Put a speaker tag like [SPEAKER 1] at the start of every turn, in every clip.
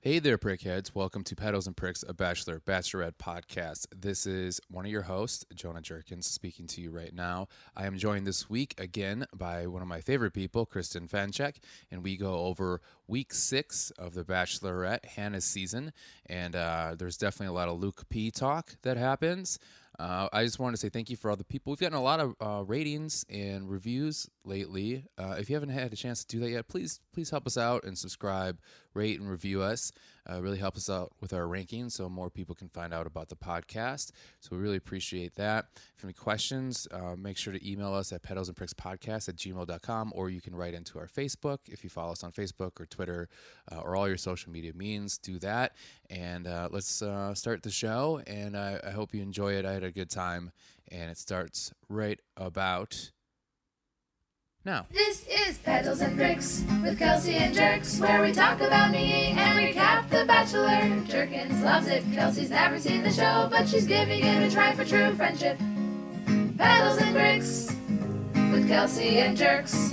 [SPEAKER 1] Hey there, prickheads. Welcome to Pedals and Pricks, a Bachelor Bachelorette podcast. This is one of your hosts, Jonah Jerkins, speaking to you right now. I am joined this week again by one of my favorite people, Kristen Fanchek, and we go over week six of the Bachelorette, Hannah's season. And uh, there's definitely a lot of Luke P talk that happens. Uh, I just wanted to say thank you for all the people. We've gotten a lot of uh, ratings and reviews lately. Uh, if you haven't had a chance to do that yet, please please help us out and subscribe, rate, and review us. Uh, really help us out with our rankings so more people can find out about the podcast. So we really appreciate that. If you have any questions, uh, make sure to email us at pedals and pricks podcast at gmail.com or you can write into our Facebook if you follow us on Facebook or Twitter uh, or all your social media means. Do that. And uh, let's uh, start the show. And I, I hope you enjoy it. I had a good time. And it starts right about now.
[SPEAKER 2] This is Pedals and Bricks with Kelsey and Jerks, where we talk about me and recap The Bachelor. Jerkins loves it. Kelsey's never seen the show, but she's giving it a try for true friendship. Pedals and Bricks with Kelsey and Jerks.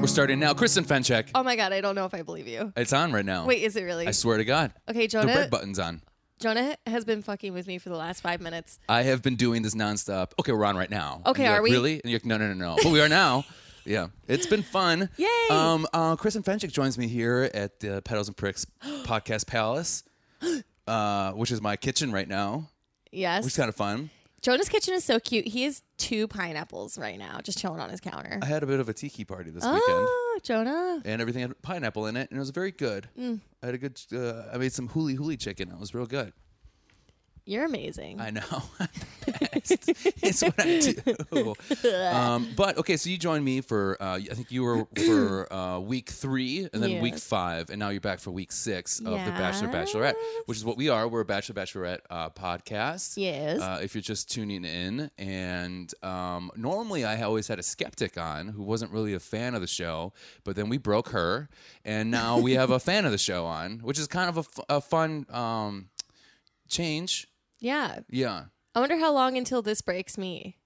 [SPEAKER 1] We're starting now. Kristen Fenchek.
[SPEAKER 3] Oh my god, I don't know if I believe you.
[SPEAKER 1] It's on right now.
[SPEAKER 3] Wait, is it really?
[SPEAKER 1] I swear to God.
[SPEAKER 3] Okay,
[SPEAKER 1] The
[SPEAKER 3] Jonah.
[SPEAKER 1] red button's on.
[SPEAKER 3] Jonah has been fucking with me for the last five minutes.
[SPEAKER 1] I have been doing this nonstop. Okay, we're on right now.
[SPEAKER 3] Okay,
[SPEAKER 1] And you're like,
[SPEAKER 3] are we?
[SPEAKER 1] Really? And you're like, no, no, no, no. But we are now. Yeah, it's been fun.
[SPEAKER 3] Yay.
[SPEAKER 1] Um, uh, Kristen Fenchick joins me here at the Pedals and Pricks Podcast Palace, uh, which is my kitchen right now,
[SPEAKER 3] Yes.
[SPEAKER 1] which is kind of fun.
[SPEAKER 3] Jonah's kitchen is so cute. He has two pineapples right now, just chilling on his counter.
[SPEAKER 1] I had a bit of a tiki party this weekend,
[SPEAKER 3] oh, Jonah.
[SPEAKER 1] and everything had pineapple in it, and it was very good.
[SPEAKER 3] Mm.
[SPEAKER 1] I had a good. Uh, I made some huli huli chicken. It was real good.
[SPEAKER 3] You're amazing.
[SPEAKER 1] I know. I'm the best. it's what I do. Um, but okay, so you joined me for uh, I think you were for uh, week three and then week
[SPEAKER 3] Yes.
[SPEAKER 1] five, and now you're back for week six of the Bachelor Bachelorette, which is what we are. We're a Bachelor Bachelorette uh, podcast.
[SPEAKER 3] Yes.
[SPEAKER 1] Uh, if you're just tuning in, and um, normally I always had a skeptic on who wasn't really a fan of the show, but then we broke her, and now we have a fan of the show on, which is kind of a, f- a fun um, change.
[SPEAKER 3] yeah.
[SPEAKER 1] Yeah.
[SPEAKER 3] I wonder how long until this breaks me.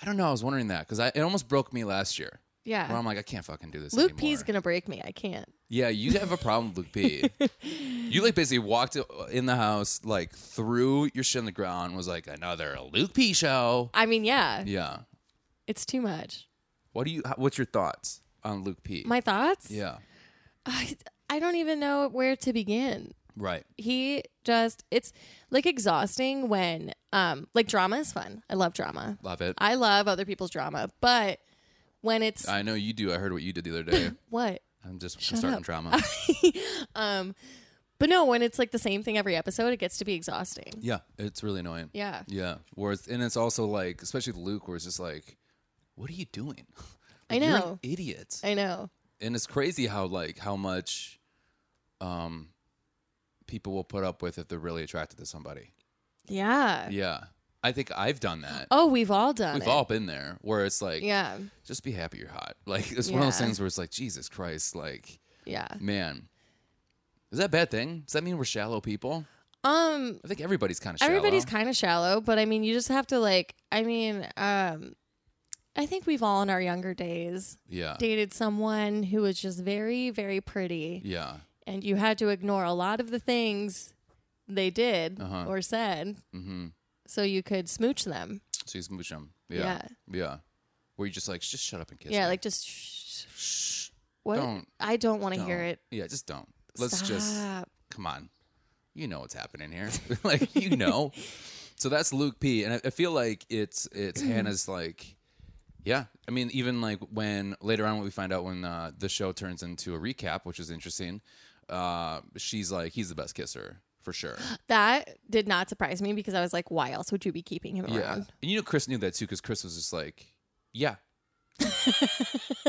[SPEAKER 1] I don't know. I was wondering that because it almost broke me last year. Where
[SPEAKER 3] Yeah.
[SPEAKER 1] I'm like, I can't fucking do this.
[SPEAKER 3] Uh, Luke
[SPEAKER 1] anymore.
[SPEAKER 3] P's gonna break me. I can't.
[SPEAKER 1] Yeah, you have a problem, with Luke P. You like basically walked in the house, like threw your shit on the ground, and was like, another Luke P show.
[SPEAKER 3] I mean, yeah.
[SPEAKER 1] Yeah.
[SPEAKER 3] It's too much.
[SPEAKER 1] What do you? how- What's your thoughts on Luke P?
[SPEAKER 3] My thoughts?
[SPEAKER 1] yeah.
[SPEAKER 3] I, I don't even know where to begin.
[SPEAKER 1] Right.
[SPEAKER 3] He just it's like exhausting when um like drama is fun. I love drama.
[SPEAKER 1] Love it. I,
[SPEAKER 3] I love other people's drama, but when it's
[SPEAKER 1] know you do. I heard what you did the other day.
[SPEAKER 3] what?
[SPEAKER 1] I'm just starting
[SPEAKER 3] up.
[SPEAKER 1] drama.
[SPEAKER 3] Um but no, when it's like the same thing every episode, it gets to be exhausting.
[SPEAKER 1] yeah, it's really annoying.
[SPEAKER 3] Yeah.
[SPEAKER 1] Yeah. Where it's, and it's also like, especially with Luke, where it's just like, what are you doing?
[SPEAKER 3] I
[SPEAKER 1] You're an
[SPEAKER 3] know.
[SPEAKER 1] idiot.
[SPEAKER 3] I know.
[SPEAKER 1] and it's crazy how like how much um people will put up with if they're really attracted to somebody
[SPEAKER 3] Yeah.
[SPEAKER 1] yeah i think i've done that
[SPEAKER 3] Oh, we've all done
[SPEAKER 1] we've
[SPEAKER 3] it.
[SPEAKER 1] all been there where it's like
[SPEAKER 3] yeah.
[SPEAKER 1] just be happy you're hot like it's one of those
[SPEAKER 3] Yeah.
[SPEAKER 1] things where it's like jesus christ like
[SPEAKER 3] Yeah.
[SPEAKER 1] man is that a bad thing does that mean we're shallow people
[SPEAKER 3] Um
[SPEAKER 1] i think everybody's kind of shallow
[SPEAKER 3] everybody's kind of shallow, but I mean, you just have to like I mean, um I think we've all in our younger days
[SPEAKER 1] yeah
[SPEAKER 3] dated someone who was just very very pretty.
[SPEAKER 1] yeah
[SPEAKER 3] and you had to ignore a lot of the things they did
[SPEAKER 1] Uh-huh.
[SPEAKER 3] or said
[SPEAKER 1] mm-hmm
[SPEAKER 3] so you could smooch them.
[SPEAKER 1] so you smooch them yeah yeah,
[SPEAKER 3] Yeah.
[SPEAKER 1] where you just like just shut up and kiss
[SPEAKER 3] yeah,
[SPEAKER 1] me.
[SPEAKER 3] like just shh.
[SPEAKER 1] Shh.
[SPEAKER 3] What?
[SPEAKER 1] Don't.
[SPEAKER 3] I don't want to
[SPEAKER 1] Don't.
[SPEAKER 3] hear it.
[SPEAKER 1] yeah just don't let's
[SPEAKER 3] Stop.
[SPEAKER 1] just come on, you know what's happening here. like you know. So that's Luke P, and I, I feel like it's it's Hannah's like, yeah. I mean, even like when later on when we find out when uh, the show turns into a recap, which is interesting. Uh, she's like, he's the best kisser for sure.
[SPEAKER 3] That did not surprise me because I was like, why else would you be keeping him
[SPEAKER 1] Yeah, and
[SPEAKER 3] around?
[SPEAKER 1] you know Chris knew that too because Chris was just like, yeah.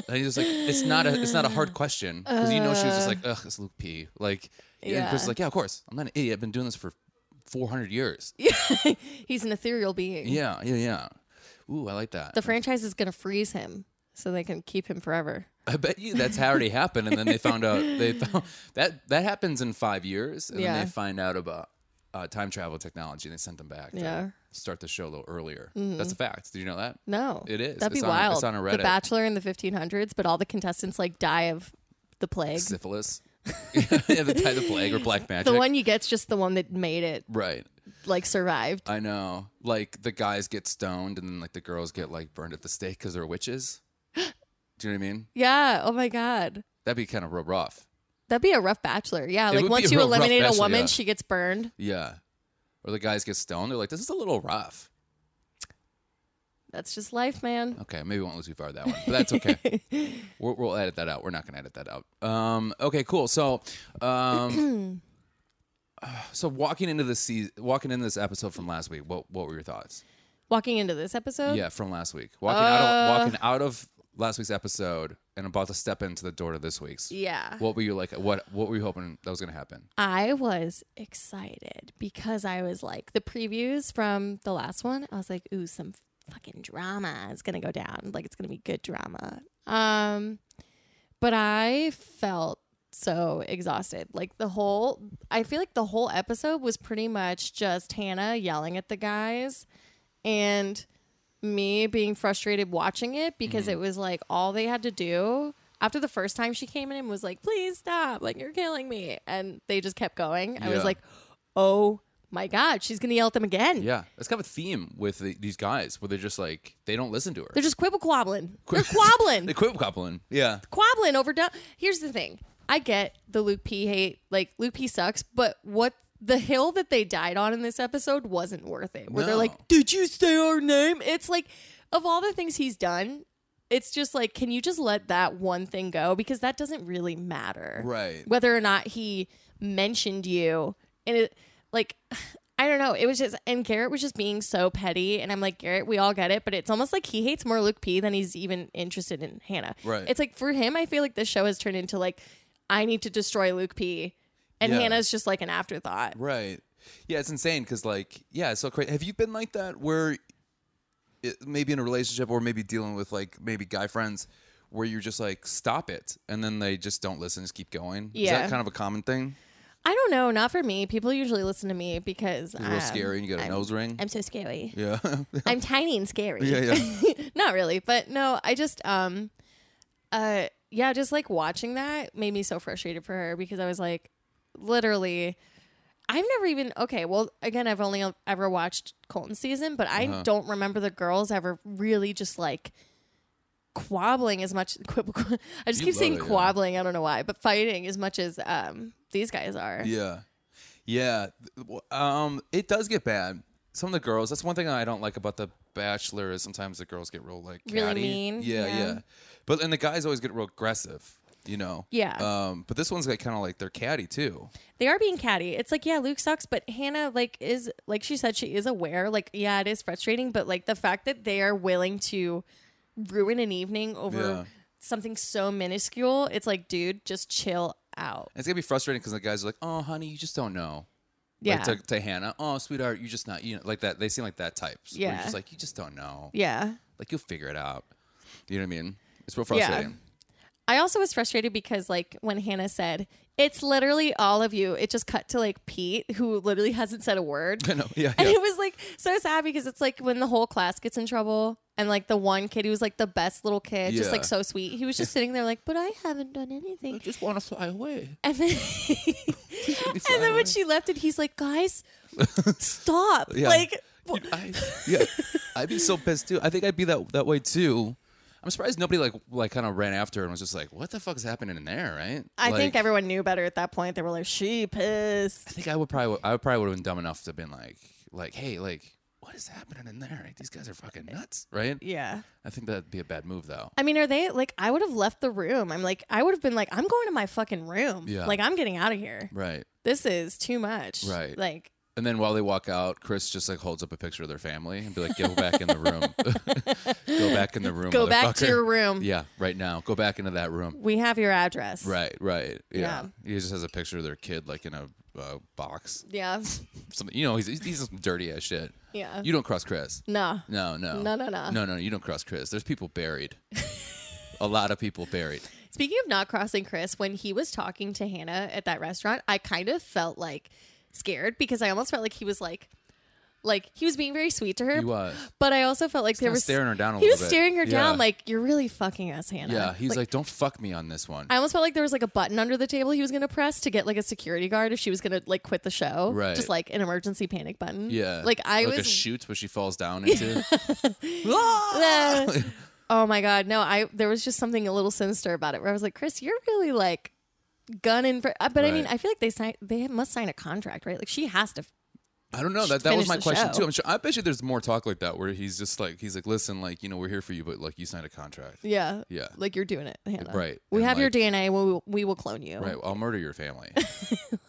[SPEAKER 1] and he was like, it's not a it's not a hard question because you know she was just like, ugh, it's Luke P. Like, and Chris
[SPEAKER 3] Yeah.
[SPEAKER 1] was like, yeah, of course, I'm not an idiot. I've been doing this for 400 years.
[SPEAKER 3] He's an ethereal being.
[SPEAKER 1] Yeah, yeah, yeah. Ooh, I like that.
[SPEAKER 3] The franchise is going to freeze him so they can keep him forever.
[SPEAKER 1] I bet you that's how already happened, and then they found out they found that that happens in five years, and then
[SPEAKER 3] Yeah.
[SPEAKER 1] they find out about uh, time travel technology, and they sent them back. to
[SPEAKER 3] Yeah. Mm-hmm.
[SPEAKER 1] start the show a little earlier. That's a fact. Did you know that?
[SPEAKER 3] No.
[SPEAKER 1] It is.
[SPEAKER 3] That'd
[SPEAKER 1] It's
[SPEAKER 3] be
[SPEAKER 1] on a-
[SPEAKER 3] wild.
[SPEAKER 1] it's on a
[SPEAKER 3] The
[SPEAKER 1] Reddit.
[SPEAKER 3] Bachelor in the 1500s, but all the contestants like die of the plague.
[SPEAKER 1] Syphilis. yeah, the tie the flag or black magic.
[SPEAKER 3] The one you get's just the one that made it,
[SPEAKER 1] right.
[SPEAKER 3] like survived.
[SPEAKER 1] I know. Like the guys get stoned and then like the girls get like burned at the stake because they're witches. Do you know what I mean?
[SPEAKER 3] Yeah. Oh my god,
[SPEAKER 1] That'd be kind of real rough.
[SPEAKER 3] that'd be a rough bachelor. Yeah.
[SPEAKER 1] It would
[SPEAKER 3] like
[SPEAKER 1] be a
[SPEAKER 3] once you
[SPEAKER 1] real rough
[SPEAKER 3] eliminate a
[SPEAKER 1] bachelor,
[SPEAKER 3] woman,
[SPEAKER 1] yeah.
[SPEAKER 3] she gets burned.
[SPEAKER 1] Yeah. Or the guys get stoned. They're like, this is a little rough.
[SPEAKER 3] That's just life, man.
[SPEAKER 1] Okay, maybe we won't lose too far with that one, but that's okay. we'll, we'll edit that out. We're not going to edit that out. Um, okay, cool. So, um, uh, so walking into the season, walking into this episode from last week, what what were your thoughts?
[SPEAKER 3] Walking into this episode, Uh.
[SPEAKER 1] Yeah, from last week, walking out of, walking out of last week's episode and about to step into the door to this week's.
[SPEAKER 3] Yeah.
[SPEAKER 1] What were you like? What what were you hoping that was going to happen?
[SPEAKER 3] I was excited because I was like the previews from the last one. I was like, ooh, some fucking drama is gonna go down. Like it's gonna be good drama. Um, but I felt so exhausted. Like the whole, I feel like the whole episode was pretty much just Hannah yelling at the guys and me being frustrated watching it because
[SPEAKER 1] Mm-hmm.
[SPEAKER 3] it was like all they had to do after the first time she came in and was like, please stop, like you're killing me. And they just kept going. I
[SPEAKER 1] Yeah.
[SPEAKER 3] was like, oh my God, she's going to yell at them again.
[SPEAKER 1] Yeah, that's kind of a theme with the, these guys where they're just like they don't listen to her.
[SPEAKER 3] They're just quibble quabbling. They're quabbling.
[SPEAKER 1] they quit coupling. Yeah,
[SPEAKER 3] quabbling over done. Here's the thing. I get the Luke P hate. Like Luke P sucks, but what the hill that they died on in this episode wasn't worth it. Where they're
[SPEAKER 1] No.
[SPEAKER 3] like, "Did you say our name?" It's like of all the things he's done, it's just like, can you just let that one thing go because that doesn't really matter.
[SPEAKER 1] Right.
[SPEAKER 3] Whether or not he mentioned you and it like I don't know. It was just, and Garrett was just being so petty. And I'm like, Garrett, we all get it, but it's almost like he hates more Luke P than he's even interested in Hannah.
[SPEAKER 1] Right.
[SPEAKER 3] It's like for him, I feel like this show has turned into like, I need to destroy Luke P. And
[SPEAKER 1] Yeah.
[SPEAKER 3] Hannah's just like an afterthought.
[SPEAKER 1] Right. Yeah, it's insane because, like, yeah, it's so crazy. Have you been like that where it, maybe in a relationship or maybe dealing with like maybe guy friends where you're just like, stop it. And then they just don't listen, just keep going? Is
[SPEAKER 3] Yeah.
[SPEAKER 1] that kind of a common thing?
[SPEAKER 3] I don't know. Not for me. People usually listen to me because
[SPEAKER 1] You're
[SPEAKER 3] um,
[SPEAKER 1] real scary and you got a
[SPEAKER 3] I'm,
[SPEAKER 1] nose ring?
[SPEAKER 3] I'm so scary.
[SPEAKER 1] yeah.
[SPEAKER 3] I'm tiny and scary.
[SPEAKER 1] Yeah,
[SPEAKER 3] Not really, but no, I just um uh yeah, just like watching that made me so frustrated for her because I was like literally I've never even okay, well again I've only ever watched Colton's season, but I
[SPEAKER 1] Uh-huh.
[SPEAKER 3] don't remember the girls ever really just like quabbling as much quibble, qu- I just
[SPEAKER 1] You
[SPEAKER 3] keep
[SPEAKER 1] love
[SPEAKER 3] saying
[SPEAKER 1] it, yeah.
[SPEAKER 3] quabbling, I don't know why, but fighting as much as um these guys are.
[SPEAKER 1] yeah. Yeah. Um, it does get bad. Some of the girls, that's one thing I don't like about The Bachelor is sometimes the girls get real, like,
[SPEAKER 3] Really
[SPEAKER 1] catty.
[SPEAKER 3] mean,
[SPEAKER 1] Yeah, yeah,
[SPEAKER 3] yeah.
[SPEAKER 1] But, and the guys always get real aggressive. You know,
[SPEAKER 3] Yeah.
[SPEAKER 1] Um, but this one's like kind of like they're catty too.
[SPEAKER 3] they are being catty. It's like, yeah, Luke sucks, but Hannah, like, is like she said, she is aware. Like, yeah, it is frustrating, but like the fact that they are willing to ruin an evening over
[SPEAKER 1] Yeah.
[SPEAKER 3] something so minuscule, it's like, dude, just chill out.
[SPEAKER 1] It's gonna be frustrating because the guys are like, "Oh, honey, you just don't know."
[SPEAKER 3] Yeah.
[SPEAKER 1] Like to, to Hannah, "Oh, sweetheart, you just not you know like that." They seem like that types. where you're
[SPEAKER 3] Yeah.
[SPEAKER 1] just like you just don't know.
[SPEAKER 3] yeah.
[SPEAKER 1] Like you'll figure it out. You know what I mean? It's real
[SPEAKER 3] Yeah.
[SPEAKER 1] frustrating.
[SPEAKER 3] I also was frustrated because, like, when Hannah said, it's literally all of you, it just cut to like Pete, who literally hasn't said a word.
[SPEAKER 1] I know. Yeah.
[SPEAKER 3] And
[SPEAKER 1] yeah.
[SPEAKER 3] it was like so sad because it's like when the whole class gets in trouble and like the one kid who was like the best little kid, just
[SPEAKER 1] Yeah.
[SPEAKER 3] like so sweet, he was just sitting there like, but I haven't done anything.
[SPEAKER 1] just want to fly away.
[SPEAKER 3] And then, and then when she left it, he's like, guys, stop.
[SPEAKER 1] Yeah.
[SPEAKER 3] Like,
[SPEAKER 1] Dude, I, yeah, I'd be so pissed too. I think I'd be that that way too. I'm surprised nobody like like kind of ran after her and was just like, "What the fuck is happening in there?" Right?
[SPEAKER 3] I think
[SPEAKER 1] Like,
[SPEAKER 3] everyone knew better at that point. They were like, she
[SPEAKER 1] I
[SPEAKER 3] pissed.
[SPEAKER 1] think I would probably I would probably would have been dumb enough to have been like like Hey, like what is happening in there? These guys are fucking nuts, right?
[SPEAKER 3] Yeah.
[SPEAKER 1] I think that'd be a bad move, though.
[SPEAKER 3] I mean, are they like, I would have left the room. I'm like, I would have been like, I'm going to my fucking room.
[SPEAKER 1] Yeah.
[SPEAKER 3] Like, I'm getting out of here.
[SPEAKER 1] Right.
[SPEAKER 3] This is too much.
[SPEAKER 1] Right.
[SPEAKER 3] Like,
[SPEAKER 1] And then while they walk out, Chris just like holds up a picture of their family and be like, "Go back in the room. Go back in the room.
[SPEAKER 3] go back to
[SPEAKER 1] motherfucker."
[SPEAKER 3] your room.
[SPEAKER 1] Yeah, right now. Go back into that room.
[SPEAKER 3] We have your address.
[SPEAKER 1] Right, right. Yeah.
[SPEAKER 3] Yeah.
[SPEAKER 1] He just has a picture of their kid like in a uh, box.
[SPEAKER 3] Yeah.
[SPEAKER 1] Something. You know, he's he's some dirty ass shit.
[SPEAKER 3] Yeah.
[SPEAKER 1] You don't cross Chris.
[SPEAKER 3] no.
[SPEAKER 1] No, no,
[SPEAKER 3] No, no, no.
[SPEAKER 1] no, no. You don't cross Chris. There's people buried. a lot of people buried.
[SPEAKER 3] Speaking of not crossing Chris, when he was talking to Hannah at that restaurant, I kind of felt like scared because I almost felt like he was like, Like he was being very sweet to her.
[SPEAKER 1] He was.
[SPEAKER 3] But I also felt like
[SPEAKER 1] He
[SPEAKER 3] there
[SPEAKER 1] was
[SPEAKER 3] was
[SPEAKER 1] staring her down a
[SPEAKER 3] he
[SPEAKER 1] little
[SPEAKER 3] was
[SPEAKER 1] bit.
[SPEAKER 3] staring her down
[SPEAKER 1] Yeah.
[SPEAKER 3] like you're really fucking us, Hannah.
[SPEAKER 1] Yeah, he's like, don't fuck me on this one.
[SPEAKER 3] I almost felt like there was like a button under the table he was gonna press to get like a security guard if she was gonna like quit the show.
[SPEAKER 1] Right.
[SPEAKER 3] Just like an emergency panic button.
[SPEAKER 1] yeah,
[SPEAKER 3] Like I
[SPEAKER 1] like a
[SPEAKER 3] was
[SPEAKER 1] shoots what she falls down into. Ah!
[SPEAKER 3] Uh, oh my god, no! I there was just something a little sinister about it where I was like, Chris, you're really like gunning for. uh, But I mean,
[SPEAKER 1] Right.
[SPEAKER 3] I feel like they sign they must sign a contract, right? Like she has to. f-
[SPEAKER 1] I don't know. That that was
[SPEAKER 3] finish
[SPEAKER 1] my
[SPEAKER 3] the
[SPEAKER 1] question
[SPEAKER 3] show.
[SPEAKER 1] too. I'm sure. I bet you there's more talk like that where he's just like he's like, listen, like you know, we're here for you, but like you signed a contract.
[SPEAKER 3] Yeah.
[SPEAKER 1] Yeah.
[SPEAKER 3] Like you're doing it, Hannah.
[SPEAKER 1] Right.
[SPEAKER 3] We
[SPEAKER 1] And,
[SPEAKER 3] have your
[SPEAKER 1] like-
[SPEAKER 3] DNA. We will, we will clone you.
[SPEAKER 1] Right. I'll murder your family.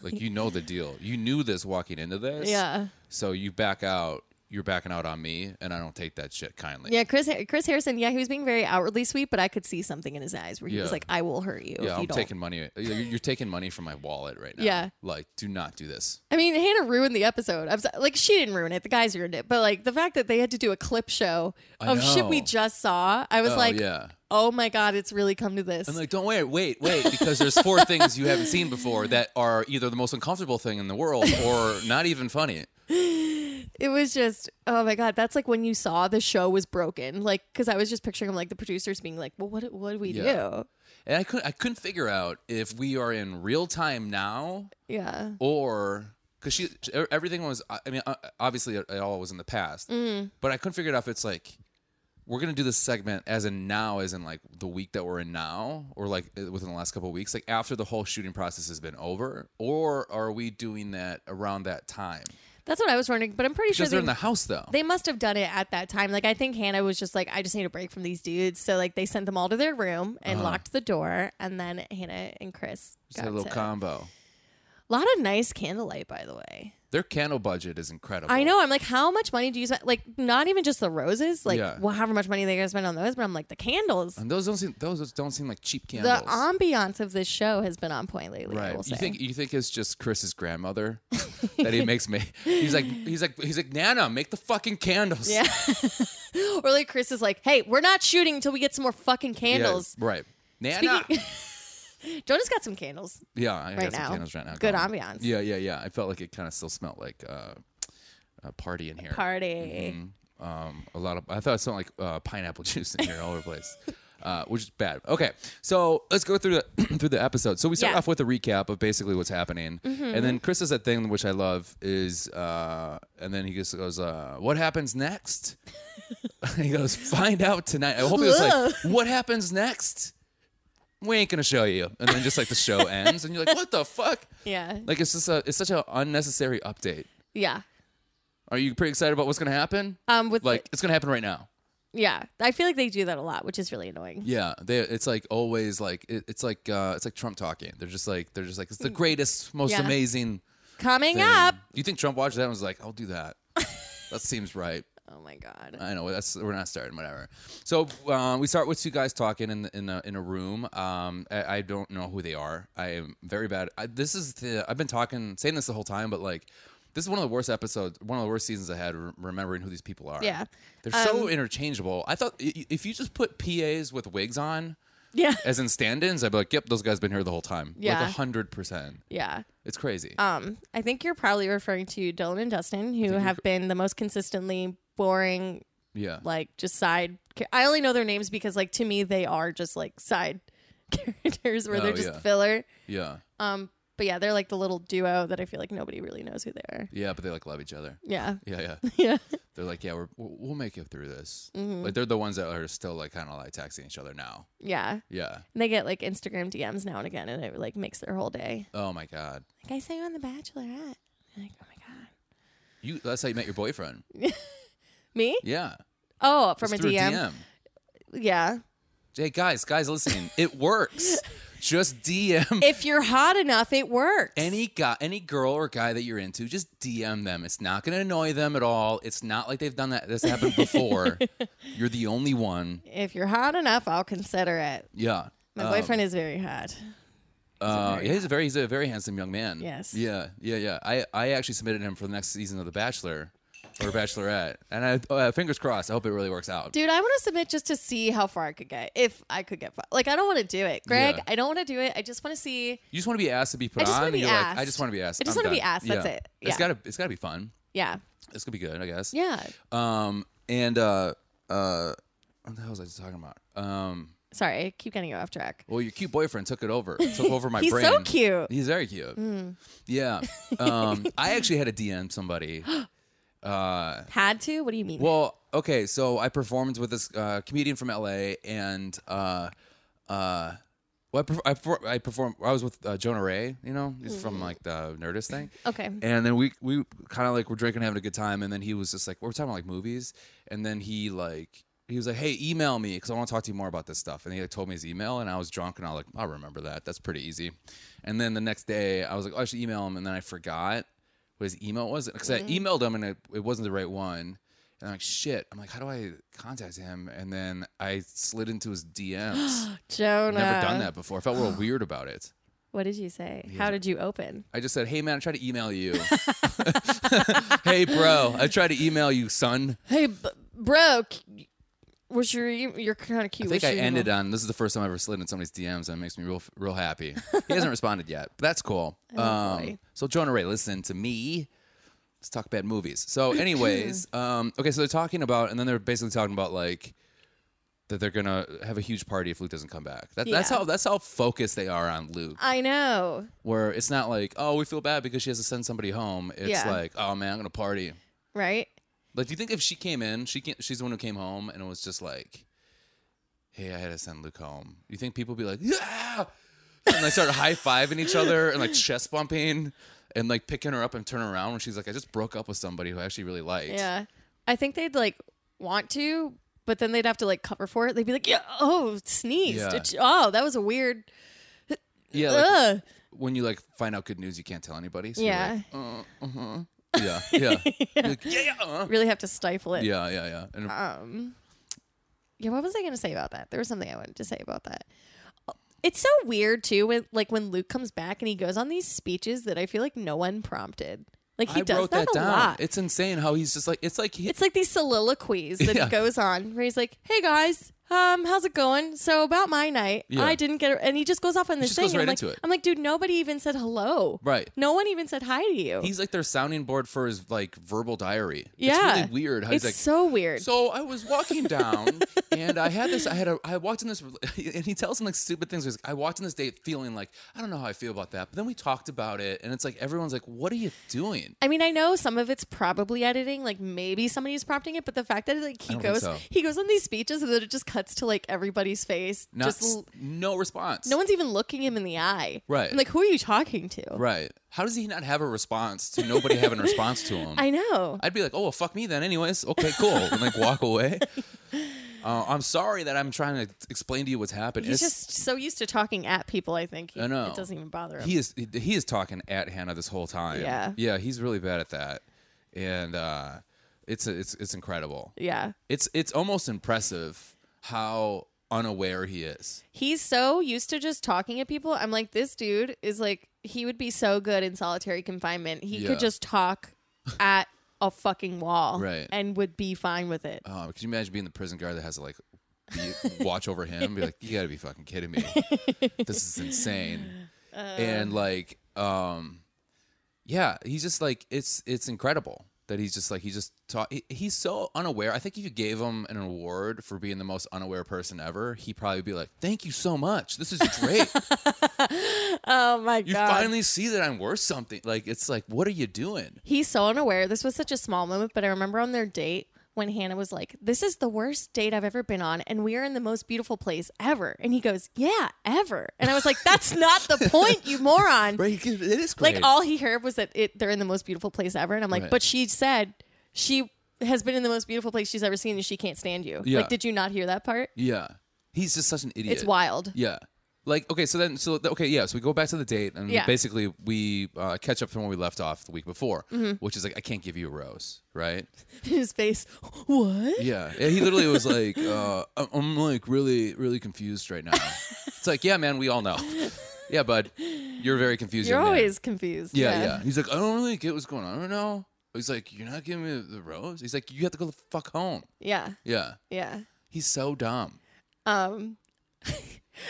[SPEAKER 1] like you know the deal. You knew this walking into this.
[SPEAKER 3] Yeah.
[SPEAKER 1] So you back out. You're backing out on me, and I don't take that shit kindly.
[SPEAKER 3] Yeah, Chris Chris Harrison. Yeah, he was being very outwardly sweet, but I could see something in his eyes where he
[SPEAKER 1] Yeah.
[SPEAKER 3] was like, "I will hurt you
[SPEAKER 1] Yeah,
[SPEAKER 3] if you
[SPEAKER 1] I'm
[SPEAKER 3] don't."
[SPEAKER 1] taking money. You're, you're taking money from my wallet right now.
[SPEAKER 3] Yeah.
[SPEAKER 1] Like, do not do this.
[SPEAKER 3] I mean, Hannah ruined the episode. I'm so, like, she didn't ruin it. The guys ruined it. But like the fact that they had to do a clip show
[SPEAKER 1] I
[SPEAKER 3] of shit we
[SPEAKER 1] know.
[SPEAKER 3] just saw, I was
[SPEAKER 1] Oh,
[SPEAKER 3] like,
[SPEAKER 1] yeah.
[SPEAKER 3] oh my god, it's really come to this.
[SPEAKER 1] I'm like, don't wait, wait, wait, because there's four things you haven't seen before that are either the most uncomfortable thing in the world or not even funny.
[SPEAKER 3] it was just, oh my god, that's like when you saw the show was broken. Like, because I was just picturing like the producers being like, well, what what do we
[SPEAKER 1] Yeah.
[SPEAKER 3] do?
[SPEAKER 1] And I couldn't, I couldn't figure out if we are in real time now
[SPEAKER 3] Yeah,
[SPEAKER 1] or because she e-, everything was i mean uh, obviously it all was in the past
[SPEAKER 3] Mm-hmm.
[SPEAKER 1] but i couldn't figure it out if it's like we're gonna do this segment as in now as in like the week that we're in now or like uh, within the last couple of weeks like after the whole shooting process has been over or are we doing that around that time
[SPEAKER 3] that's what I was wondering. But I'm pretty
[SPEAKER 1] because
[SPEAKER 3] sure
[SPEAKER 1] they're
[SPEAKER 3] they,
[SPEAKER 1] in the house though
[SPEAKER 3] they must have done it at that time. Like, I think Hannah was just like, I just need a break from these dudes. So like they sent them all to their room and locked the door, and then Hannah and Chris
[SPEAKER 1] it's
[SPEAKER 3] got
[SPEAKER 1] Uh-huh. a little
[SPEAKER 3] to-
[SPEAKER 1] combo
[SPEAKER 3] lot of nice candlelight, by the way.
[SPEAKER 1] their candle budget is incredible
[SPEAKER 3] I know. I'm like, how much money do you spend? Like, not even just the roses. Like,
[SPEAKER 1] Yeah.
[SPEAKER 3] well, however much money they gonna spend on those, but I'm like, the candles.
[SPEAKER 1] and those don't seem those don't seem like cheap
[SPEAKER 3] the
[SPEAKER 1] candles
[SPEAKER 3] ambiance of this show has been on point lately. I
[SPEAKER 1] Right.
[SPEAKER 3] will say.
[SPEAKER 1] You think you think it's just Chris's grandmother that he makes me he's like he's like he's like Nana, make the fucking candles.
[SPEAKER 3] yeah. or like Chris is like, hey, we're not shooting until we get some more fucking
[SPEAKER 1] Yeah,
[SPEAKER 3] candles.
[SPEAKER 1] right. Nana.
[SPEAKER 3] Jonah's got some candles.
[SPEAKER 1] yeah, I
[SPEAKER 3] Right
[SPEAKER 1] got some
[SPEAKER 3] now.
[SPEAKER 1] candles right now. going.
[SPEAKER 3] Good ambiance.
[SPEAKER 1] Yeah, yeah, yeah. I felt like it kind of still smelled like uh, a party in here.
[SPEAKER 3] Party.
[SPEAKER 1] Um, a lot of I thought it smelled like uh, pineapple juice in here all over the place. Uh, which is bad. Okay, so let's go through the through the episode. So we start
[SPEAKER 3] Yeah. Mm-hmm.
[SPEAKER 1] off with a recap of basically what's happening, and then Chris says that thing which I love is, uh, and then he just goes, uh, "What happens next?" he goes, "Find out tonight." I hope he was
[SPEAKER 3] Ugh.
[SPEAKER 1] like, "What happens next?" We ain't gonna show you, and then just like the show ends, and you're like, "What the fuck?"
[SPEAKER 3] Yeah.
[SPEAKER 1] Like it's just a it's such an unnecessary update.
[SPEAKER 3] Yeah.
[SPEAKER 1] Are you pretty excited about what's gonna happen?
[SPEAKER 3] Um, with
[SPEAKER 1] like it's gonna happen right now.
[SPEAKER 3] yeah, I feel like they do that a lot, which is really annoying.
[SPEAKER 1] Yeah, they, it's like always like it, it's like uh, it's like Trump talking. They're just like they're just like it's the greatest, most
[SPEAKER 3] Hmm. Yeah.
[SPEAKER 1] amazing
[SPEAKER 3] Coming
[SPEAKER 1] thing.
[SPEAKER 3] up.
[SPEAKER 1] You think Trump watched that and was like, "I'll do that." that seems right.
[SPEAKER 3] Oh my god.
[SPEAKER 1] I know that's we're not starting whatever. So uh, we start with two guys talking in in a, in a room. Um, I, I don't know who they are. I am very bad. I, this is the I've been talking saying this the whole time, but like this is one of the worst episodes, one of the worst seasons I had re- remembering who these people are.
[SPEAKER 3] Yeah. Um,
[SPEAKER 1] they're so interchangeable. I thought i- i- if you just put PAs with wigs on
[SPEAKER 3] Yeah.
[SPEAKER 1] as in stand-ins, I'd be like, yep, those guys been here the whole time.
[SPEAKER 3] Yeah.
[SPEAKER 1] like hundred percent.
[SPEAKER 3] Yeah.
[SPEAKER 1] It's crazy.
[SPEAKER 3] Um, I think you're probably referring to Dylan and Dustin, who have been the most consistently boring,
[SPEAKER 1] yeah,
[SPEAKER 3] like just side. cha- I only know their names because, like, to me, they are just like side characters where they're
[SPEAKER 1] Oh,
[SPEAKER 3] just
[SPEAKER 1] yeah.
[SPEAKER 3] filler.
[SPEAKER 1] yeah,
[SPEAKER 3] Um, but yeah, they're like the little duo that I feel like nobody really knows who they are.
[SPEAKER 1] yeah. But they like love each other.
[SPEAKER 3] Yeah,
[SPEAKER 1] Yeah, yeah.
[SPEAKER 3] yeah,
[SPEAKER 1] They're like, yeah, we're, we'll we'll make it through this.
[SPEAKER 3] Mm-hmm.
[SPEAKER 1] Like they're the ones that are still like kind of like texting each other now.
[SPEAKER 3] yeah. And
[SPEAKER 1] Yeah.
[SPEAKER 3] they get like Instagram DMs now and again, and it like makes their whole day.
[SPEAKER 1] Oh my god.
[SPEAKER 3] Like I saw you on The Bachelorette. I'm like, oh my god,
[SPEAKER 1] You. That's how you met your boyfriend.
[SPEAKER 3] me?
[SPEAKER 1] Yeah.
[SPEAKER 3] Oh, from
[SPEAKER 1] It's
[SPEAKER 3] a
[SPEAKER 1] through
[SPEAKER 3] DM. Yeah.
[SPEAKER 1] Hey guys, guys, listening. It works. just DM
[SPEAKER 3] If you're hot enough, it works.
[SPEAKER 1] any guy, any girl or guy that you're into. Just DM them. It's not going to annoy them at all. It's not like they've done that. This happened before. you're the only one.
[SPEAKER 3] If you're hot enough, I'll consider it.
[SPEAKER 1] Yeah.
[SPEAKER 3] My
[SPEAKER 1] Um,
[SPEAKER 3] boyfriend is very hot.
[SPEAKER 1] Uh, yeah, he's a very he's a very handsome young man.
[SPEAKER 3] Yes.
[SPEAKER 1] Yeah, yeah, yeah. I, I actually submitted him for the next season of The Bachelor or Bachelorette, and I uh, fingers crossed. I hope it really works out.
[SPEAKER 3] Dude, I want to submit just to see how far I could get. If I could get far. Like, I don't want to do it. Greg,
[SPEAKER 1] Yeah.
[SPEAKER 3] I don't want to do it. I just want to see.
[SPEAKER 1] You just want to be asked to be put
[SPEAKER 3] I just
[SPEAKER 1] on.
[SPEAKER 3] wanna
[SPEAKER 1] and
[SPEAKER 3] be
[SPEAKER 1] you're like, I
[SPEAKER 3] asked.
[SPEAKER 1] just want to be asked.
[SPEAKER 3] I just
[SPEAKER 1] I'm
[SPEAKER 3] wanna be
[SPEAKER 1] done."
[SPEAKER 3] asked, that's it.
[SPEAKER 1] It's
[SPEAKER 3] Yeah.
[SPEAKER 1] gotta it's gotta be fun.
[SPEAKER 3] Yeah.
[SPEAKER 1] This could be good, I guess.
[SPEAKER 3] Yeah.
[SPEAKER 1] Um, and uh, uh, what the hell was I just talking about? Um,
[SPEAKER 3] Sorry, I keep getting you off track.
[SPEAKER 1] well, your cute boyfriend took it over, took over my
[SPEAKER 3] He's
[SPEAKER 1] brain.
[SPEAKER 3] so cute. Mm.
[SPEAKER 1] He's very cute. Yeah. Um, I actually had a DM somebody. Uh,
[SPEAKER 3] Had to? What do you mean?
[SPEAKER 1] well, okay, so I performed with this uh, comedian from LA, and uh, uh, well, I, perf- I, perfor- I performed. I was with uh, Jonah Ray. You know, he's from like the Nerdist thing.
[SPEAKER 3] okay.
[SPEAKER 1] And then we we kind of like were drinking, having a good time, and then he was just like, we we're talking about like movies, and then he like he was like, hey, email me because I want to talk to you more about this stuff. And he like, told me his email, and I was drunk, and I was like, I'll remember that. That's pretty easy. And then the next day, I was like, oh, I should email him, and then I forgot what his email was because I emailed him, and it, it wasn't the right one. And I'm like, shit. I'm like, how do I contact him? And then I slid into his DMs.
[SPEAKER 3] Jonah.
[SPEAKER 1] Never done that before. I felt
[SPEAKER 3] oh.
[SPEAKER 1] real weird about it.
[SPEAKER 3] What did you say? How did you open?
[SPEAKER 1] I just said, "Hey man, I tried to email you." hey bro, I tried to email you, son.
[SPEAKER 3] Hey, b- bro, c- what's your e- you're kind of cute.
[SPEAKER 1] I think
[SPEAKER 3] What's
[SPEAKER 1] I
[SPEAKER 3] your
[SPEAKER 1] ended
[SPEAKER 3] email?
[SPEAKER 1] on this is the first time I ever slid in somebody's DMs, and it makes me real, real happy. He hasn't responded yet, but that's cool.
[SPEAKER 3] Oh, boy.
[SPEAKER 1] um, so Jonah Ray, listen to me. Let's talk bad movies. So, anyways, um, okay, so they're talking about, and then they're basically talking about like that they're gonna have a huge party if Luke doesn't come back. That, That's
[SPEAKER 3] Yeah.
[SPEAKER 1] how that's how focused they are on Luke.
[SPEAKER 3] I know.
[SPEAKER 1] Where it's not like, oh, we feel bad because she has to send somebody home. It's
[SPEAKER 3] Yeah.
[SPEAKER 1] like, oh man, I'm gonna party.
[SPEAKER 3] Right?
[SPEAKER 1] Like, do you think if she came in, she can she's the one who came home and it was just like, "Hey, I had to send Luke home." You think people would be like, "Yeah," and they start high fiving each other and like chest bumping and like picking her up and turn around when she's like, "I just broke up with somebody who I actually really liked."
[SPEAKER 3] Yeah. I think they'd like want to, but then they'd have to like cover for it. They'd be like, yeah, oh, sneezed.
[SPEAKER 1] Yeah.
[SPEAKER 3] Itch- Oh, that was a weird.
[SPEAKER 1] yeah. Like,
[SPEAKER 3] ugh.
[SPEAKER 1] when you like find out good news, you can't tell anybody. So you're
[SPEAKER 3] Yeah.
[SPEAKER 1] like, yeah, yeah, You're like, yeah, yeah, uh,
[SPEAKER 3] Really have to stifle it.
[SPEAKER 1] yeah, yeah, yeah. And
[SPEAKER 3] Um, yeah, what was I going to say about that? There was something I wanted to say about that. It's so weird too, when like when Luke comes back and he goes on these speeches that I feel like no one prompted. Like he
[SPEAKER 1] I
[SPEAKER 3] does
[SPEAKER 1] wrote
[SPEAKER 3] that,
[SPEAKER 1] that,
[SPEAKER 3] a
[SPEAKER 1] down.
[SPEAKER 3] lot.
[SPEAKER 1] It's insane how he's just like it's like he,
[SPEAKER 3] it's like these soliloquies that
[SPEAKER 1] Yeah.
[SPEAKER 3] he goes on where he's like, "Hey guys, um, how's it going? So about my night,
[SPEAKER 1] Yeah.
[SPEAKER 3] I didn't get," a-" and he just goes off on this
[SPEAKER 1] just
[SPEAKER 3] thing.
[SPEAKER 1] goes
[SPEAKER 3] and I'm
[SPEAKER 1] right
[SPEAKER 3] like,
[SPEAKER 1] into it.
[SPEAKER 3] I'm like, dude, nobody even said hello.
[SPEAKER 1] right.
[SPEAKER 3] No one even said hi to you.
[SPEAKER 1] He's like their sounding board for his like verbal diary.
[SPEAKER 3] yeah,
[SPEAKER 1] it's really weird. How
[SPEAKER 3] it's
[SPEAKER 1] he's like,
[SPEAKER 3] so weird.
[SPEAKER 1] so I was walking down and I had this. I had a. I walked in this, and he tells him like stupid things. He's like, I walked in this date feeling like I don't know how I feel about that, but then we talked about it, and it's like everyone's like, "What are you doing?"
[SPEAKER 3] I mean, I know some of it's probably editing, like maybe somebody's prompting it, but the fact that like
[SPEAKER 1] I
[SPEAKER 3] he
[SPEAKER 1] don't think
[SPEAKER 3] goes
[SPEAKER 1] so.
[SPEAKER 3] he goes on these speeches and then it just cuts to like everybody's face.
[SPEAKER 1] Not
[SPEAKER 3] just
[SPEAKER 1] s-
[SPEAKER 3] l-
[SPEAKER 1] no response.
[SPEAKER 3] no one's even looking him in the eye.
[SPEAKER 1] Right.
[SPEAKER 3] I'm like, who are you talking to?
[SPEAKER 1] Right? How does he not have a response to nobody having a response to him?
[SPEAKER 3] I know.
[SPEAKER 1] I'd be like, oh, well, fuck me then, anyways. Okay, cool. And like walk away. Uh, I'm sorry that I'm trying to explain to you what's happened.
[SPEAKER 3] He's
[SPEAKER 1] It's-
[SPEAKER 3] just so used to talking at people, I think. He,
[SPEAKER 1] I know.
[SPEAKER 3] It doesn't even bother him.
[SPEAKER 1] he is he- he is talking at Hannah this whole time.
[SPEAKER 3] Yeah.
[SPEAKER 1] yeah, he's really bad at that, and uh, it's it's it's incredible.
[SPEAKER 3] yeah.
[SPEAKER 1] It's it's almost impressive how unaware he is.
[SPEAKER 3] He's so used to just talking at people. I'm like, this dude is like he would be so good in solitary confinement. He
[SPEAKER 1] Yeah.
[SPEAKER 3] could just talk at a fucking wall
[SPEAKER 1] Right.
[SPEAKER 3] and would be fine with it.
[SPEAKER 1] Uh, could you imagine being the prison guard that has to like be, watch over him? Be like, you got to be fucking kidding me. this is insane. and like, um, yeah, he's just like it's it's incredible that he's just like he just taught. He, he's so unaware. I think if you gave him an award for being the most unaware person ever, he'd probably be like, "Thank you so much. This is great.
[SPEAKER 3] Oh my
[SPEAKER 1] you
[SPEAKER 3] god.
[SPEAKER 1] finally see that I'm worth something." Like it's like, what are you doing?
[SPEAKER 3] He's so unaware. This was such a small moment, but I remember on their date when Hannah was like, This is the worst date I've ever been on, and we are in the most beautiful place ever. And he goes, Yeah, ever. And I was like, That's not the point, you moron.
[SPEAKER 1] Right? It is great.
[SPEAKER 3] Like all he heard was that it they're in the most beautiful place ever. And I'm like,
[SPEAKER 1] Right.
[SPEAKER 3] But she said she has been in the most beautiful place she's ever seen and she can't stand you.
[SPEAKER 1] Yeah.
[SPEAKER 3] Like, did you not hear that part?
[SPEAKER 1] yeah, he's just such an idiot.
[SPEAKER 3] It's wild.
[SPEAKER 1] Yeah. Like okay, so then so th- okay, yeah. So we go back to the date, and
[SPEAKER 3] Yeah.
[SPEAKER 1] basically we uh, catch up from where we left off the week before,
[SPEAKER 3] Mm-hmm.
[SPEAKER 1] which is like I can't give you a rose, right?
[SPEAKER 3] His face, what?
[SPEAKER 1] Yeah, Yeah, he literally was like, uh, "I'm- I'm like really really confused right now. it's like, yeah, man, we all know. Yeah, bud, you're very confused.
[SPEAKER 3] You're
[SPEAKER 1] young man.
[SPEAKER 3] always confused.
[SPEAKER 1] yeah, yeah. He's like, I don't really get what's going on right now. He's like, you're not giving me the rose. He's like, you have to go the fuck home.
[SPEAKER 3] Yeah.
[SPEAKER 1] Yeah,
[SPEAKER 3] Yeah.
[SPEAKER 1] he's so dumb.
[SPEAKER 3] Um,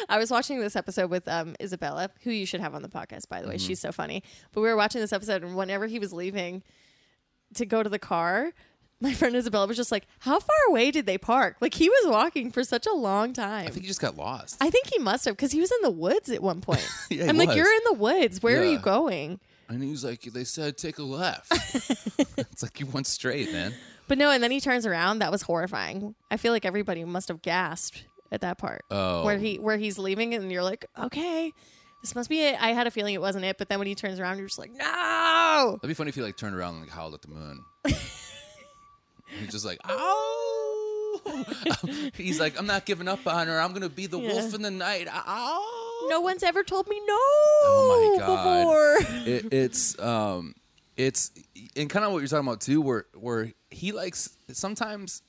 [SPEAKER 3] I was watching this episode with um, Isabella, who
[SPEAKER 1] Mm-hmm.
[SPEAKER 3] you should have on the podcast, by the way. She's so funny. But we were watching this episode, and whenever he was leaving, to go to the car, my friend Isabella was just like, "How far away did they park?" Like he was walking for such a long time.
[SPEAKER 1] I think you just got lost.
[SPEAKER 3] I think he must have because he was in the woods at one point.
[SPEAKER 1] Yeah, he
[SPEAKER 3] I'm like,
[SPEAKER 1] was.
[SPEAKER 3] you're in the woods. Where are
[SPEAKER 1] Yeah.
[SPEAKER 3] you going?
[SPEAKER 1] and he was like, they said take a left. it's like you went straight, man.
[SPEAKER 3] But no, and then he turns around. That was horrifying. I feel like everybody must have gasped at that part
[SPEAKER 1] Oh.
[SPEAKER 3] where he where he's leaving, and you're like, okay, this must be it. I had a feeling it wasn't it, but then when he turns around, you're just like, no.
[SPEAKER 1] That'd be funny if he like turned around and like howled at the moon. he's just like, ow. he's like, I'm not giving up on her. I'm gonna be the
[SPEAKER 3] Yeah.
[SPEAKER 1] wolf in the night. Ah. Ow.
[SPEAKER 3] No one's ever told me no
[SPEAKER 1] Oh my God.
[SPEAKER 3] before.
[SPEAKER 1] It, it's um, it's and kind of what you're talking about too, where where he likes sometimes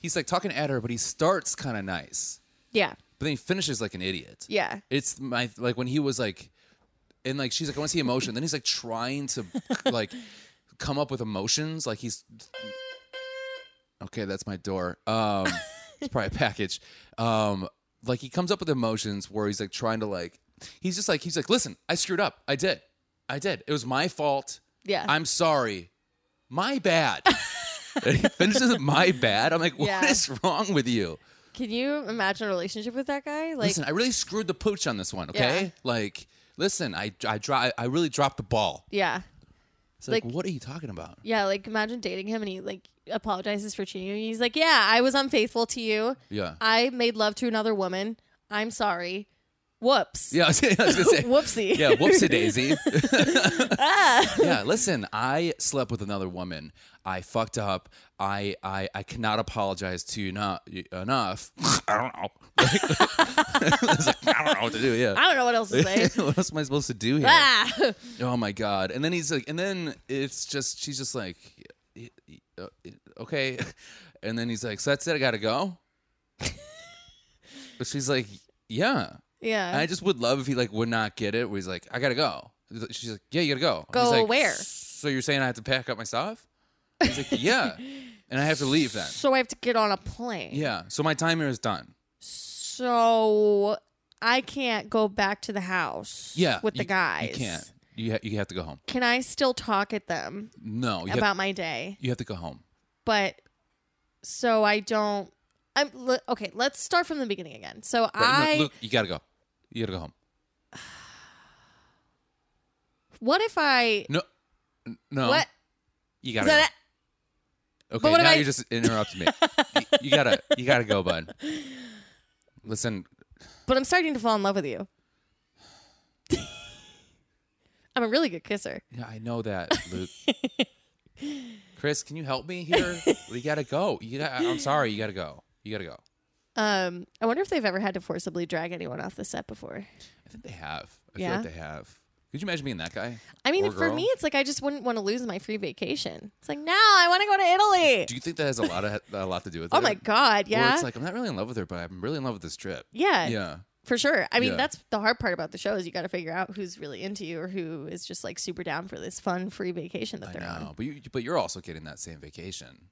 [SPEAKER 1] he's like talking at her, but he starts kind of nice,
[SPEAKER 3] Yeah,
[SPEAKER 1] but then he finishes like an idiot.
[SPEAKER 3] yeah.
[SPEAKER 1] It's my like when he was like, and like she's like, I want to see emotion. then he's like trying to like come up with emotions. Like he's okay. That's my door. Um, it's probably a package. Um, like he comes up with emotions where he's like trying to like, he's just like he's like, listen, I screwed up. I did. I did. It was my fault.
[SPEAKER 3] Yeah.
[SPEAKER 1] I'm sorry. My bad. and he finishes with my bad. I'm like, what
[SPEAKER 3] Yeah.
[SPEAKER 1] is wrong with you?
[SPEAKER 3] Can you imagine a relationship with that guy? Like,
[SPEAKER 1] listen, I really screwed the pooch on this one. Okay,
[SPEAKER 3] Yeah.
[SPEAKER 1] like listen, I I dry, I really dropped the ball.
[SPEAKER 3] yeah.
[SPEAKER 1] It's like,
[SPEAKER 3] Like-
[SPEAKER 1] what are you talking about?
[SPEAKER 3] Yeah, like imagine dating him and he like apologizes for cheating. on you. He's like, "Yeah, I was unfaithful to you.
[SPEAKER 1] Yeah,
[SPEAKER 3] I made love to another woman. I'm sorry. Whoops.
[SPEAKER 1] yeah, I was, I was gonna say.
[SPEAKER 3] Whoopsie.
[SPEAKER 1] Yeah, whoopsie daisy.
[SPEAKER 3] ah.
[SPEAKER 1] yeah, listen, I slept with another woman. I fucked up. I I, I cannot apologize to you not, enough. I don't know. It's like, I don't know what to do. Yeah.
[SPEAKER 3] I don't know what else to say.
[SPEAKER 1] what else am I supposed to do here?
[SPEAKER 3] ah.
[SPEAKER 1] Oh my god! And then he's like, and then it's just she's just like, "Y- y- uh, okay. And then he's like, so that's it. I gotta go. but she's like, yeah. And
[SPEAKER 3] Yeah.
[SPEAKER 1] I just would love if he like would not get it. Where he's like, I gotta go. She's like, yeah, you gotta go. And
[SPEAKER 3] Go
[SPEAKER 1] he's like,
[SPEAKER 3] where?
[SPEAKER 1] So you're saying I have to pack up my stuff? He's like, yeah. And I have to leave then.
[SPEAKER 3] so I have to get on a plane.
[SPEAKER 1] Yeah. So my time here is done.
[SPEAKER 3] So I can't go back to the house.
[SPEAKER 1] Yeah.
[SPEAKER 3] With
[SPEAKER 1] you-
[SPEAKER 3] the guys.
[SPEAKER 1] you can't. You ha- you have to go home.
[SPEAKER 3] Can I still talk at them
[SPEAKER 1] No, you, have,
[SPEAKER 3] about my day?
[SPEAKER 1] you have to go home.
[SPEAKER 3] But so I don't. I'm le- okay. Let's start from the beginning again. So
[SPEAKER 1] Right?
[SPEAKER 3] I.
[SPEAKER 1] No, Luke, you gotta go. You gotta go home.
[SPEAKER 3] What if I?
[SPEAKER 1] No, N- no.
[SPEAKER 3] What?
[SPEAKER 1] You gotta.
[SPEAKER 3] Is that it?
[SPEAKER 1] go.
[SPEAKER 3] but
[SPEAKER 1] Okay,
[SPEAKER 3] what
[SPEAKER 1] now
[SPEAKER 3] am I-
[SPEAKER 1] you just interrupted me. you, you gotta, you gotta go, bud. Listen,
[SPEAKER 3] But I'm starting to fall in love with you. I'm a really good kisser.
[SPEAKER 1] yeah, I know that, Luke. Chris, can you help me here? We gotta go. You got. I'm sorry. You gotta go. You gotta go.
[SPEAKER 3] Um, I wonder if they've ever had to forcibly drag anyone off the set before.
[SPEAKER 1] I think they have. I
[SPEAKER 3] Yeah?
[SPEAKER 1] feel like they have. Could you imagine being that guy?
[SPEAKER 3] I mean,
[SPEAKER 1] Or
[SPEAKER 3] for
[SPEAKER 1] girl?
[SPEAKER 3] me, it's like I just wouldn't want to lose my free vacation. It's like, no, I want to go to Italy.
[SPEAKER 1] Do you think that has a lot of a lot to do with it?
[SPEAKER 3] Oh my god,
[SPEAKER 1] Where
[SPEAKER 3] yeah,
[SPEAKER 1] it's like I'm not really in love with her, but I'm really in love with this trip.
[SPEAKER 3] yeah,
[SPEAKER 1] Yeah.
[SPEAKER 3] for sure. I mean,
[SPEAKER 1] Yeah.
[SPEAKER 3] that's the hard part about the show is you got to figure out who's really into you or who is just like super down for this fun free vacation that
[SPEAKER 1] I
[SPEAKER 3] they're on.
[SPEAKER 1] know, but you, but you're also getting that same vacation.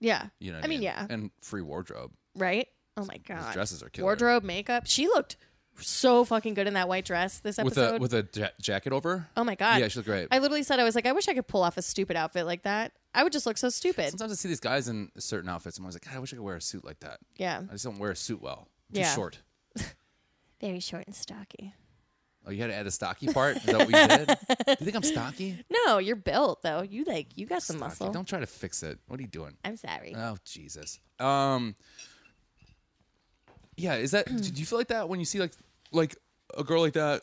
[SPEAKER 3] Yeah,
[SPEAKER 1] You know, what
[SPEAKER 3] I mean, yeah.
[SPEAKER 1] and free wardrobe.
[SPEAKER 3] right. Oh my
[SPEAKER 1] Those
[SPEAKER 3] god,
[SPEAKER 1] dresses are killer.
[SPEAKER 3] wardrobe, makeup. She looked so fucking good in that white dress this
[SPEAKER 1] with
[SPEAKER 3] episode.
[SPEAKER 1] a with a ja- jacket over.
[SPEAKER 3] oh my god.
[SPEAKER 1] yeah, she looked great.
[SPEAKER 3] I literally said I was like, I wish I could pull off a stupid outfit like that. I would just look so stupid.
[SPEAKER 1] Sometimes I see these guys in certain outfits, and I was like, God, I wish I could wear a suit like that.
[SPEAKER 3] yeah,
[SPEAKER 1] I just don't wear a suit well. I'm too
[SPEAKER 3] Yeah.
[SPEAKER 1] short.
[SPEAKER 3] very short and stocky.
[SPEAKER 1] Oh, you had to add a stocky part. Is that what you did? Do you think I'm stocky?
[SPEAKER 3] No, you're built though. You like you got some
[SPEAKER 1] Stocky.
[SPEAKER 3] muscle.
[SPEAKER 1] Don't try to fix it. What are you doing?
[SPEAKER 3] I'm sorry.
[SPEAKER 1] Oh Jesus. Um. Yeah, is that? do you feel like that when you see like like a girl like that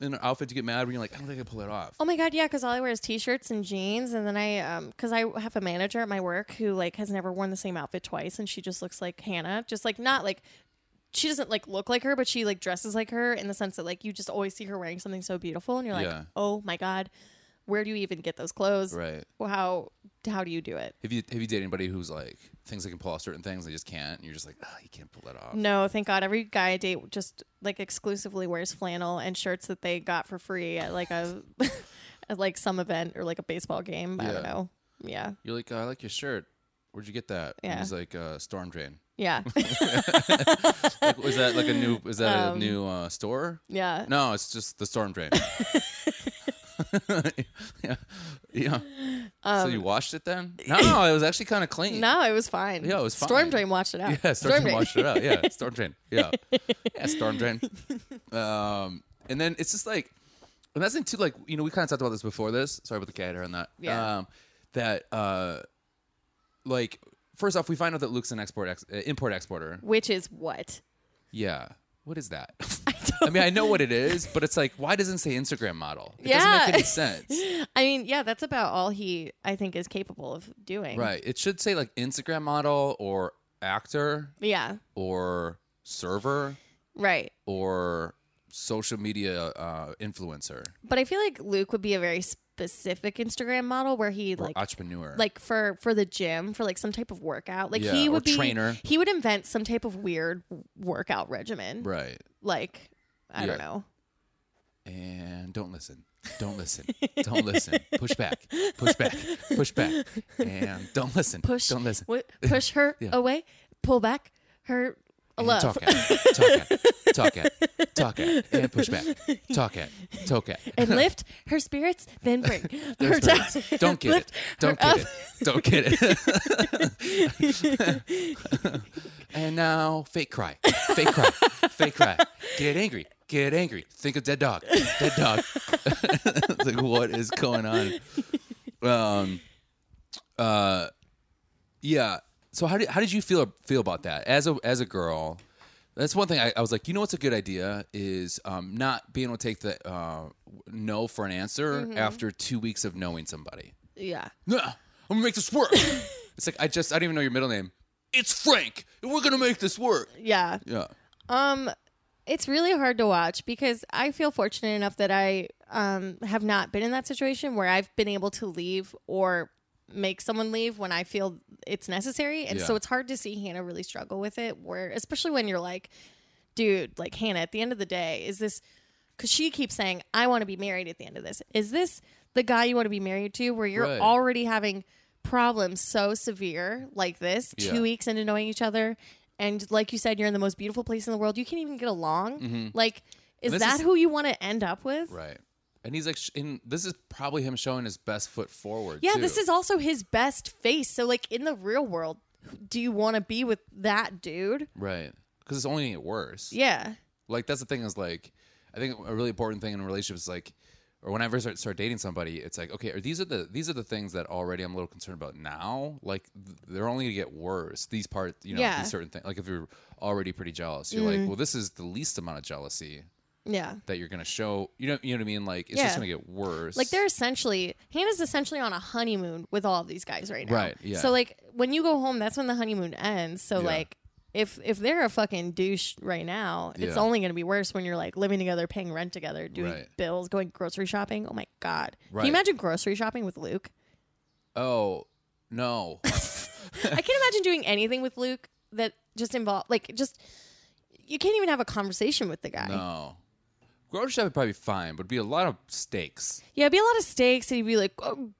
[SPEAKER 1] in an outfit? You get mad when you're like, I don't think I can pull that off.
[SPEAKER 3] Oh my god, yeah, because all I wear is t-shirts and jeans, and then I, um, because I have a manager at my work who like has never worn the same outfit twice, and she just looks like Hannah, just like not like she doesn't like look like her, but she like dresses like her in the sense that like you just always see her wearing something so beautiful, and you're like,
[SPEAKER 1] Yeah.
[SPEAKER 3] oh my god, where do you even get those clothes?
[SPEAKER 1] Right.
[SPEAKER 3] How how do you do it?
[SPEAKER 1] Have you have you dated anybody who's like things they can pull off certain things they just can't? And you're just like, oh, you can't pull that off.
[SPEAKER 3] No, thank God. Every guy I date just like exclusively wears flannel and shirts that they got for free at like a at like some event or like a baseball game. I
[SPEAKER 1] Yeah.
[SPEAKER 3] don't know. Yeah.
[SPEAKER 1] You're like, uh, I like your shirt. Where'd you get that? And
[SPEAKER 3] Yeah.
[SPEAKER 1] he's like, uh, Storm Drain.
[SPEAKER 3] Yeah.
[SPEAKER 1] Like, was that like a new? Is that a new uh, store?
[SPEAKER 3] yeah.
[SPEAKER 1] No, it's just the Storm Drain. yeah, yeah. so you washed it then? No, no, it was actually kind of clean.
[SPEAKER 3] No, it was fine.
[SPEAKER 1] Yeah, it was
[SPEAKER 3] Storm
[SPEAKER 1] fine.
[SPEAKER 3] Drain watched it out.
[SPEAKER 1] Yeah, Storm, Drain washed it out. Yeah, Storm Drain. Yeah, yeah, Storm Drain. Um, and then it's just like, and that's the thing too. Like you know, we kind of talked about this before this. Sorry about the cat hair on that.
[SPEAKER 3] Yeah.
[SPEAKER 1] Um, that uh, like first off, we find out that Luke's an export ex- uh, import exporter.
[SPEAKER 3] Which is what?
[SPEAKER 1] Yeah. What is that? I, mean, I know what it is, but it's like, why doesn't it say Instagram model? It
[SPEAKER 3] Yeah.
[SPEAKER 1] doesn't make any sense.
[SPEAKER 3] I mean, yeah, that's about all he I think is capable of doing.
[SPEAKER 1] right. It should say like Instagram model or actor
[SPEAKER 3] Yeah.
[SPEAKER 1] or server.
[SPEAKER 3] Right.
[SPEAKER 1] or social media uh, influencer
[SPEAKER 3] But I feel like Luke would be a very specific Instagram model where he
[SPEAKER 1] or
[SPEAKER 3] like
[SPEAKER 1] entrepreneur.
[SPEAKER 3] like for for the gym for like some type of workout. Like
[SPEAKER 1] Yeah,
[SPEAKER 3] he
[SPEAKER 1] or
[SPEAKER 3] would be
[SPEAKER 1] trainer.
[SPEAKER 3] he would invent some type of weird workout regimen.
[SPEAKER 1] right.
[SPEAKER 3] Like I don't
[SPEAKER 1] Yeah.
[SPEAKER 3] know.
[SPEAKER 1] And don't listen. Don't listen. Don't listen. Push back. Push back. Push back. And don't listen.
[SPEAKER 3] Push
[SPEAKER 1] Don't listen.
[SPEAKER 3] w- push her
[SPEAKER 1] Yeah.
[SPEAKER 3] away. Pull back her
[SPEAKER 1] And
[SPEAKER 3] love.
[SPEAKER 1] Talk at. Talk at. Talk at. Talk at. And push back. Talk at. Talk at.
[SPEAKER 3] and lift her spirits, then bring her
[SPEAKER 1] There's
[SPEAKER 3] down.
[SPEAKER 1] words. Don't get it.
[SPEAKER 3] Lift
[SPEAKER 1] Don't
[SPEAKER 3] her
[SPEAKER 1] get it. Don't get it. and now, fake cry. Fake cry. Fake cry. Get angry. Get angry. Think of dead dog. Dead dog. It's like, what is going on? Um, uh, yeah. So how did how did you feel feel about that as a as a girl? That's one thing I, I was like, you know what's a good idea is um, not being able to take the uh, no for an answer
[SPEAKER 3] Mm-hmm.
[SPEAKER 1] after two weeks of knowing somebody.
[SPEAKER 3] Yeah.
[SPEAKER 1] Nah, I'm gonna make this work. it's like I just I don't even know your middle name. It's Frank. and We're gonna make this work.
[SPEAKER 3] Yeah.
[SPEAKER 1] Yeah.
[SPEAKER 3] Um, it's really hard to watch because I feel fortunate enough that I um have not been in that situation where I've been able to leave or make someone leave when I feel it's necessary, and so
[SPEAKER 1] Yeah.
[SPEAKER 3] it's hard to see Hannah really struggle with it. Where especially when you're like, dude, like Hannah, at the end of the day, is this? Because she keeps saying, I want to be married at the end of this. Is this the guy you want to be married to where you're
[SPEAKER 1] Right.
[SPEAKER 3] already having problems so severe like this,
[SPEAKER 1] Yeah.
[SPEAKER 3] two weeks into knowing each other? And like you said, you're in the most beautiful place in the world. You can't even get along. Like, is
[SPEAKER 1] Mm-hmm. This
[SPEAKER 3] that
[SPEAKER 1] is-
[SPEAKER 3] who you want to end up with?
[SPEAKER 1] Right. And he's like, sh- in, this is probably him showing his best foot forward.
[SPEAKER 3] Yeah,
[SPEAKER 1] too.
[SPEAKER 3] this is also his best face. So, like, in the real world, do you want to be with that dude?
[SPEAKER 1] right because it's only gonna get worse.
[SPEAKER 3] Yeah.
[SPEAKER 1] like that's the thing is like i think a really important thing in relationships is like or whenever i start, start dating somebody it's like okay are these are the these are the things that already i'm a little concerned about now like th- they're only gonna get worse these parts you know
[SPEAKER 3] Yeah. Mm.
[SPEAKER 1] these certain things like if you're already pretty jealous you're like well this is the least amount of jealousy
[SPEAKER 3] Yeah.
[SPEAKER 1] that you're gonna show you know you know what i mean like it's
[SPEAKER 3] Yeah.
[SPEAKER 1] just gonna get worse
[SPEAKER 3] Like they're essentially Hannah's essentially on a honeymoon with all of these guys right now.
[SPEAKER 1] Right, yeah.
[SPEAKER 3] So like when you go home, that's when the honeymoon ends. So
[SPEAKER 1] Yeah.
[SPEAKER 3] like if if they're a fucking douche right now, it's
[SPEAKER 1] Yeah.
[SPEAKER 3] only gonna be worse when you're like living together, paying rent together, doing
[SPEAKER 1] Right.
[SPEAKER 3] bills, going grocery shopping. Oh my god. Can
[SPEAKER 1] Right.
[SPEAKER 3] you imagine grocery shopping with Luke?
[SPEAKER 1] oh no
[SPEAKER 3] I can't imagine doing anything with Luke that just involve like just you can't even have a conversation with the guy.
[SPEAKER 1] no grocery shop would probably be fine but it'd be a lot of steaks
[SPEAKER 3] Yeah, it'd be a lot of steaks and he'd be like, oh,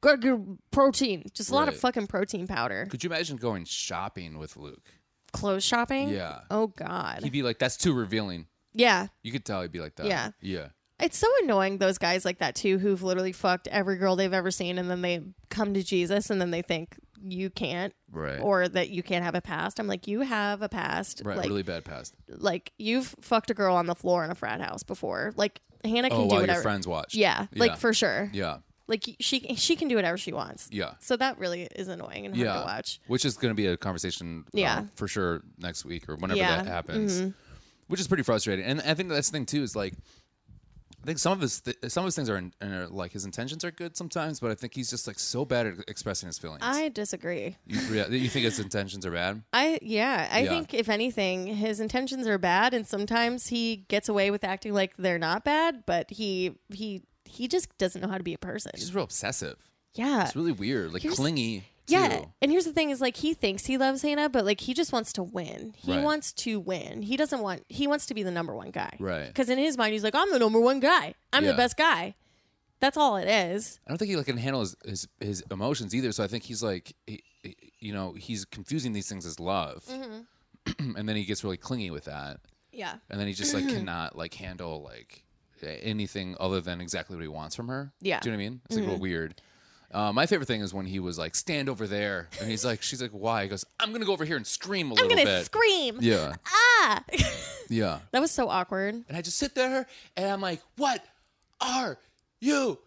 [SPEAKER 3] gotta get protein. Just a lot of
[SPEAKER 1] Right.
[SPEAKER 3] fucking protein powder.
[SPEAKER 1] could you imagine going shopping with luke
[SPEAKER 3] clothes shopping.
[SPEAKER 1] Yeah.
[SPEAKER 3] Oh God.
[SPEAKER 1] he'd be like that's too revealing
[SPEAKER 3] yeah.
[SPEAKER 1] You could tell he'd be like that.
[SPEAKER 3] Yeah.
[SPEAKER 1] Yeah.
[SPEAKER 3] It's so annoying those guys like that too, who've literally fucked every girl they've ever seen, and then they come to Jesus, and then they think you can't,
[SPEAKER 1] Right.
[SPEAKER 3] or that you can't have a past. I'm like, you have a past.
[SPEAKER 1] right.
[SPEAKER 3] Like,
[SPEAKER 1] really bad past.
[SPEAKER 3] like you've fucked a girl on the floor in a frat house before. Like Hannah can
[SPEAKER 1] Oh,
[SPEAKER 3] do
[SPEAKER 1] while
[SPEAKER 3] whatever.
[SPEAKER 1] your friends watch.
[SPEAKER 3] yeah, Like for sure.
[SPEAKER 1] Yeah.
[SPEAKER 3] Like she she can do whatever she wants.
[SPEAKER 1] Yeah.
[SPEAKER 3] So that really is annoying and hard
[SPEAKER 1] Yeah.
[SPEAKER 3] to watch.
[SPEAKER 1] Which is going to be a conversation. uh,
[SPEAKER 3] Yeah.
[SPEAKER 1] for sure next week or whenever
[SPEAKER 3] Yeah. Mm-hmm.
[SPEAKER 1] that happens. Which is pretty frustrating. And I think that's the thing too is like, I think some of his th- some of his things are, in, are like his intentions are good sometimes, but I think he's just like so bad at expressing his feelings.
[SPEAKER 3] I disagree.
[SPEAKER 1] you, yeah, you think his intentions are bad?
[SPEAKER 3] I yeah, I
[SPEAKER 1] Yeah.
[SPEAKER 3] think if anything, his intentions are bad, and sometimes he gets away with acting like they're not bad, but he he he just doesn't know how to be a person.
[SPEAKER 1] He's real obsessive.
[SPEAKER 3] yeah,
[SPEAKER 1] It's really weird. Like
[SPEAKER 3] Uh, Here's-
[SPEAKER 1] clingy.
[SPEAKER 3] yeah.
[SPEAKER 1] too.
[SPEAKER 3] And here's the thing: is like he thinks he loves Hannah, but like he just wants to win. He
[SPEAKER 1] Right.
[SPEAKER 3] wants to win. He doesn't want. He wants to be the number one guy.
[SPEAKER 1] Right.
[SPEAKER 3] Because in his mind, he's like, I'm the number one guy. I'm
[SPEAKER 1] Yeah.
[SPEAKER 3] the best guy. That's all it is.
[SPEAKER 1] I don't think he like can handle his, his his emotions either. So I think he's like, he, he- you know, he's confusing these things as love,
[SPEAKER 3] Mm-hmm.
[SPEAKER 1] and then he gets really clingy with that,
[SPEAKER 3] Yeah.
[SPEAKER 1] and then he just like cannot like handle like anything other than exactly what he wants from her.
[SPEAKER 3] Yeah. Mm-hmm.
[SPEAKER 1] do you know what I mean? It's like real weird. Uh, my favorite thing is when he was like, "Stand over there," and he's like, "She's like, why?" He goes, "I'm gonna go over here and scream a
[SPEAKER 3] I'm
[SPEAKER 1] little
[SPEAKER 3] gonna
[SPEAKER 1] bit."
[SPEAKER 3] scream.
[SPEAKER 1] yeah,
[SPEAKER 3] Ah,
[SPEAKER 1] yeah.
[SPEAKER 3] that was so awkward.
[SPEAKER 1] And I just sit there and I'm like, "What are you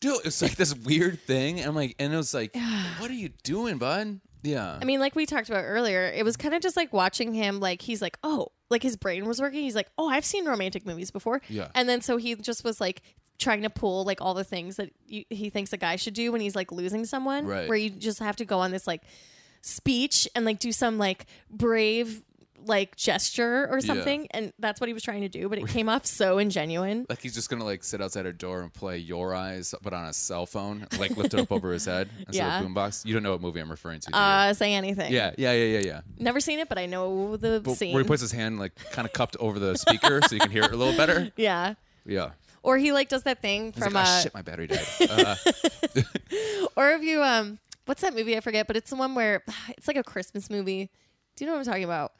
[SPEAKER 1] doing?" It's like this weird thing. And I'm like, and it was like, "What are you doing, bud?" Yeah,
[SPEAKER 3] I mean, like we talked about earlier, it was kind of just like watching him. Like he's like, oh, like his brain was working. He's like, oh, I've seen romantic movies before.
[SPEAKER 1] Yeah.
[SPEAKER 3] And then so he just was like trying to pull like all the things that you, he thinks a guy should do when he's like losing someone.
[SPEAKER 1] Right.
[SPEAKER 3] Where you just have to go on this like speech and like do some like brave like gesture or something. And that's what he was trying to do, but it came off so ingenuine.
[SPEAKER 1] like he's just gonna like sit outside her door and play Your Eyes, but on a cell phone, like lifted up over his head instead
[SPEAKER 3] Yeah.
[SPEAKER 1] of boombox. You don't know what movie I'm referring to. do you?
[SPEAKER 3] Uh, say anything.
[SPEAKER 1] yeah, yeah, yeah, yeah, yeah.
[SPEAKER 3] Never seen it, but I know the
[SPEAKER 1] But
[SPEAKER 3] scene.
[SPEAKER 1] where he puts his hand like kind of cupped over the speaker so you can hear it a little better.
[SPEAKER 3] yeah.
[SPEAKER 1] Yeah.
[SPEAKER 3] Or he like does that thing
[SPEAKER 1] He's
[SPEAKER 3] from
[SPEAKER 1] like,
[SPEAKER 3] uh,
[SPEAKER 1] oh, shit, my battery died. Uh,
[SPEAKER 3] Or if you um, what's that movie? I forget, but it's the one where it's like a Christmas movie. Do you know what I'm talking about?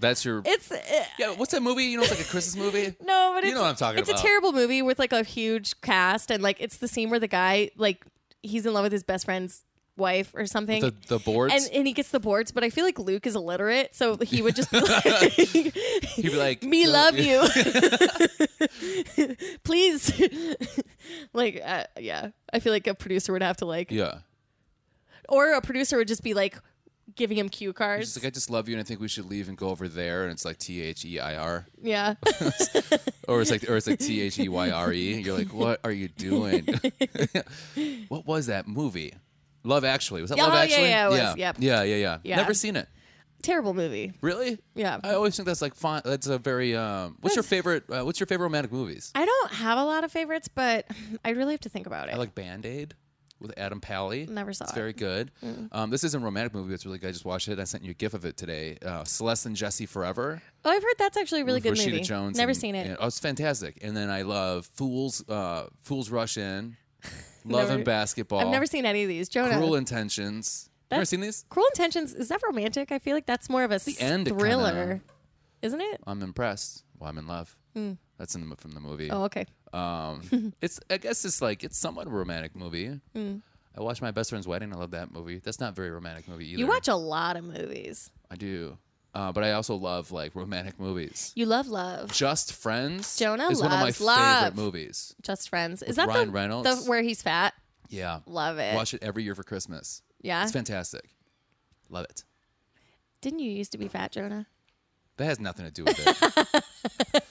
[SPEAKER 1] that's your.
[SPEAKER 3] It's uh,
[SPEAKER 1] yeah, what's that movie? You know, it's like a Christmas movie.
[SPEAKER 3] no, but
[SPEAKER 1] You
[SPEAKER 3] it's,
[SPEAKER 1] know what I'm talking
[SPEAKER 3] it's
[SPEAKER 1] about.
[SPEAKER 3] a terrible movie with like a huge cast and like it's the scene where the guy like he's in love with his best friend's wife or something.
[SPEAKER 1] The, the boards.
[SPEAKER 3] and, and he gets the boards, but I feel like Luke is illiterate, so he would just be like,
[SPEAKER 1] He'd be like,
[SPEAKER 3] "Me
[SPEAKER 1] "No,
[SPEAKER 3] love you, please." like, uh, yeah, I feel like a producer would have to like
[SPEAKER 1] Yeah.
[SPEAKER 3] or a producer would just be like giving him cue
[SPEAKER 1] He's
[SPEAKER 3] cards.
[SPEAKER 1] just like, I just love you and I think we should leave and go over there. And it's like T H E I R.
[SPEAKER 3] yeah.
[SPEAKER 1] Or it's like, or it's like T H E Y R E. You're like, what are you doing? what was that movie? Love Actually. Was that
[SPEAKER 3] Yeah,
[SPEAKER 1] Love
[SPEAKER 3] oh, yeah,
[SPEAKER 1] Actually?
[SPEAKER 3] yeah, it was. Yep.
[SPEAKER 1] yeah, yeah, yeah.
[SPEAKER 3] Yeah.
[SPEAKER 1] Never seen it.
[SPEAKER 3] Terrible movie.
[SPEAKER 1] Really?
[SPEAKER 3] Yeah.
[SPEAKER 1] I always think that's like fun. That's a very. Um, what's your favorite? Uh, what's your favorite romantic movies?
[SPEAKER 3] I don't have a lot of favorites, but I really have to think about it.
[SPEAKER 1] I like Band Aid with Adam Pally.
[SPEAKER 3] Never saw
[SPEAKER 1] It's
[SPEAKER 3] it. Mm.
[SPEAKER 1] very good. Um, this isn't a romantic movie. It's really good. I just watched it. I sent you a gif of it today. Uh, Celeste and Jesse Forever.
[SPEAKER 3] oh, I've heard that's actually a really good
[SPEAKER 1] with Rashida
[SPEAKER 3] movie.
[SPEAKER 1] Jones.
[SPEAKER 3] Never
[SPEAKER 1] and-
[SPEAKER 3] seen it.
[SPEAKER 1] and- oh, it's fantastic. And then I love Fools. Uh, Fools Rush In. Love
[SPEAKER 3] Never-
[SPEAKER 1] and Basketball.
[SPEAKER 3] I've never seen any of these. Jonah.
[SPEAKER 1] Cruel
[SPEAKER 3] Cruel,
[SPEAKER 1] Intentions. You ever
[SPEAKER 3] That's-
[SPEAKER 1] seen these?
[SPEAKER 3] Intentions is that romantic? I feel like that's more of a
[SPEAKER 1] end, it
[SPEAKER 3] thriller,
[SPEAKER 1] kinda- Uh,
[SPEAKER 3] isn't it?
[SPEAKER 1] I'm impressed. Well, I'm in love. That's in the, from the movie.
[SPEAKER 3] Hmm. Oh, okay.
[SPEAKER 1] Um, it's I guess it's like it's somewhat a romantic movie.
[SPEAKER 3] Hmm.
[SPEAKER 1] I watched my best friend's wedding. I love that movie. That's not a very romantic movie either.
[SPEAKER 3] You watch a lot of movies.
[SPEAKER 1] I do, uh, but I also love like romantic movies.
[SPEAKER 3] You love love.
[SPEAKER 1] Just Friends.
[SPEAKER 3] Jonah
[SPEAKER 1] is one of my
[SPEAKER 3] loves love.
[SPEAKER 1] favorite movies.
[SPEAKER 3] Just friends. Is that
[SPEAKER 1] Ryan
[SPEAKER 3] the,
[SPEAKER 1] Reynolds.
[SPEAKER 3] the where he's fat?
[SPEAKER 1] Yeah,
[SPEAKER 3] Love it.
[SPEAKER 1] watch it every year for Christmas.
[SPEAKER 3] Eh. yeah.
[SPEAKER 1] It's fantastic. Love it.
[SPEAKER 3] Didn't you used to be fat, Jonah?
[SPEAKER 1] That has nothing to do with it.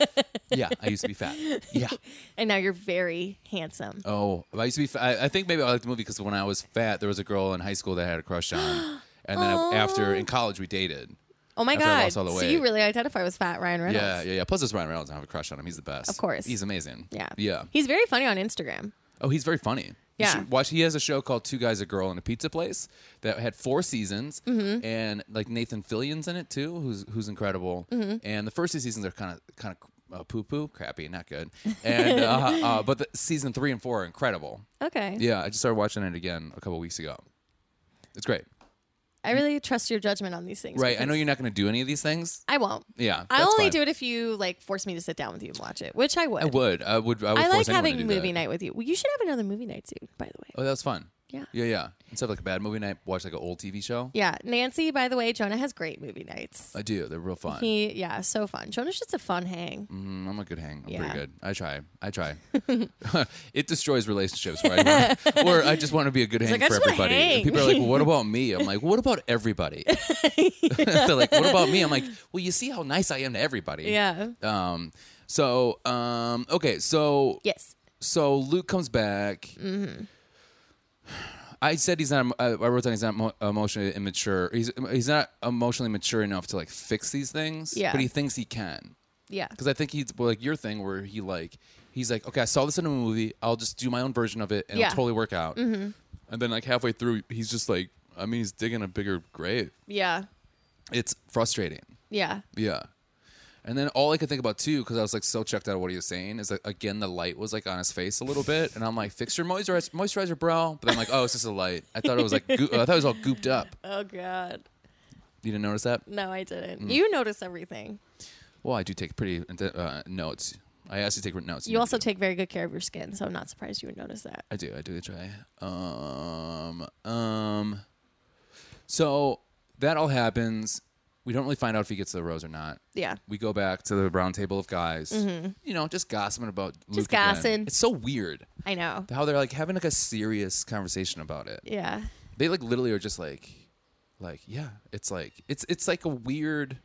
[SPEAKER 1] yeah, I used to be fat. Yeah.
[SPEAKER 3] And now you're very handsome.
[SPEAKER 1] Oh, I used to be. Fat. I, I think maybe I liked the movie because when I was fat, there was a girl in high school that I had a crush on, and then I- after in college we dated.
[SPEAKER 3] Oh my
[SPEAKER 1] After I
[SPEAKER 3] god!
[SPEAKER 1] lost all the
[SPEAKER 3] So you
[SPEAKER 1] weight.
[SPEAKER 3] really identify with fat Ryan Reynolds?
[SPEAKER 1] Yeah, yeah, yeah. Plus, it's Ryan Reynolds. and I have a crush on him. He's the best.
[SPEAKER 3] Of course.
[SPEAKER 1] he's amazing.
[SPEAKER 3] Yeah.
[SPEAKER 1] yeah.
[SPEAKER 3] He's very funny on Instagram.
[SPEAKER 1] Oh, he's very funny. You
[SPEAKER 3] Yeah.
[SPEAKER 1] should watch. He has a show called Two Guys, a Girl, and a Pizza Place that had four seasons,
[SPEAKER 3] Mm-hmm.
[SPEAKER 1] and like Nathan Fillion's in it too, who's who's incredible.
[SPEAKER 3] Mm-hmm.
[SPEAKER 1] And the first two seasons are kind of kind of uh, poo poo, crappy, not good. And uh, uh, but the, season three and four are incredible.
[SPEAKER 3] Okay.
[SPEAKER 1] Yeah, I just started watching it again a couple weeks ago. It's great,
[SPEAKER 3] I really trust your judgment on these things.
[SPEAKER 1] right? I know
[SPEAKER 3] because
[SPEAKER 1] you're not going to do any of these things.
[SPEAKER 3] I won't.
[SPEAKER 1] Yeah,
[SPEAKER 3] I
[SPEAKER 1] that's
[SPEAKER 3] only
[SPEAKER 1] fine.
[SPEAKER 3] do it if you like force me to sit down with you and watch it, which I would.
[SPEAKER 1] I would. I would. I, would force
[SPEAKER 3] I like
[SPEAKER 1] anyone to
[SPEAKER 3] having
[SPEAKER 1] do
[SPEAKER 3] movie
[SPEAKER 1] that.
[SPEAKER 3] night with you. Well, you should have another movie night soon, by the way.
[SPEAKER 1] Oh, that was fun.
[SPEAKER 3] Yeah.
[SPEAKER 1] Yeah, yeah. Instead of like a bad movie night, watch like an old TV show.
[SPEAKER 3] Yeah, Nancy. By the way, Jonah has great movie nights.
[SPEAKER 1] I do. They're real fun.
[SPEAKER 3] He, yeah, so fun. Jonah's just a fun hang.
[SPEAKER 1] Mm, I'm a good hang. I'm
[SPEAKER 3] Yeah.
[SPEAKER 1] pretty good. I try. I try. it destroys relationships where I, want, where I just want to be a good hang
[SPEAKER 3] like, I
[SPEAKER 1] for
[SPEAKER 3] just wanna
[SPEAKER 1] everybody. And
[SPEAKER 3] hang.
[SPEAKER 1] people are like, well, "What about me?" I'm like, "What about everybody?" They're like, "What about me?" I'm like, "Well, you see how nice I am to everybody."
[SPEAKER 3] Yeah.
[SPEAKER 1] Um. So. Um. Okay. So.
[SPEAKER 3] Yes.
[SPEAKER 1] So Luke comes back.
[SPEAKER 3] Mm-hmm.
[SPEAKER 1] I said he's not. I I wrote down he's not emo- emotionally immature. He's he's not emotionally mature enough to like fix these things.
[SPEAKER 3] Yeah.
[SPEAKER 1] But he thinks he can
[SPEAKER 3] Yeah.
[SPEAKER 1] because I think he's well, like your thing where he like he's like okay I saw this in a movie I'll just do my own version of it and
[SPEAKER 3] Yeah. Mm-hmm.
[SPEAKER 1] it'll totally work out and then like halfway through he's just like I mean he's digging a bigger grave
[SPEAKER 3] Yeah.
[SPEAKER 1] it's frustrating
[SPEAKER 3] Yeah.
[SPEAKER 1] yeah and then all I could think about too because I was like so checked out of what he was saying is like again the light was like on his face a little bit and I'm like fix your moisturizer moisturizer bro but I'm like oh it's just a light I thought it was like goo- I thought it was all gooped up
[SPEAKER 3] Oh God.
[SPEAKER 1] you didn't notice that
[SPEAKER 3] No, I didn't. You notice everything.
[SPEAKER 1] well I do take pretty uh, notes I actually take notes.
[SPEAKER 3] You also take very good care of your skin, so I'm not surprised you would notice that.
[SPEAKER 1] I do. I do try. Um, um. So that all happens. We don't really find out if he gets the rose or not.
[SPEAKER 3] Yeah. Mm-hmm.
[SPEAKER 1] We go back to the round table of guys. You know, just gossiping about Luke
[SPEAKER 3] Just
[SPEAKER 1] again.
[SPEAKER 3] gossiping.
[SPEAKER 1] It's so weird
[SPEAKER 3] I know.
[SPEAKER 1] how they're like having like a serious conversation about it.
[SPEAKER 3] Yeah.
[SPEAKER 1] They like literally are just like, like yeah, it's like it's it's like a weird,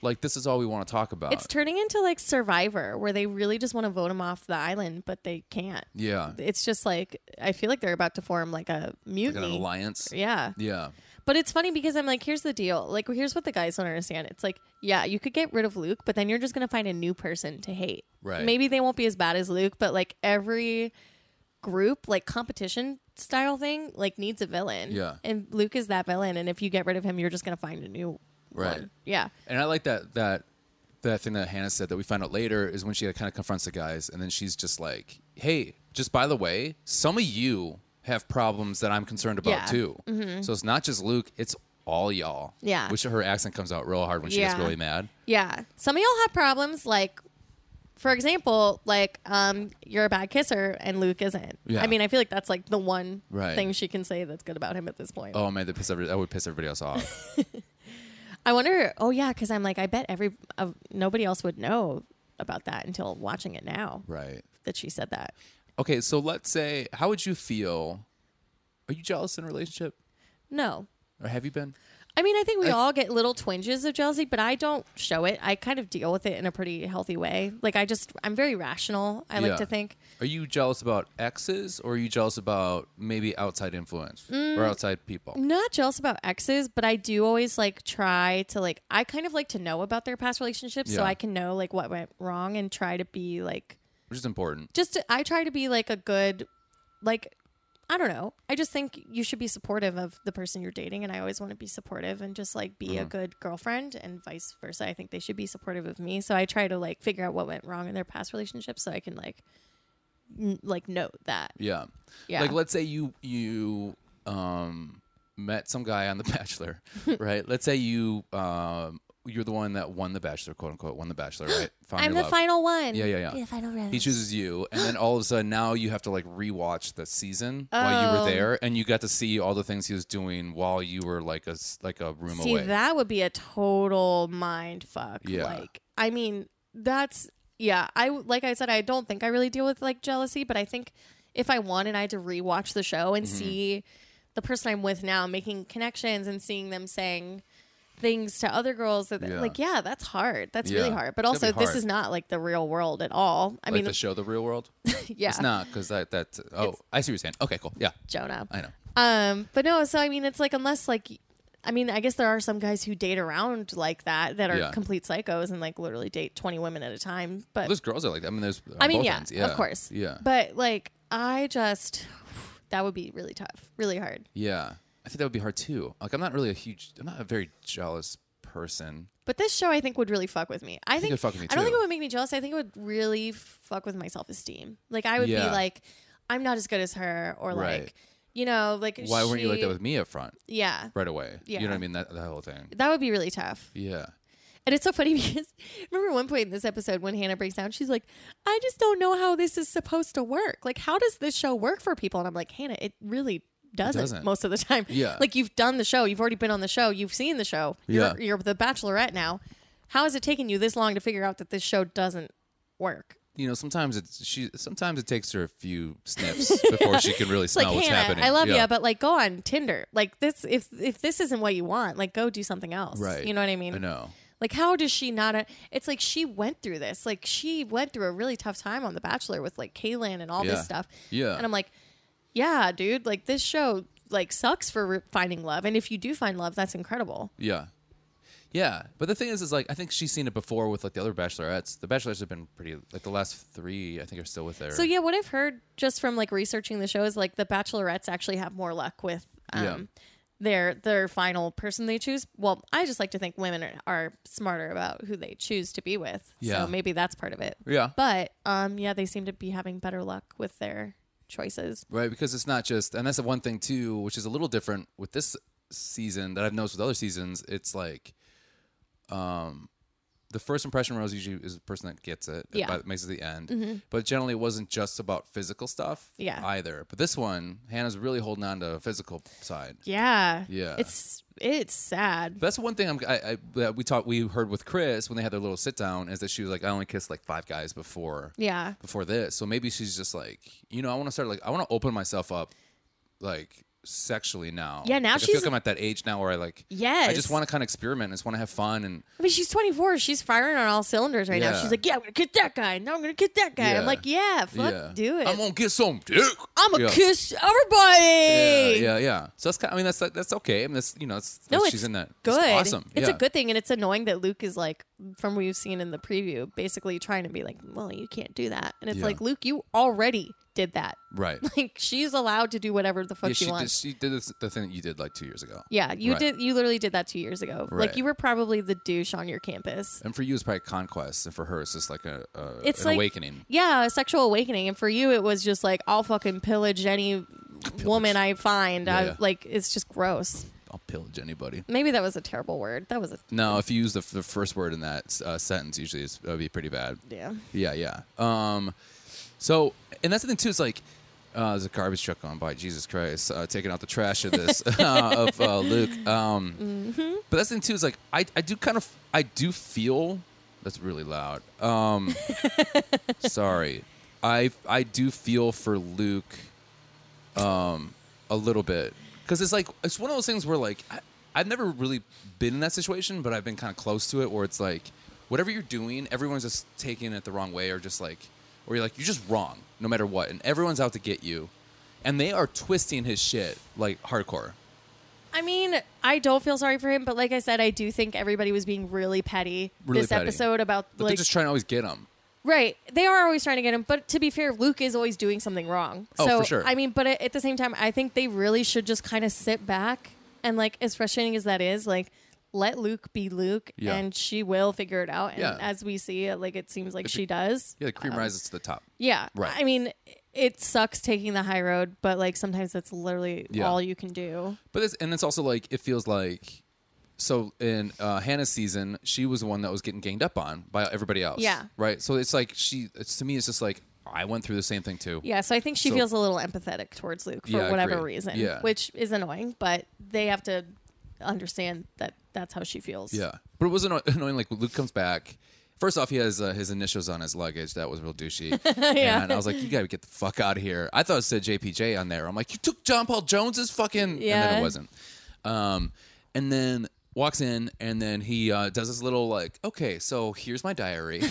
[SPEAKER 1] like this is all we want to talk about.
[SPEAKER 3] It's turning into like Survivor, where they really just want to vote him off the island, but they can't.
[SPEAKER 1] yeah,
[SPEAKER 3] It's just like I feel like they're about to form like a
[SPEAKER 1] like an
[SPEAKER 3] mutiny.
[SPEAKER 1] alliance.
[SPEAKER 3] yeah.
[SPEAKER 1] Yeah.
[SPEAKER 3] But it's funny because I'm like, here's the deal. Like, here's what the guys don't understand. It's like, yeah, you could get rid of Luke, but then you're just going to find a new person to hate.
[SPEAKER 1] Right.
[SPEAKER 3] Maybe they won't be as bad as Luke, but like every group, like competition style thing, like needs a villain.
[SPEAKER 1] Yeah.
[SPEAKER 3] And Luke is that villain. And if you get rid of him, you're just going to find a new
[SPEAKER 1] Right.
[SPEAKER 3] one. Yeah.
[SPEAKER 1] And I like that that that thing that Hannah said that we find out later is when she kind of confronts the guys, and then she's just like, "Hey, just by the way, some of you have problems that I'm concerned about
[SPEAKER 3] Yeah. Mm-hmm.
[SPEAKER 1] too. So it's not just Luke; it's all y'all.
[SPEAKER 3] Yeah.
[SPEAKER 1] Which her accent comes out real hard when she gets
[SPEAKER 3] Yeah.
[SPEAKER 1] really mad.
[SPEAKER 3] Yeah. Some of y'all have problems. Like, for example, like um, you're a bad kisser and Luke isn't.
[SPEAKER 1] Yeah.
[SPEAKER 3] I mean, I feel like that's like the one
[SPEAKER 1] Right.
[SPEAKER 3] thing she can say that's good about him at this point.
[SPEAKER 1] Oh man, that piss every, that would piss everybody else off.
[SPEAKER 3] I wonder. Oh yeah, because I'm like, I bet every uh, nobody else would know about that until watching it now
[SPEAKER 1] right.
[SPEAKER 3] that she said that.
[SPEAKER 1] Okay, so let's say, how would you feel? Are you jealous in a relationship,
[SPEAKER 3] No,
[SPEAKER 1] or have you been?
[SPEAKER 3] I mean, I think we all get little twinges of jealousy, but I don't show it. I kind of deal with it in a pretty healthy way. Like I just, I'm very rational. I
[SPEAKER 1] Yeah.
[SPEAKER 3] like to think.
[SPEAKER 1] Are you jealous about exes, or are you jealous about maybe outside influence
[SPEAKER 3] Mm.
[SPEAKER 1] or outside people?
[SPEAKER 3] Not jealous about exes, but I do always like try to like. I kind of like to know about their past relationships, so
[SPEAKER 1] Yeah.
[SPEAKER 3] I can know like what went wrong and try to be like
[SPEAKER 1] which is important.
[SPEAKER 3] just to, I try to be like a good like I don't know. I just think you should be supportive of the person you're dating and I always want to be supportive and just like be a
[SPEAKER 1] Mm-hmm.
[SPEAKER 3] good girlfriend and vice versa. I think they should be supportive of me. So I try to like figure out what went wrong in their past relationships so I can like n- like note that.
[SPEAKER 1] Yeah.
[SPEAKER 3] Yeah.
[SPEAKER 1] Like let's say you you um met some guy on The Bachelor, right? let's say you um you're the one that won The Bachelor, quote unquote, won The Bachelor, right? Found
[SPEAKER 3] I'm
[SPEAKER 1] your
[SPEAKER 3] the
[SPEAKER 1] love.
[SPEAKER 3] final one.
[SPEAKER 1] Yeah, yeah, yeah.
[SPEAKER 3] The final round.
[SPEAKER 1] He chooses you, and then all of a sudden now you have to like rewatch the season while you were
[SPEAKER 3] Oh.
[SPEAKER 1] there, and you got to see all the things he was doing while you were like a s- like a room
[SPEAKER 3] See,
[SPEAKER 1] away.
[SPEAKER 3] that would be a total mind fuck.
[SPEAKER 1] Yeah.
[SPEAKER 3] Like, I mean, that's yeah. I like I said, I don't think I really deal with like jealousy, but I think if I wanted, I had to rewatch the show
[SPEAKER 1] Mm-hmm.
[SPEAKER 3] and see the person I'm with now making connections and seeing them saying things to other girls that
[SPEAKER 1] Yeah.
[SPEAKER 3] like yeah that's hard that's really
[SPEAKER 1] Yeah.
[SPEAKER 3] hard but
[SPEAKER 1] It's
[SPEAKER 3] also
[SPEAKER 1] gotta be
[SPEAKER 3] this
[SPEAKER 1] hard.
[SPEAKER 3] is not like the real world at all i
[SPEAKER 1] like
[SPEAKER 3] mean
[SPEAKER 1] the show, the real world.
[SPEAKER 3] yeah
[SPEAKER 1] It's not because that that. Oh, I see what you're saying. Okay, cool. Yeah,
[SPEAKER 3] jonah
[SPEAKER 1] I know.
[SPEAKER 3] Um, but no, so I mean, it's like unless like, I mean, I guess there are some guys who date around like that that are
[SPEAKER 1] Yeah.
[SPEAKER 3] complete psychos and like literally date twenty women at a time. But
[SPEAKER 1] There's girls that are like that. I mean, there's. on
[SPEAKER 3] I mean,
[SPEAKER 1] both
[SPEAKER 3] yeah,
[SPEAKER 1] ends.
[SPEAKER 3] of course,
[SPEAKER 1] Yeah.
[SPEAKER 3] But like, I just that would be really tough, really hard.
[SPEAKER 1] Yeah. I think that would be hard too. Like I'm not really a huge I'm not a very jealous person.
[SPEAKER 3] But this show, I think, would really fuck with me. I, think,
[SPEAKER 1] it'd fuck with me,
[SPEAKER 3] I don't think
[SPEAKER 1] too.
[SPEAKER 3] it would make me jealous. I think it would really fuck with my self esteem. Like I would
[SPEAKER 1] Yeah.
[SPEAKER 3] be like, I'm not as good as her, or
[SPEAKER 1] Right.
[SPEAKER 3] like, you know, like
[SPEAKER 1] Why weren't you like
[SPEAKER 3] she-
[SPEAKER 1] that with me up front
[SPEAKER 3] Yeah,
[SPEAKER 1] right away? You know
[SPEAKER 3] Yeah.
[SPEAKER 1] what I mean? That, that whole thing.
[SPEAKER 3] that would be really tough.
[SPEAKER 1] Yeah.
[SPEAKER 3] And it's so funny because remember one point in this episode when Hannah breaks down, she's like, I just don't know how this is supposed to work. Like, how does this show work for people? And I'm like, Hannah, it really doesn't,
[SPEAKER 1] doesn't.
[SPEAKER 3] most of the time.
[SPEAKER 1] Yeah.
[SPEAKER 3] Like you've done the show, you've already been on the show, you've seen the show.
[SPEAKER 1] Yeah.
[SPEAKER 3] You're, you're the bachelorette now. How has it taken you this long to figure out that this show doesn't work?
[SPEAKER 1] You know, sometimes it's she sometimes it takes her a few sniffs before she can really
[SPEAKER 3] It's like
[SPEAKER 1] smell what's
[SPEAKER 3] Hannah,
[SPEAKER 1] happening.
[SPEAKER 3] I love
[SPEAKER 1] yeah.
[SPEAKER 3] you, but like go on Tinder. Like this if if this isn't what you want, like go do something else.
[SPEAKER 1] Right.
[SPEAKER 3] You know what I mean?
[SPEAKER 1] I know.
[SPEAKER 3] Like, how does she not? it's like she went through this. Like, she went through a really tough time on The Bachelor with like Kaylin and all
[SPEAKER 1] Yeah.
[SPEAKER 3] this stuff.
[SPEAKER 1] Yeah.
[SPEAKER 3] And I'm like, yeah, dude. Like, this show like sucks for re- finding love. And if you do find love, that's incredible.
[SPEAKER 1] Yeah. Yeah. But the thing is is like I think she's seen it before with like the other bachelorettes. The bachelorettes have been pretty like the last 3 I think are still with their
[SPEAKER 3] So yeah, what I've heard just from like researching the show is like the Bachelorettes actually have more luck with um,
[SPEAKER 1] Yeah.
[SPEAKER 3] their their final person they choose. Well, I just like to think women are, are smarter about who they choose to be with.
[SPEAKER 1] Yeah.
[SPEAKER 3] So maybe that's part of it.
[SPEAKER 1] Yeah.
[SPEAKER 3] But um, yeah, they seem to be having better luck with their choices.
[SPEAKER 1] right? Because it's not just, and that's the one thing too, which is a little different with this season that I've noticed with other seasons. It's like, um, the first impression rose usually is the person that gets it,
[SPEAKER 3] Yeah. Mm-hmm.
[SPEAKER 1] but makes it to the end. But generally, it wasn't just about physical stuff,
[SPEAKER 3] Yeah.
[SPEAKER 1] either. But this one, Hannah's really holding on to the physical side.
[SPEAKER 3] Yeah.
[SPEAKER 1] Yeah.
[SPEAKER 3] It's it's sad.
[SPEAKER 1] That's the one thing I'm, I, I, that we talked, we heard with Chris when they had their little sit down is that she was like, I only kissed like five guys before,
[SPEAKER 3] Yeah.
[SPEAKER 1] before this. So maybe she's just like, you know, I want to start like, I want to open myself up, like sexually now.
[SPEAKER 3] Yeah,
[SPEAKER 1] Like,
[SPEAKER 3] now
[SPEAKER 1] I feel
[SPEAKER 3] she's-
[SPEAKER 1] like I'm at that age now where I like,
[SPEAKER 3] Yes.
[SPEAKER 1] I just want to kind of experiment. I just want to have fun and
[SPEAKER 3] I mean, she's 24. She's firing on all cylinders right now.
[SPEAKER 1] Yeah.
[SPEAKER 3] She's like, yeah, I'm going to get that guy. Now I'm going to get that guy.
[SPEAKER 1] Yeah.
[SPEAKER 3] I'm like, yeah, fuck,
[SPEAKER 1] yeah,
[SPEAKER 3] do it.
[SPEAKER 1] I'm gonna get some dick.
[SPEAKER 3] I'm going
[SPEAKER 1] yeah.
[SPEAKER 3] to kiss everybody.
[SPEAKER 1] Yeah, yeah, yeah. So that's kind. I mean, that's that's okay. I mean, that's you know, it's,
[SPEAKER 3] No,
[SPEAKER 1] like,
[SPEAKER 3] it's
[SPEAKER 1] she's in that.
[SPEAKER 3] good.
[SPEAKER 1] It's awesome.
[SPEAKER 3] It's
[SPEAKER 1] Yeah.
[SPEAKER 3] a good thing, and it's annoying that Luke is like, from what you've seen in the preview, basically trying to be like, "Well, you can't do that," and it's
[SPEAKER 1] Yeah.
[SPEAKER 3] like, Luke, you already did that.
[SPEAKER 1] right.
[SPEAKER 3] Like, she's allowed to do whatever the fuck
[SPEAKER 1] Yeah, she
[SPEAKER 3] she,
[SPEAKER 1] did,
[SPEAKER 3] wants.
[SPEAKER 1] she did this, the thing that you did like two years ago.
[SPEAKER 3] yeah, you
[SPEAKER 1] Right.
[SPEAKER 3] did. You literally did that two years ago.
[SPEAKER 1] Right.
[SPEAKER 3] Like, you were probably the douche on your campus.
[SPEAKER 1] And for you, it's probably conquest, and for her, it's just like a, a
[SPEAKER 3] It's
[SPEAKER 1] an
[SPEAKER 3] like
[SPEAKER 1] awakening.
[SPEAKER 3] Yeah, a sexual awakening, and for you, it was just like, I'll fucking pillage any woman I find.
[SPEAKER 1] Yeah,
[SPEAKER 3] I,
[SPEAKER 1] yeah.
[SPEAKER 3] Like, it's just gross.
[SPEAKER 1] I'll pillage anybody.
[SPEAKER 3] Maybe that was a terrible word. That was a
[SPEAKER 1] No, if you use the, the first word in that uh, sentence, usually it's, that would be pretty bad.
[SPEAKER 3] yeah.
[SPEAKER 1] Yeah, yeah. Um, so, and that's the thing too. Is like, uh, there's a garbage truck going by. Jesus Christ, uh, taking out the trash of this uh, of uh, Luke. Um, But that's the thing too. Is like, I, I do kind of I do feel that's really loud. Um, sorry, I I do feel for Luke, um, a little bit because it's like it's one of those things where like I, I've never really been in that situation, but I've been kind of close to it where it's like whatever you're doing, everyone's just taking it the wrong way or just like or you're like you're just wrong no matter what, and everyone's out to get you, and they are twisting his shit like hardcore.
[SPEAKER 3] I mean, I don't feel sorry for him, but like I said, I do think everybody was being really petty
[SPEAKER 1] Really
[SPEAKER 3] this
[SPEAKER 1] petty.
[SPEAKER 3] episode about
[SPEAKER 1] But they're
[SPEAKER 3] like
[SPEAKER 1] just trying to always get him.
[SPEAKER 3] right. They are always trying to get him, but to be fair, Luke is always doing something wrong.
[SPEAKER 1] Oh,
[SPEAKER 3] so
[SPEAKER 1] for sure.
[SPEAKER 3] I mean, but at, at the same time, I think they really should just kind of sit back and like as frustrating as that is, like let Luke be Luke,
[SPEAKER 1] Yeah.
[SPEAKER 3] and she will figure it out. And
[SPEAKER 1] Yeah.
[SPEAKER 3] as we see, it, like it seems like she does.
[SPEAKER 1] Yeah, the cream rises to the top.
[SPEAKER 3] Yeah.
[SPEAKER 1] Right.
[SPEAKER 3] I mean, it sucks taking the high road, but like sometimes that's literally
[SPEAKER 1] Yeah.
[SPEAKER 3] all you can do.
[SPEAKER 1] But it's and it's also like it feels like so in uh, Hannah's season, she was the one that was getting ganged up on by everybody else.
[SPEAKER 3] Yeah.
[SPEAKER 1] Right. So it's like she. It's, to me, it's just like I went through the same thing too.
[SPEAKER 3] Yeah, so I think she
[SPEAKER 1] So-
[SPEAKER 3] feels a little empathetic towards Luke for
[SPEAKER 1] Yeah, I
[SPEAKER 3] whatever
[SPEAKER 1] agree.
[SPEAKER 3] reason,
[SPEAKER 1] Yeah.
[SPEAKER 3] which is annoying, but they have to understand that that's how she feels.
[SPEAKER 1] Yeah. But it was anno- annoying. Like Luke comes back. First off, he has uh, his initials on his luggage. That was real douchey.
[SPEAKER 3] Yeah.
[SPEAKER 1] And I was like, you gotta get the fuck out of here. I thought it said JPJ on there. I'm like, you took John Paul Jones's fucking. And then
[SPEAKER 3] Yeah.
[SPEAKER 1] it wasn't. Um, and then walks in, and then he uh, does this little like, okay, so here's my diary,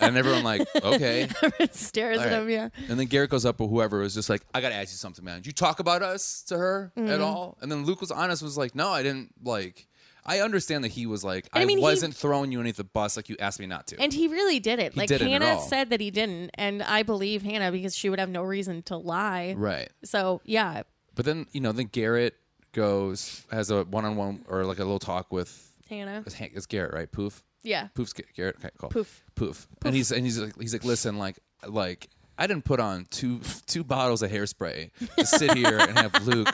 [SPEAKER 1] and everyone like, okay.
[SPEAKER 3] Stares
[SPEAKER 1] All
[SPEAKER 3] at
[SPEAKER 1] right.
[SPEAKER 3] him, yeah.
[SPEAKER 1] And then Garrett goes up or whoever was just like, I gotta ask you something, man. Did you talk about us to her at
[SPEAKER 3] Mm-hmm.
[SPEAKER 1] all? And then Luke was honest, was like, No, I didn't like I understand that he was like, I,
[SPEAKER 3] I mean, he-
[SPEAKER 1] wasn't throwing you underneath the bus like you asked me not to.
[SPEAKER 3] And he really did it. like
[SPEAKER 1] didn't at
[SPEAKER 3] Hannah
[SPEAKER 1] all.
[SPEAKER 3] said that he didn't, and I believe Hannah because she would have no reason to lie.
[SPEAKER 1] right.
[SPEAKER 3] So yeah.
[SPEAKER 1] But then, you know, then Garrett goes has a one on one or like a little talk with
[SPEAKER 3] Hannah.
[SPEAKER 1] it's Hank it's Garrett, right? Poof.
[SPEAKER 3] Yeah.
[SPEAKER 1] Poof's Ga- Garrett. Okay, cool.
[SPEAKER 3] Poof.
[SPEAKER 1] Poof. And he's and he's like he's like, listen, like like I didn't put on two two bottles of hairspray to sit here and have Luke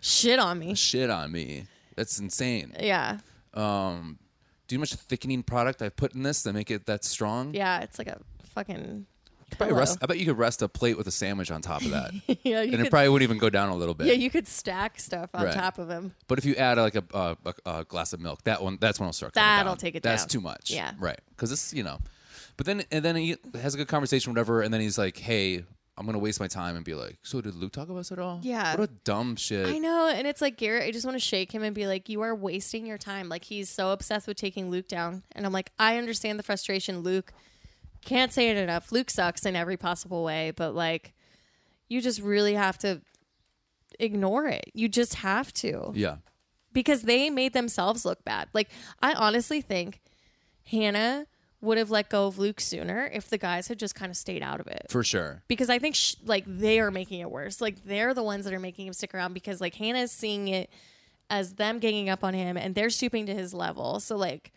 [SPEAKER 3] Shit on me.
[SPEAKER 1] shit on me. That's insane.
[SPEAKER 3] Yeah.
[SPEAKER 1] Do you know how much thickening product I put in this to make it that strong?
[SPEAKER 3] Yeah. It's like a fucking
[SPEAKER 1] Probably
[SPEAKER 3] pillow.
[SPEAKER 1] rest- I bet you could rest a plate with a sandwich on top of that, and
[SPEAKER 3] yeah, you
[SPEAKER 1] it
[SPEAKER 3] could,
[SPEAKER 1] probably wouldn't even go down a little bit.
[SPEAKER 3] yeah, you could stack stuff on
[SPEAKER 1] Right.
[SPEAKER 3] top of him.
[SPEAKER 1] but if you add like a, uh, a, a glass of milk, that one that's when I'll start. coming
[SPEAKER 3] That'll
[SPEAKER 1] down.
[SPEAKER 3] take it
[SPEAKER 1] That's
[SPEAKER 3] down.
[SPEAKER 1] too much.
[SPEAKER 3] Yeah.
[SPEAKER 1] right. Because it's you know, but then and then he has a good conversation, whatever, and then he's like, "Hey, I'm gonna waste my time and be like, so did Luke talk about us at all?
[SPEAKER 3] Yeah.
[SPEAKER 1] What a dumb shit.
[SPEAKER 3] I know, and it's like Garrett. I just want to shake him and be like, "You are wasting your time." Like he's so obsessed with taking Luke down, and I'm like, I understand the frustration. Luke can't say it enough. Luke sucks in every possible way, but like, you just really have to ignore it. You just have to
[SPEAKER 1] Yeah.
[SPEAKER 3] because they made themselves look bad. Like I honestly think Hannah would have let go of Luke sooner if the guys had just kind of stayed out of it
[SPEAKER 1] For sure.
[SPEAKER 3] because I think sh- like they are making it worse. Like they're the ones that are making him stick around because like Hannah is seeing it as them ganging up on him and they're stooping to his level. So like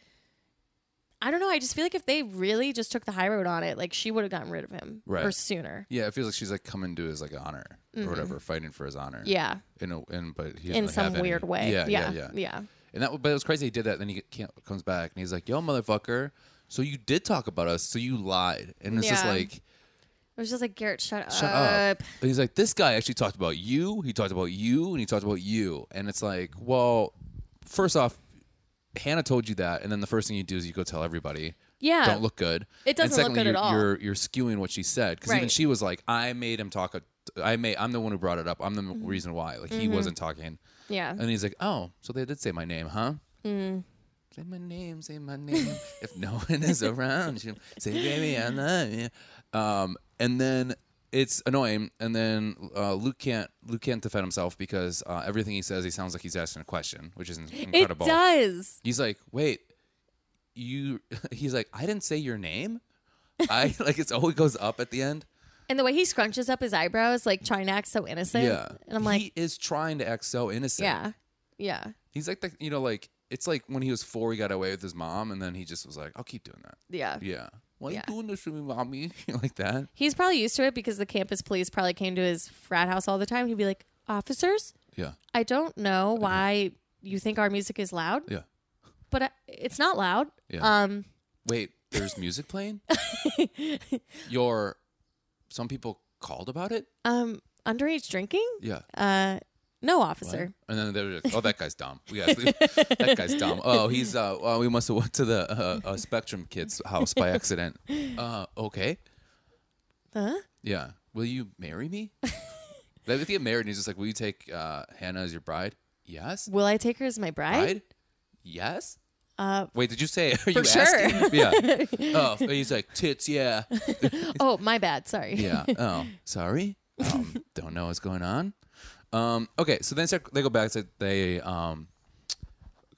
[SPEAKER 3] I don't know. I just feel like if they really just took the high road on it, like she would have gotten rid of him
[SPEAKER 1] Right.
[SPEAKER 3] or sooner.
[SPEAKER 1] Yeah, it feels like she's like coming to his like honor or whatever, fighting for his honor.
[SPEAKER 3] Mm-hmm. Yeah.
[SPEAKER 1] In a in but he
[SPEAKER 3] In
[SPEAKER 1] doesn't have
[SPEAKER 3] some
[SPEAKER 1] any.
[SPEAKER 3] weird way.
[SPEAKER 1] Yeah. Yeah.
[SPEAKER 3] yeah.
[SPEAKER 1] yeah.
[SPEAKER 3] yeah.
[SPEAKER 1] And that, but it was crazy. He did that. Then he can't, comes back and he's like, "Yo, motherfucker! So you did talk about us. So you lied." And it's just
[SPEAKER 3] Yeah.
[SPEAKER 1] like,
[SPEAKER 3] It was just like Garrett, shut,
[SPEAKER 1] "Shut
[SPEAKER 3] up.
[SPEAKER 1] up!" And he's like, "This guy actually talked about you. He talked about you, and he talked about you." And it's like, well, first off, Hannah told you that, and then the first thing you do is you go tell everybody.
[SPEAKER 3] Yeah.
[SPEAKER 1] don't look good.
[SPEAKER 3] It doesn't
[SPEAKER 1] and
[SPEAKER 3] look
[SPEAKER 1] secondly,
[SPEAKER 3] good at
[SPEAKER 1] you're,
[SPEAKER 3] all.
[SPEAKER 1] You're you're skewing what she said because even
[SPEAKER 3] Right.
[SPEAKER 1] she was like, "I made him talk. a- I made. I'm the one who brought it up. I'm the
[SPEAKER 3] Mm-hmm.
[SPEAKER 1] m reason why. Like he wasn't talking."
[SPEAKER 3] Yeah.
[SPEAKER 1] And he's like, "Oh, so they did say my name, huh?"
[SPEAKER 3] Hmm.
[SPEAKER 1] Say my name, say my name. if no one is around, you say, "Baby, I love you." Um, and then it's annoying. And then uh, Luke can't Luke can't defend himself because uh, everything he says, he sounds like he's asking a question, which is in- incredible.
[SPEAKER 3] It does.
[SPEAKER 1] He's like, wait, you. He's like, I didn't say your name. I like it's always goes up at the end.
[SPEAKER 3] And the way he scrunches up his eyebrows, like trying to act so innocent.
[SPEAKER 1] Yeah,
[SPEAKER 3] And I'm like,
[SPEAKER 1] he is trying to act so innocent.
[SPEAKER 3] yeah, yeah,
[SPEAKER 1] he's like the you know like it's like when he was four, he got away with his mom, and then he just was like, I'll keep doing that.
[SPEAKER 3] yeah,
[SPEAKER 1] Yeah, why
[SPEAKER 3] Yeah.
[SPEAKER 1] you doing this to me, mommy? like that.
[SPEAKER 3] He's probably used to it because the campus police probably came to his frat house all the time. He'd be like, officers,
[SPEAKER 1] Yeah,
[SPEAKER 3] I don't know why you think our music is loud,
[SPEAKER 1] yeah.
[SPEAKER 3] but I, it's not loud.
[SPEAKER 1] Yeah.
[SPEAKER 3] Um,
[SPEAKER 1] Wait, there's music playing. Your some people called about it.
[SPEAKER 3] um, underage drinking?
[SPEAKER 1] Yeah.
[SPEAKER 3] Uh, no, officer.
[SPEAKER 1] And then they were just, oh, that guy's dumb. We got that guy's dumb. Oh, he's uh, well, we must have went to the uh, uh, Spectrum kid's house by accident. Uh, okay,
[SPEAKER 3] Huh?
[SPEAKER 1] yeah. Will you marry me? they would get married, and he's just like, will you take uh, Hannah as your bride? Yes.
[SPEAKER 3] Will I take her as my bride?
[SPEAKER 1] Bride? Yes. Uh, Wait, did you say? Are you
[SPEAKER 3] sure.
[SPEAKER 1] asking? Yeah. Oh, and he's like tits. Yeah.
[SPEAKER 3] Oh, my bad. Sorry.
[SPEAKER 1] Yeah. Oh, sorry. Um, don't know what's going on. Um, okay, so then start- they go back to they um,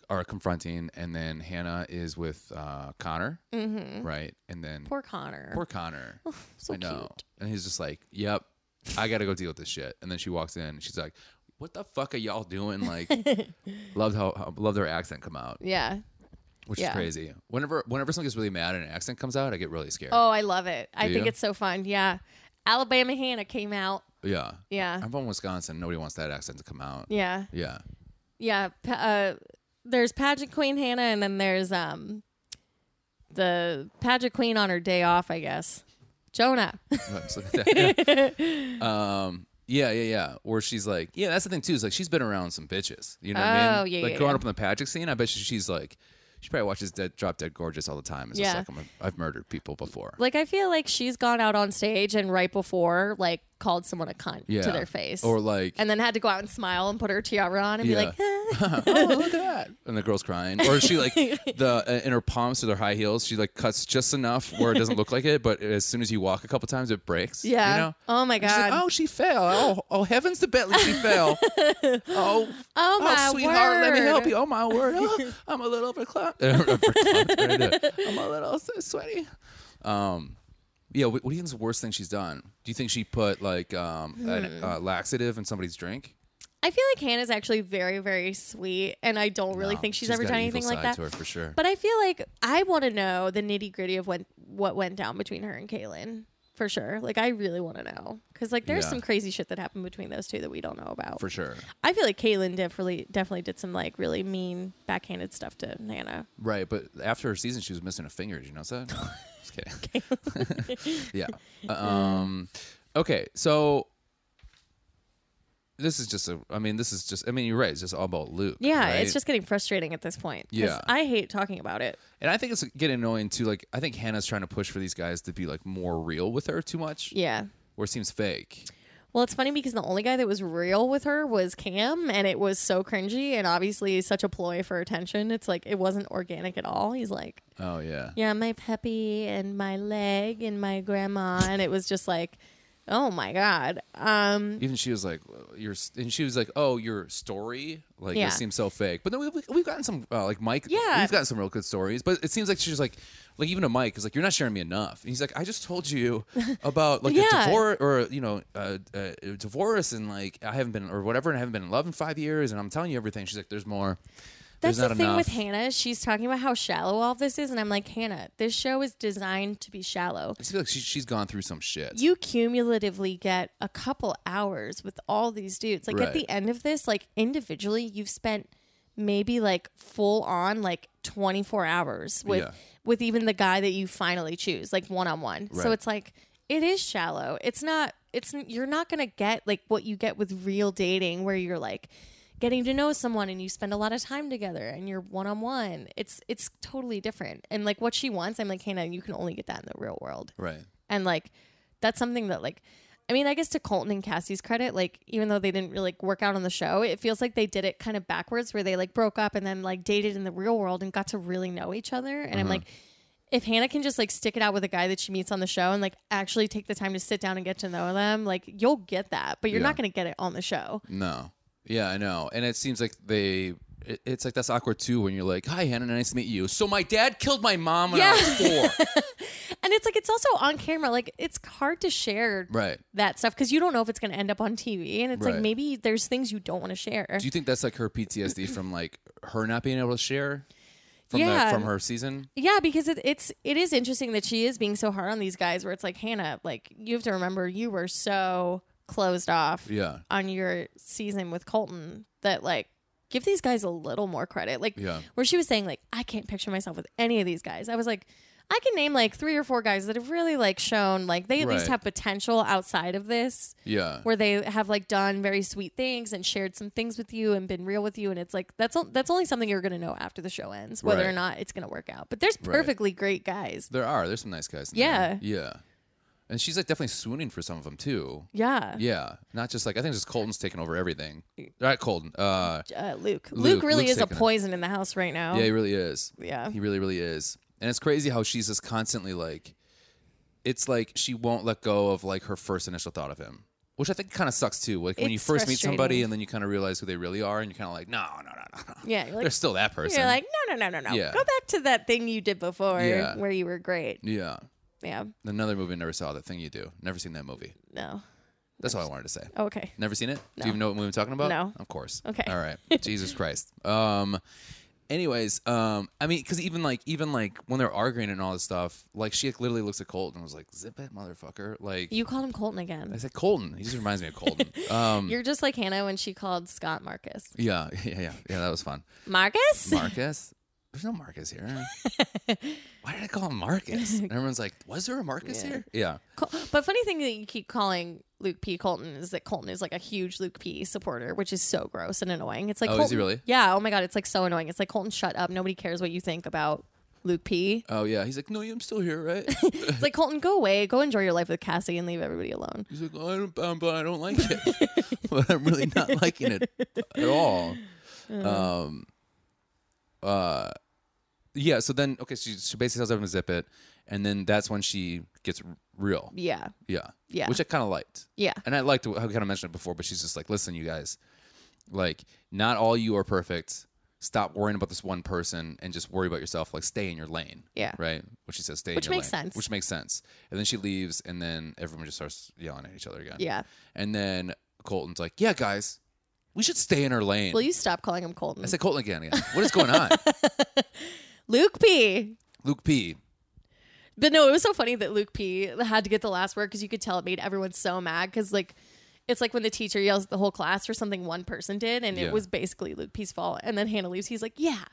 [SPEAKER 1] are confronting, and then Hannah is with uh, Connor, mm-hmm. right? And then poor,
[SPEAKER 3] Poor Connor.
[SPEAKER 1] Connor.
[SPEAKER 3] so
[SPEAKER 1] I know.
[SPEAKER 3] cute.
[SPEAKER 1] And he's just like, "Yep, I gotta go deal with this shit." And then she walks in, and she's like, "What the fuck are y'all doing?" Like, loved how, how loved her accent come out,
[SPEAKER 3] Yeah.
[SPEAKER 1] which
[SPEAKER 3] Yeah.
[SPEAKER 1] is crazy. Whenever whenever someone gets really mad and an accent comes out, I get really scared.
[SPEAKER 3] Oh, I love it. I
[SPEAKER 1] Do
[SPEAKER 3] think
[SPEAKER 1] you?
[SPEAKER 3] it's so fun. Yeah. Alabama Hannah came out.
[SPEAKER 1] Yeah,
[SPEAKER 3] Yeah.
[SPEAKER 1] I'm from Wisconsin. Nobody wants that accent to come out.
[SPEAKER 3] Yeah.
[SPEAKER 1] Yeah.
[SPEAKER 3] Yeah. Pa- uh, there's pageant queen Hannah, and then there's um the pageant queen on her day off, I guess. Jonah.
[SPEAKER 1] So that- yeah. Um, yeah, yeah, yeah. Where she's like, yeah, that's the thing too. Is like she's been around some bitches. You know what I
[SPEAKER 3] Oh,
[SPEAKER 1] mean?
[SPEAKER 3] yeah,
[SPEAKER 1] Like
[SPEAKER 3] yeah,
[SPEAKER 1] growing
[SPEAKER 3] yeah.
[SPEAKER 1] up in the pageant scene, I bet you she's like, she probably watches Dead Drop Dead Gorgeous all the time. It's
[SPEAKER 3] Yeah.
[SPEAKER 1] just like I'm a, I've murdered people before.
[SPEAKER 3] like I feel like she's gone out on stage and right before like called someone a cunt
[SPEAKER 1] yeah,
[SPEAKER 3] to their face.
[SPEAKER 1] or like,
[SPEAKER 3] and then had to go out and smile and put her tiara on and be
[SPEAKER 1] Yeah.
[SPEAKER 3] like, "Ah."
[SPEAKER 1] oh look at that, and the girl's crying, or she like the uh, in her palms to their high heels, she like cuts just enough where it doesn't look like it, but as soon as you walk a couple times, it breaks.
[SPEAKER 3] yeah.
[SPEAKER 1] you know.
[SPEAKER 3] Oh my
[SPEAKER 1] And she's
[SPEAKER 3] god.
[SPEAKER 1] like, oh, she fell. Oh, oh, heavens to Bentley, she fell. Oh,
[SPEAKER 3] Oh, my
[SPEAKER 1] sweetheart, let me help
[SPEAKER 3] word.
[SPEAKER 1] you. Oh my word, oh, I'm a little overclocked. overclocked. I'm a little so sweaty. Um, yeah. What, what do you think is the worst thing she's done? Do you think she put like um,
[SPEAKER 3] Hmm.
[SPEAKER 1] an, uh, laxative in somebody's drink?
[SPEAKER 3] I feel like Hannah's actually very, very sweet, and I don't really
[SPEAKER 1] No,
[SPEAKER 3] think she's, ever
[SPEAKER 1] got
[SPEAKER 3] done
[SPEAKER 1] an evil
[SPEAKER 3] anything like
[SPEAKER 1] side
[SPEAKER 3] that.
[SPEAKER 1] To her for sure.
[SPEAKER 3] But I feel like I want to know the nitty gritty of when what went down between her and Kaylin for sure. Like I really want to know because like there's
[SPEAKER 1] Yeah.
[SPEAKER 3] some crazy shit that happened between those two that we don't know about.
[SPEAKER 1] for sure.
[SPEAKER 3] I feel like Kaylin definitely definitely did some like really mean backhanded stuff to Nana.
[SPEAKER 1] Right, but after her season, she was missing a finger. Did you notice that? Just kidding. yeah. Um, okay, so this is just a. I mean, this is just. I mean, you're right. It's just all about Luke.
[SPEAKER 3] Yeah,
[SPEAKER 1] right?
[SPEAKER 3] it's just getting frustrating at this point. 'cause
[SPEAKER 1] Yeah.
[SPEAKER 3] I hate talking about it.
[SPEAKER 1] And I think it's getting annoying too. Like, I think Hannah's trying to push for these guys to be like more real with her too much,
[SPEAKER 3] Yeah.
[SPEAKER 1] where it seems fake.
[SPEAKER 3] Well, it's funny because the only guy that was real with her was Cam, and it was so cringy and obviously such a ploy for attention. It's like it wasn't organic at all. He's like,
[SPEAKER 1] Oh yeah.
[SPEAKER 3] yeah, my puppy and my leg and my grandma, and it was just like, oh my god. Um,
[SPEAKER 1] Even she was like, "Your," and she was like, "Oh, your story, like
[SPEAKER 3] Yeah.
[SPEAKER 1] it seems so fake." But then we, we, we've gotten some, uh, like Mike,
[SPEAKER 3] Yeah.
[SPEAKER 1] we've gotten some real good stories. But it seems like she's like, like even to Mike is like, "You're not sharing me enough." And he's like, "I just told you about like a
[SPEAKER 3] Yeah.
[SPEAKER 1] divorce or you know, uh, uh, divorce and like I haven't been or whatever, and I haven't been in love in five years, and I'm telling you everything." She's like, "There's more."
[SPEAKER 3] that's
[SPEAKER 1] There's
[SPEAKER 3] the
[SPEAKER 1] not
[SPEAKER 3] thing with
[SPEAKER 1] enough.
[SPEAKER 3] Hannah. She's talking about how shallow all this is, and I'm like, Hannah, this show is designed to be shallow.
[SPEAKER 1] I feel like she, she's gone through some shit.
[SPEAKER 3] You cumulatively get a couple hours with all these dudes. Like
[SPEAKER 1] Right.
[SPEAKER 3] at the end of this, like individually, you've spent maybe like full on like 24 hours with
[SPEAKER 1] Yeah.
[SPEAKER 3] with even the guy that you finally choose like one on one. So
[SPEAKER 1] Right.
[SPEAKER 3] it's like it is shallow. It's not it's n- you're not going to get like what you get with real dating where you're like getting to know someone and you spend a lot of time together and you're one on one. It's it's totally different. And like what she wants, I'm like, "Hannah, you can only get that in the real world."
[SPEAKER 1] Right.
[SPEAKER 3] and like that's something that like i mean i guess to colton and cassie's credit like even though they didn't really like, work out on the show it feels like they did it kind of backwards where they like broke up and then like dated in the real world and got to really know each other and
[SPEAKER 1] Mm-hmm.
[SPEAKER 3] i'm like if hannah can just like stick it out with a guy that she meets on the show and like actually take the time to sit down and get to know them like you'll get that but you're
[SPEAKER 1] Yeah.
[SPEAKER 3] not going to get it on the show
[SPEAKER 1] No. Yeah, I know. And it seems like they. it- It's like that's awkward too when you're like, "Hi, Hannah, nice to meet you." So my dad killed my mom when I was four.
[SPEAKER 3] and it's like it's also on camera like it's hard to share
[SPEAKER 1] right.
[SPEAKER 3] that stuff because you don't know if it's going to end up on tv and it's
[SPEAKER 1] Right.
[SPEAKER 3] like maybe there's things you don't want to share
[SPEAKER 1] Do you think that's like her PTSD from like her not being able to share from
[SPEAKER 3] Yeah.
[SPEAKER 1] the, from her season?
[SPEAKER 3] Yeah, because it, it's it is interesting that she is being so hard on these guys. Where it's like Hannah, like you have to remember you were so closed off
[SPEAKER 1] Yeah.
[SPEAKER 3] on your season with Colton that like give these guys a little more credit. Like
[SPEAKER 1] Yeah.
[SPEAKER 3] where she was saying like I can't picture myself with any of these guys. I was like I can name like three or four guys that have really like shown like they at least
[SPEAKER 1] Right.
[SPEAKER 3] have potential outside of this
[SPEAKER 1] Yeah.
[SPEAKER 3] where they have like done very sweet things and shared some things with you and been real with you and it's like that's o- that's only something you're going to know after the show ends whether or
[SPEAKER 1] Right.
[SPEAKER 3] not it's going to work out but there's
[SPEAKER 1] Right.
[SPEAKER 3] perfectly great guys
[SPEAKER 1] There are. There's some nice guys. in
[SPEAKER 3] Yeah.
[SPEAKER 1] there. Yeah. And she's like definitely swooning for some of them too.
[SPEAKER 3] yeah,
[SPEAKER 1] Yeah. Not just like I think just Colton's taking over everything. Right, Colton. Uh
[SPEAKER 3] Uh, Luke. Luke
[SPEAKER 1] Luke-
[SPEAKER 3] really
[SPEAKER 1] Luke's
[SPEAKER 3] is a
[SPEAKER 1] taking it.
[SPEAKER 3] poison in the house right now
[SPEAKER 1] Yeah, he really is.
[SPEAKER 3] Oh. Yeah.
[SPEAKER 1] He really, really is. And it's crazy how she's just constantly like, it's like she won't let go of like her first initial thought of him, which I think kind of sucks too. Like when you
[SPEAKER 3] It's
[SPEAKER 1] first meet somebody
[SPEAKER 3] frustrating.
[SPEAKER 1] and then you kind of realize who they really are and you're kind of like, no, no, no, no, no.
[SPEAKER 3] Yeah, you're like-
[SPEAKER 1] They're still that person.
[SPEAKER 3] you're like no no no no no
[SPEAKER 1] Yeah.
[SPEAKER 3] go back to that thing you did before
[SPEAKER 1] Yeah.
[SPEAKER 3] where you were great
[SPEAKER 1] yeah.
[SPEAKER 3] yeah
[SPEAKER 1] Another movie I never saw, That Thing You Do. Never seen that movie.
[SPEAKER 3] no
[SPEAKER 1] That's all I wanted to say.
[SPEAKER 3] okay
[SPEAKER 1] Never seen it? Do you even know what movie I'm talking about?
[SPEAKER 3] No.
[SPEAKER 1] Of course.
[SPEAKER 3] Okay.
[SPEAKER 1] All right. Jesus Christ. Um anyways, um I mean cuz even like even like when they're arguing and all this stuff, like she like, literally looks at Colton and was like, "Zip it, motherfucker." Like
[SPEAKER 3] you called him Colton
[SPEAKER 1] I
[SPEAKER 3] again
[SPEAKER 1] said Colton. He just reminds me of Colton. um
[SPEAKER 3] you're just like Hannah when she called Scott Marcus
[SPEAKER 1] yeah, yeah, yeah. Yeah, that was fun.
[SPEAKER 3] Marcus
[SPEAKER 1] Marcus? There's no Marcus here. Why did I call him Marcus? And everyone's like, "Was there a Marcus
[SPEAKER 3] Yeah.
[SPEAKER 1] here?" Yeah.
[SPEAKER 3] Col- but funny thing that you keep calling Luke P. Colton is that Colton is like a huge Luke P. supporter, which is so gross and annoying. It's like,
[SPEAKER 1] Oh, is he
[SPEAKER 3] Colton,
[SPEAKER 1] really?
[SPEAKER 3] Yeah. Oh my god, it's like so annoying. It's like Colton, shut up. Nobody cares what you think about Luke P.
[SPEAKER 1] Oh yeah, he's like, "No, I'm still here, right?"
[SPEAKER 3] It's like Colton, go away, go enjoy your life with Cassie, and leave everybody alone.
[SPEAKER 1] He's like, I don't, um, but I don't like it. but I'm really not liking it at all. Um, uh, yeah. So then, okay, she, she basically tells everyone to zip it, and then that's when she gets r- real.
[SPEAKER 3] Yeah.
[SPEAKER 1] Yeah.
[SPEAKER 3] Yeah.
[SPEAKER 1] Which I kind of liked,
[SPEAKER 3] Yeah.
[SPEAKER 1] and I liked. I kind of mentioned it before, but she's just like, listen, you guys, like, not all you are perfect. Stop worrying about this one person and just worry about yourself. Like, stay in your lane.
[SPEAKER 3] Yeah.
[SPEAKER 1] Right. What she says, stay.
[SPEAKER 3] Which
[SPEAKER 1] in your
[SPEAKER 3] makes
[SPEAKER 1] lane.
[SPEAKER 3] sense.
[SPEAKER 1] Which makes sense. And then she leaves, and then everyone just starts yelling at each other again.
[SPEAKER 3] Yeah.
[SPEAKER 1] And then Colton's like, "Yeah, guys, we should stay in our lane."
[SPEAKER 3] Will you stop calling him Colton?
[SPEAKER 1] I said Colton again. again. What is going on,
[SPEAKER 3] Luke P.
[SPEAKER 1] Luke P?
[SPEAKER 3] But no, it was so funny that Luke P had to get the last word because you could tell it made everyone so mad because like it's like when the teacher yells at the whole class for something one person did and
[SPEAKER 1] Yeah.
[SPEAKER 3] it was basically Luke P's fault. And then Hannah leaves. He's like, yeah,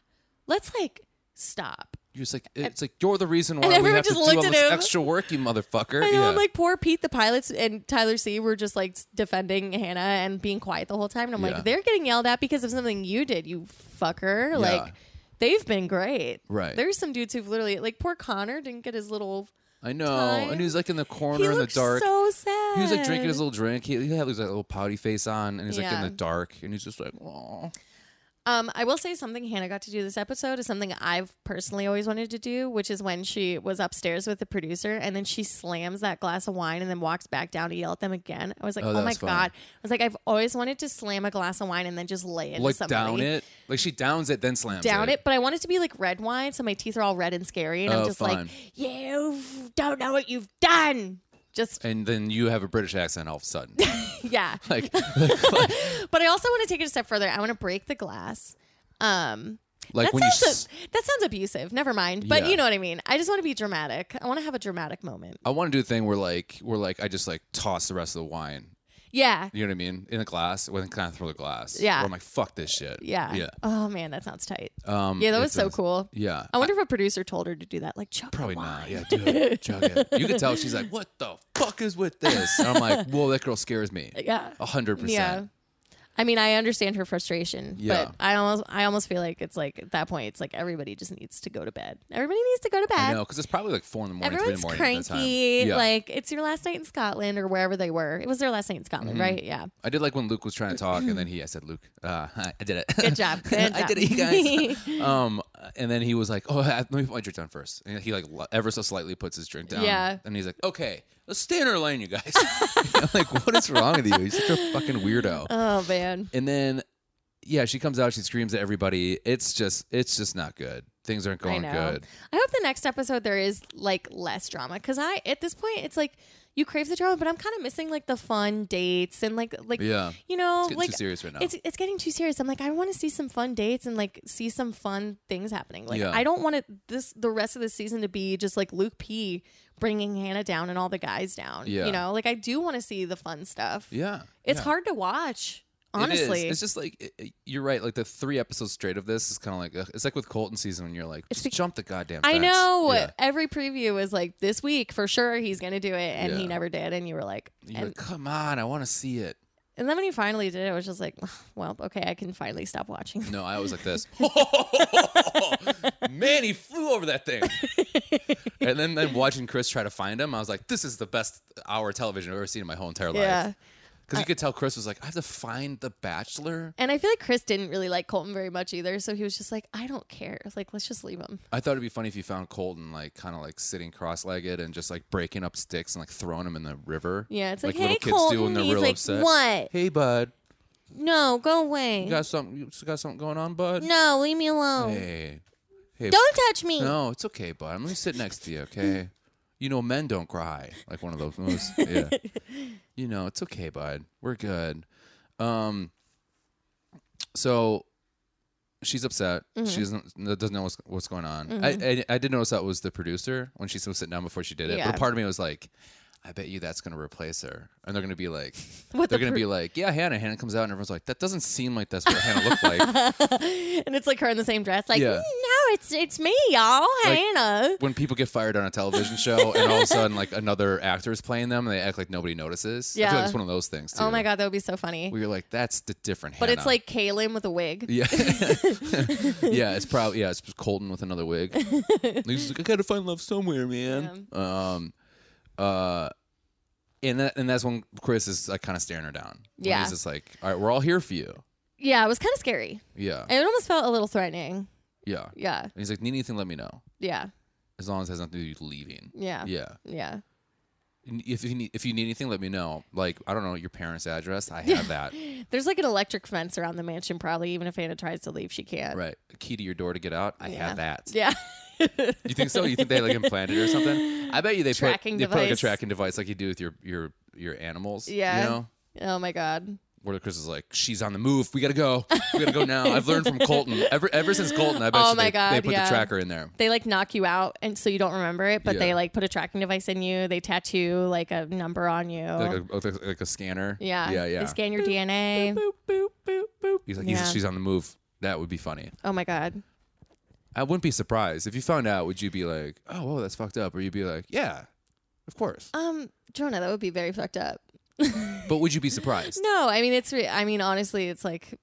[SPEAKER 3] let's like stop.
[SPEAKER 1] You're just like it's like you're the reason why
[SPEAKER 3] And
[SPEAKER 1] we
[SPEAKER 3] everyone
[SPEAKER 1] have to
[SPEAKER 3] just
[SPEAKER 1] do
[SPEAKER 3] looked
[SPEAKER 1] all
[SPEAKER 3] at
[SPEAKER 1] this
[SPEAKER 3] him.
[SPEAKER 1] extra work, you motherfucker.
[SPEAKER 3] I know,
[SPEAKER 1] yeah.
[SPEAKER 3] I'm like poor Pete. The pilots and Tyler C were just like defending Hannah and being quiet the whole time. And I'm
[SPEAKER 1] Yeah.
[SPEAKER 3] like, they're getting yelled at because of something you did, you fucker.
[SPEAKER 1] Yeah.
[SPEAKER 3] Like they've been great.
[SPEAKER 1] Right.
[SPEAKER 3] There's some dudes who've literally like poor Connor didn't get his little.
[SPEAKER 1] I know.
[SPEAKER 3] time.
[SPEAKER 1] And he's like in the corner
[SPEAKER 3] He
[SPEAKER 1] in the
[SPEAKER 3] looked
[SPEAKER 1] dark.
[SPEAKER 3] so sad.
[SPEAKER 1] he was like drinking his little drink. He, he had his like, little pouty face on, and he's like in
[SPEAKER 3] Yeah.
[SPEAKER 1] the dark, and he's just like, "Oh,
[SPEAKER 3] Um, I will say something Hannah got to do this episode is something I've personally always wanted to do, which is when she was upstairs with the producer and then she slams that glass of wine and then walks back down to yell at them again. I was like,
[SPEAKER 1] Oh,
[SPEAKER 3] oh,
[SPEAKER 1] that
[SPEAKER 3] my
[SPEAKER 1] was fun.
[SPEAKER 3] god! I was like, I've always wanted to slam a glass of wine and then just lay it
[SPEAKER 1] like
[SPEAKER 3] somebody.
[SPEAKER 1] down it." Like she downs it, then slams
[SPEAKER 3] down it, but I want it to be like red wine, so my teeth are all red and scary, and
[SPEAKER 1] Oh,
[SPEAKER 3] I'm just
[SPEAKER 1] fine.
[SPEAKER 3] like, you don't know what you've done. Just
[SPEAKER 1] and then you have a British accent all of a sudden.
[SPEAKER 3] yeah.
[SPEAKER 1] like,
[SPEAKER 3] But I also want to take it a step further. I want to break the glass. Um,
[SPEAKER 1] like
[SPEAKER 3] that
[SPEAKER 1] when you
[SPEAKER 3] sounds
[SPEAKER 1] s-
[SPEAKER 3] that sounds abusive. Never mind. But
[SPEAKER 1] Yeah. Oh.
[SPEAKER 3] you know what I mean. I just want to be dramatic. I want to have a dramatic moment.
[SPEAKER 1] I want to do a thing where like where like I just like toss the rest of the wine
[SPEAKER 3] Yeah.
[SPEAKER 1] You know what I mean? In the glass, when kind of throw the glass.
[SPEAKER 3] Yeah.
[SPEAKER 1] Where I'm like, fuck this shit.
[SPEAKER 3] Yeah.
[SPEAKER 1] Yeah.
[SPEAKER 3] Oh man, that sounds tight.
[SPEAKER 1] Um,
[SPEAKER 3] yeah, that
[SPEAKER 1] it
[SPEAKER 3] was so
[SPEAKER 1] does.
[SPEAKER 3] cool.
[SPEAKER 1] Yeah.
[SPEAKER 3] I wonder if a producer told her to do that. Like, chug the
[SPEAKER 1] Probably
[SPEAKER 3] wine.
[SPEAKER 1] not. Yeah, dude, chug it. You can tell she's like, "What the fuck is with this?" And I'm like, "Whoa, that girl scares me."
[SPEAKER 3] Yeah.
[SPEAKER 1] A hundred
[SPEAKER 3] Yeah.
[SPEAKER 1] percent.
[SPEAKER 3] I mean, I understand her frustration,
[SPEAKER 1] Yeah.
[SPEAKER 3] but I almost, I almost feel like it's like at that point, it's like everybody just needs to go to bed. Everybody needs to go to
[SPEAKER 1] I
[SPEAKER 3] bed.
[SPEAKER 1] know, because it's probably like four in the morning, three in
[SPEAKER 3] Everyone's
[SPEAKER 1] the morning at that time.
[SPEAKER 3] cranky.
[SPEAKER 1] Yeah.
[SPEAKER 3] Like it's your last night in Scotland or wherever they were. It was their last night in Scotland,
[SPEAKER 1] Mm-hmm.
[SPEAKER 3] right? Yeah.
[SPEAKER 1] I did like when Luke was trying to talk, and then he, I said, "Luke, uh, I I did it.
[SPEAKER 3] Good job. Good
[SPEAKER 1] I
[SPEAKER 3] job.
[SPEAKER 1] did it, you guys." um, and then he was like, "Oh, let me put my drink down first. And he like lo- ever so slightly puts his drink down.
[SPEAKER 3] Yeah.
[SPEAKER 1] And he's like, "Okay, let's stay in our lane, you guys." I'm like, what is wrong with you? He's such a fucking weirdo.
[SPEAKER 3] Oh man.
[SPEAKER 1] And then, yeah, she comes out. She screams at everybody. It's just, it's just not good. Things aren't going
[SPEAKER 3] I know.
[SPEAKER 1] good.
[SPEAKER 3] I hope the next episode there is like less drama because I at this point it's like you crave the drama, but I'm kind of missing like the fun dates and like like
[SPEAKER 1] Yeah.
[SPEAKER 3] you know
[SPEAKER 1] It's getting
[SPEAKER 3] like
[SPEAKER 1] too serious right now.
[SPEAKER 3] it's it's getting too serious. I'm like I want to see some fun dates and like see some fun things happening. Like
[SPEAKER 1] Yeah.
[SPEAKER 3] I don't want it this the rest of the season to be just like Luke P bringing Hannah down and all the guys down.
[SPEAKER 1] Yeah.
[SPEAKER 3] You know, like I do want to see the fun stuff.
[SPEAKER 1] yeah.
[SPEAKER 3] It's
[SPEAKER 1] yeah.
[SPEAKER 3] hard to watch.
[SPEAKER 1] It is.
[SPEAKER 3] Honestly,
[SPEAKER 1] It's just like it- it- you're right. Like the three episodes straight of this is kind of like ugh. it's like with Colton season when you're like
[SPEAKER 3] It's
[SPEAKER 1] just
[SPEAKER 3] bec-
[SPEAKER 1] jump the goddamn.
[SPEAKER 3] I
[SPEAKER 1] fence.
[SPEAKER 3] know.
[SPEAKER 1] Yeah.
[SPEAKER 3] Every preview was like this week for sure he's going to do it, and he
[SPEAKER 1] Yeah.
[SPEAKER 3] never did. And you were like,
[SPEAKER 1] You're
[SPEAKER 3] and,
[SPEAKER 1] like, come on, I want to see it.
[SPEAKER 3] and then when he finally did it, it was just like, well, okay, I can finally stop watching.
[SPEAKER 1] No, I was like this. Man, he flew over that thing. and then, then watching Chris try to find him, I was like, this is the best hour of television I've ever seen in my whole entire
[SPEAKER 3] Yeah.
[SPEAKER 1] life. Because you could tell Chris was like, I have to find the bachelor.
[SPEAKER 3] And I feel like Chris didn't really like Colton very much either, so he was just like, I don't care. Like, let's just leave him.
[SPEAKER 1] I thought it'd be funny if you found Colton like kind of like sitting cross-legged and just like breaking up sticks and like throwing them in the river.
[SPEAKER 3] Yeah, it's like,
[SPEAKER 1] little
[SPEAKER 3] hey,
[SPEAKER 1] kids do
[SPEAKER 3] Colton.
[SPEAKER 1] when they're
[SPEAKER 3] He's
[SPEAKER 1] real
[SPEAKER 3] like,
[SPEAKER 1] upset.
[SPEAKER 3] what?
[SPEAKER 1] Hey, bud,
[SPEAKER 3] No, go away.
[SPEAKER 1] you got something? You got something going on, bud?
[SPEAKER 3] No, leave me alone.
[SPEAKER 1] Hey, hey,
[SPEAKER 3] Don't touch me.
[SPEAKER 1] No, it's okay, bud. I'm gonna sit next to you, okay? You know, men don't cry. Like one of those moves. Yeah. you know, it's okay, bud. We're good. Um so she's upset.
[SPEAKER 3] Mm-hmm.
[SPEAKER 1] She doesn't doesn't know what's, what's going on. I, I I did notice that was the producer when she was sitting down before she did it.
[SPEAKER 3] Yeah.
[SPEAKER 1] But part of me was like, I bet you that's gonna replace her. And they're gonna be like
[SPEAKER 3] What
[SPEAKER 1] they're
[SPEAKER 3] the
[SPEAKER 1] gonna be like, Yeah, Hannah, Hannah comes out and everyone's like, That doesn't seem like that's what Hannah looked like.
[SPEAKER 3] And it's like her in the same dress. Like,
[SPEAKER 1] Yeah.
[SPEAKER 3] "Mm, no, it's it's me, y'all,
[SPEAKER 1] Like-
[SPEAKER 3] Hannah.
[SPEAKER 1] when people get fired on a television show and all of a sudden like another actor is playing them and they act like nobody notices. I feel
[SPEAKER 3] Yeah.
[SPEAKER 1] like it's one of those things too.
[SPEAKER 3] Oh my god, that would be so funny.
[SPEAKER 1] Where you're like, that's the different
[SPEAKER 3] But it's
[SPEAKER 1] Hannah.
[SPEAKER 3] like Kaylin with a wig.
[SPEAKER 1] Yeah. yeah, it's probably yeah, it's Colton with another wig. He's like, I gotta find love somewhere, man. Um uh and that, and that's when Chris is like kind of staring her down. When
[SPEAKER 3] Yeah.
[SPEAKER 1] He's just like, All right, we're all here for you.
[SPEAKER 3] Yeah, it was kind of scary.
[SPEAKER 1] Yeah.
[SPEAKER 3] It almost felt a little threatening.
[SPEAKER 1] yeah. And
[SPEAKER 3] Yeah,
[SPEAKER 1] he's like, Need anything, let me know.
[SPEAKER 3] yeah,
[SPEAKER 1] As long as it has nothing to do with you leaving.
[SPEAKER 3] yeah, yeah.
[SPEAKER 1] Yeah. N- If you need if you need anything, let me know. Like, I don't know, your parents' address. I have that.
[SPEAKER 3] There's like an electric fence around the mansion, probably. Even if Anna tries to leave, she can't.
[SPEAKER 1] Right. A key to your door to get out. I
[SPEAKER 3] Yeah.
[SPEAKER 1] have that.
[SPEAKER 3] Yeah.
[SPEAKER 1] You think so? You think they like implanted it or something? I bet you they
[SPEAKER 3] Tracking
[SPEAKER 1] put they put like a
[SPEAKER 3] device.
[SPEAKER 1] tracking device like you do with your your your animals.
[SPEAKER 3] Yeah.
[SPEAKER 1] You know?
[SPEAKER 3] oh my god.
[SPEAKER 1] Where Chris is like, she's on the move. We gotta go. We gotta go now. I've learned from Colton. Ever ever since Colton, I bet
[SPEAKER 3] Oh
[SPEAKER 1] you
[SPEAKER 3] my
[SPEAKER 1] they,
[SPEAKER 3] God,
[SPEAKER 1] they put
[SPEAKER 3] yeah.
[SPEAKER 1] the tracker in there.
[SPEAKER 3] They like knock you out, and so you don't remember it. But
[SPEAKER 1] Yeah.
[SPEAKER 3] they like put a tracking device in you. They tattoo like a number on you.
[SPEAKER 1] Like a, like a- like a scanner.
[SPEAKER 3] yeah.
[SPEAKER 1] Yeah. Yeah.
[SPEAKER 3] They scan your DNA.
[SPEAKER 1] He's like, he's-
[SPEAKER 3] Yeah.
[SPEAKER 1] she's on the move. That would be funny.
[SPEAKER 3] Oh my god.
[SPEAKER 1] I wouldn't be surprised if you found out. Would you be like, oh, whoa, that's fucked up, or you'd be like, yeah, of course.
[SPEAKER 3] Um, Jonah, that would be very fucked up.
[SPEAKER 1] But would you be surprised?
[SPEAKER 3] No, I mean it's. Re- I mean honestly, it's like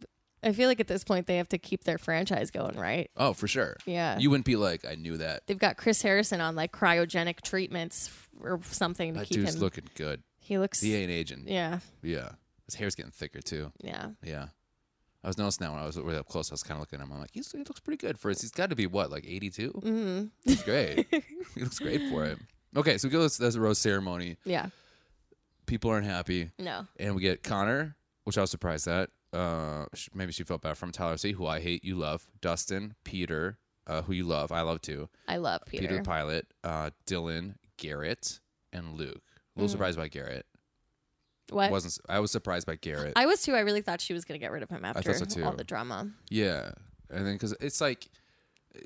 [SPEAKER 3] I feel like at this point they have to keep their franchise going, right?
[SPEAKER 1] Oh, for sure.
[SPEAKER 3] Yeah.
[SPEAKER 1] You wouldn't be like, I knew that.
[SPEAKER 3] They've got Chris Harrison on like cryogenic treatments f- or something to
[SPEAKER 1] That
[SPEAKER 3] keep
[SPEAKER 1] dude's
[SPEAKER 3] him.
[SPEAKER 1] looking good.
[SPEAKER 3] he looks.
[SPEAKER 1] He ain't aging. Yeah.
[SPEAKER 3] Yeah.
[SPEAKER 1] His hair's getting thicker too.
[SPEAKER 3] Yeah.
[SPEAKER 1] Yeah. I was noticing that when I was really up close, I was kind of looking at him. I'm like, he's, he looks pretty good for his. He's got to be what, like 82? Mm-hmm. He's great. he looks great for it. Okay, so we go to this rose ceremony.
[SPEAKER 3] Yeah.
[SPEAKER 1] People aren't happy,
[SPEAKER 3] No.
[SPEAKER 1] and we get Connor, which I was surprised at. Uh, sh- maybe she felt bad from Tyler C, who I hate, you love. Dustin, Peter, uh, who you love, I love too.
[SPEAKER 3] I love Peter.
[SPEAKER 1] Peter, Pilot, uh, Dylan, Garrett, and Luke. A little surprised by Garrett.
[SPEAKER 3] Mm. what?
[SPEAKER 1] wasn't su- I was surprised by Garrett.
[SPEAKER 3] I was too. I really thought she was going to get rid of him after
[SPEAKER 1] so, too.
[SPEAKER 3] all the drama.
[SPEAKER 1] yeah, and then because it's like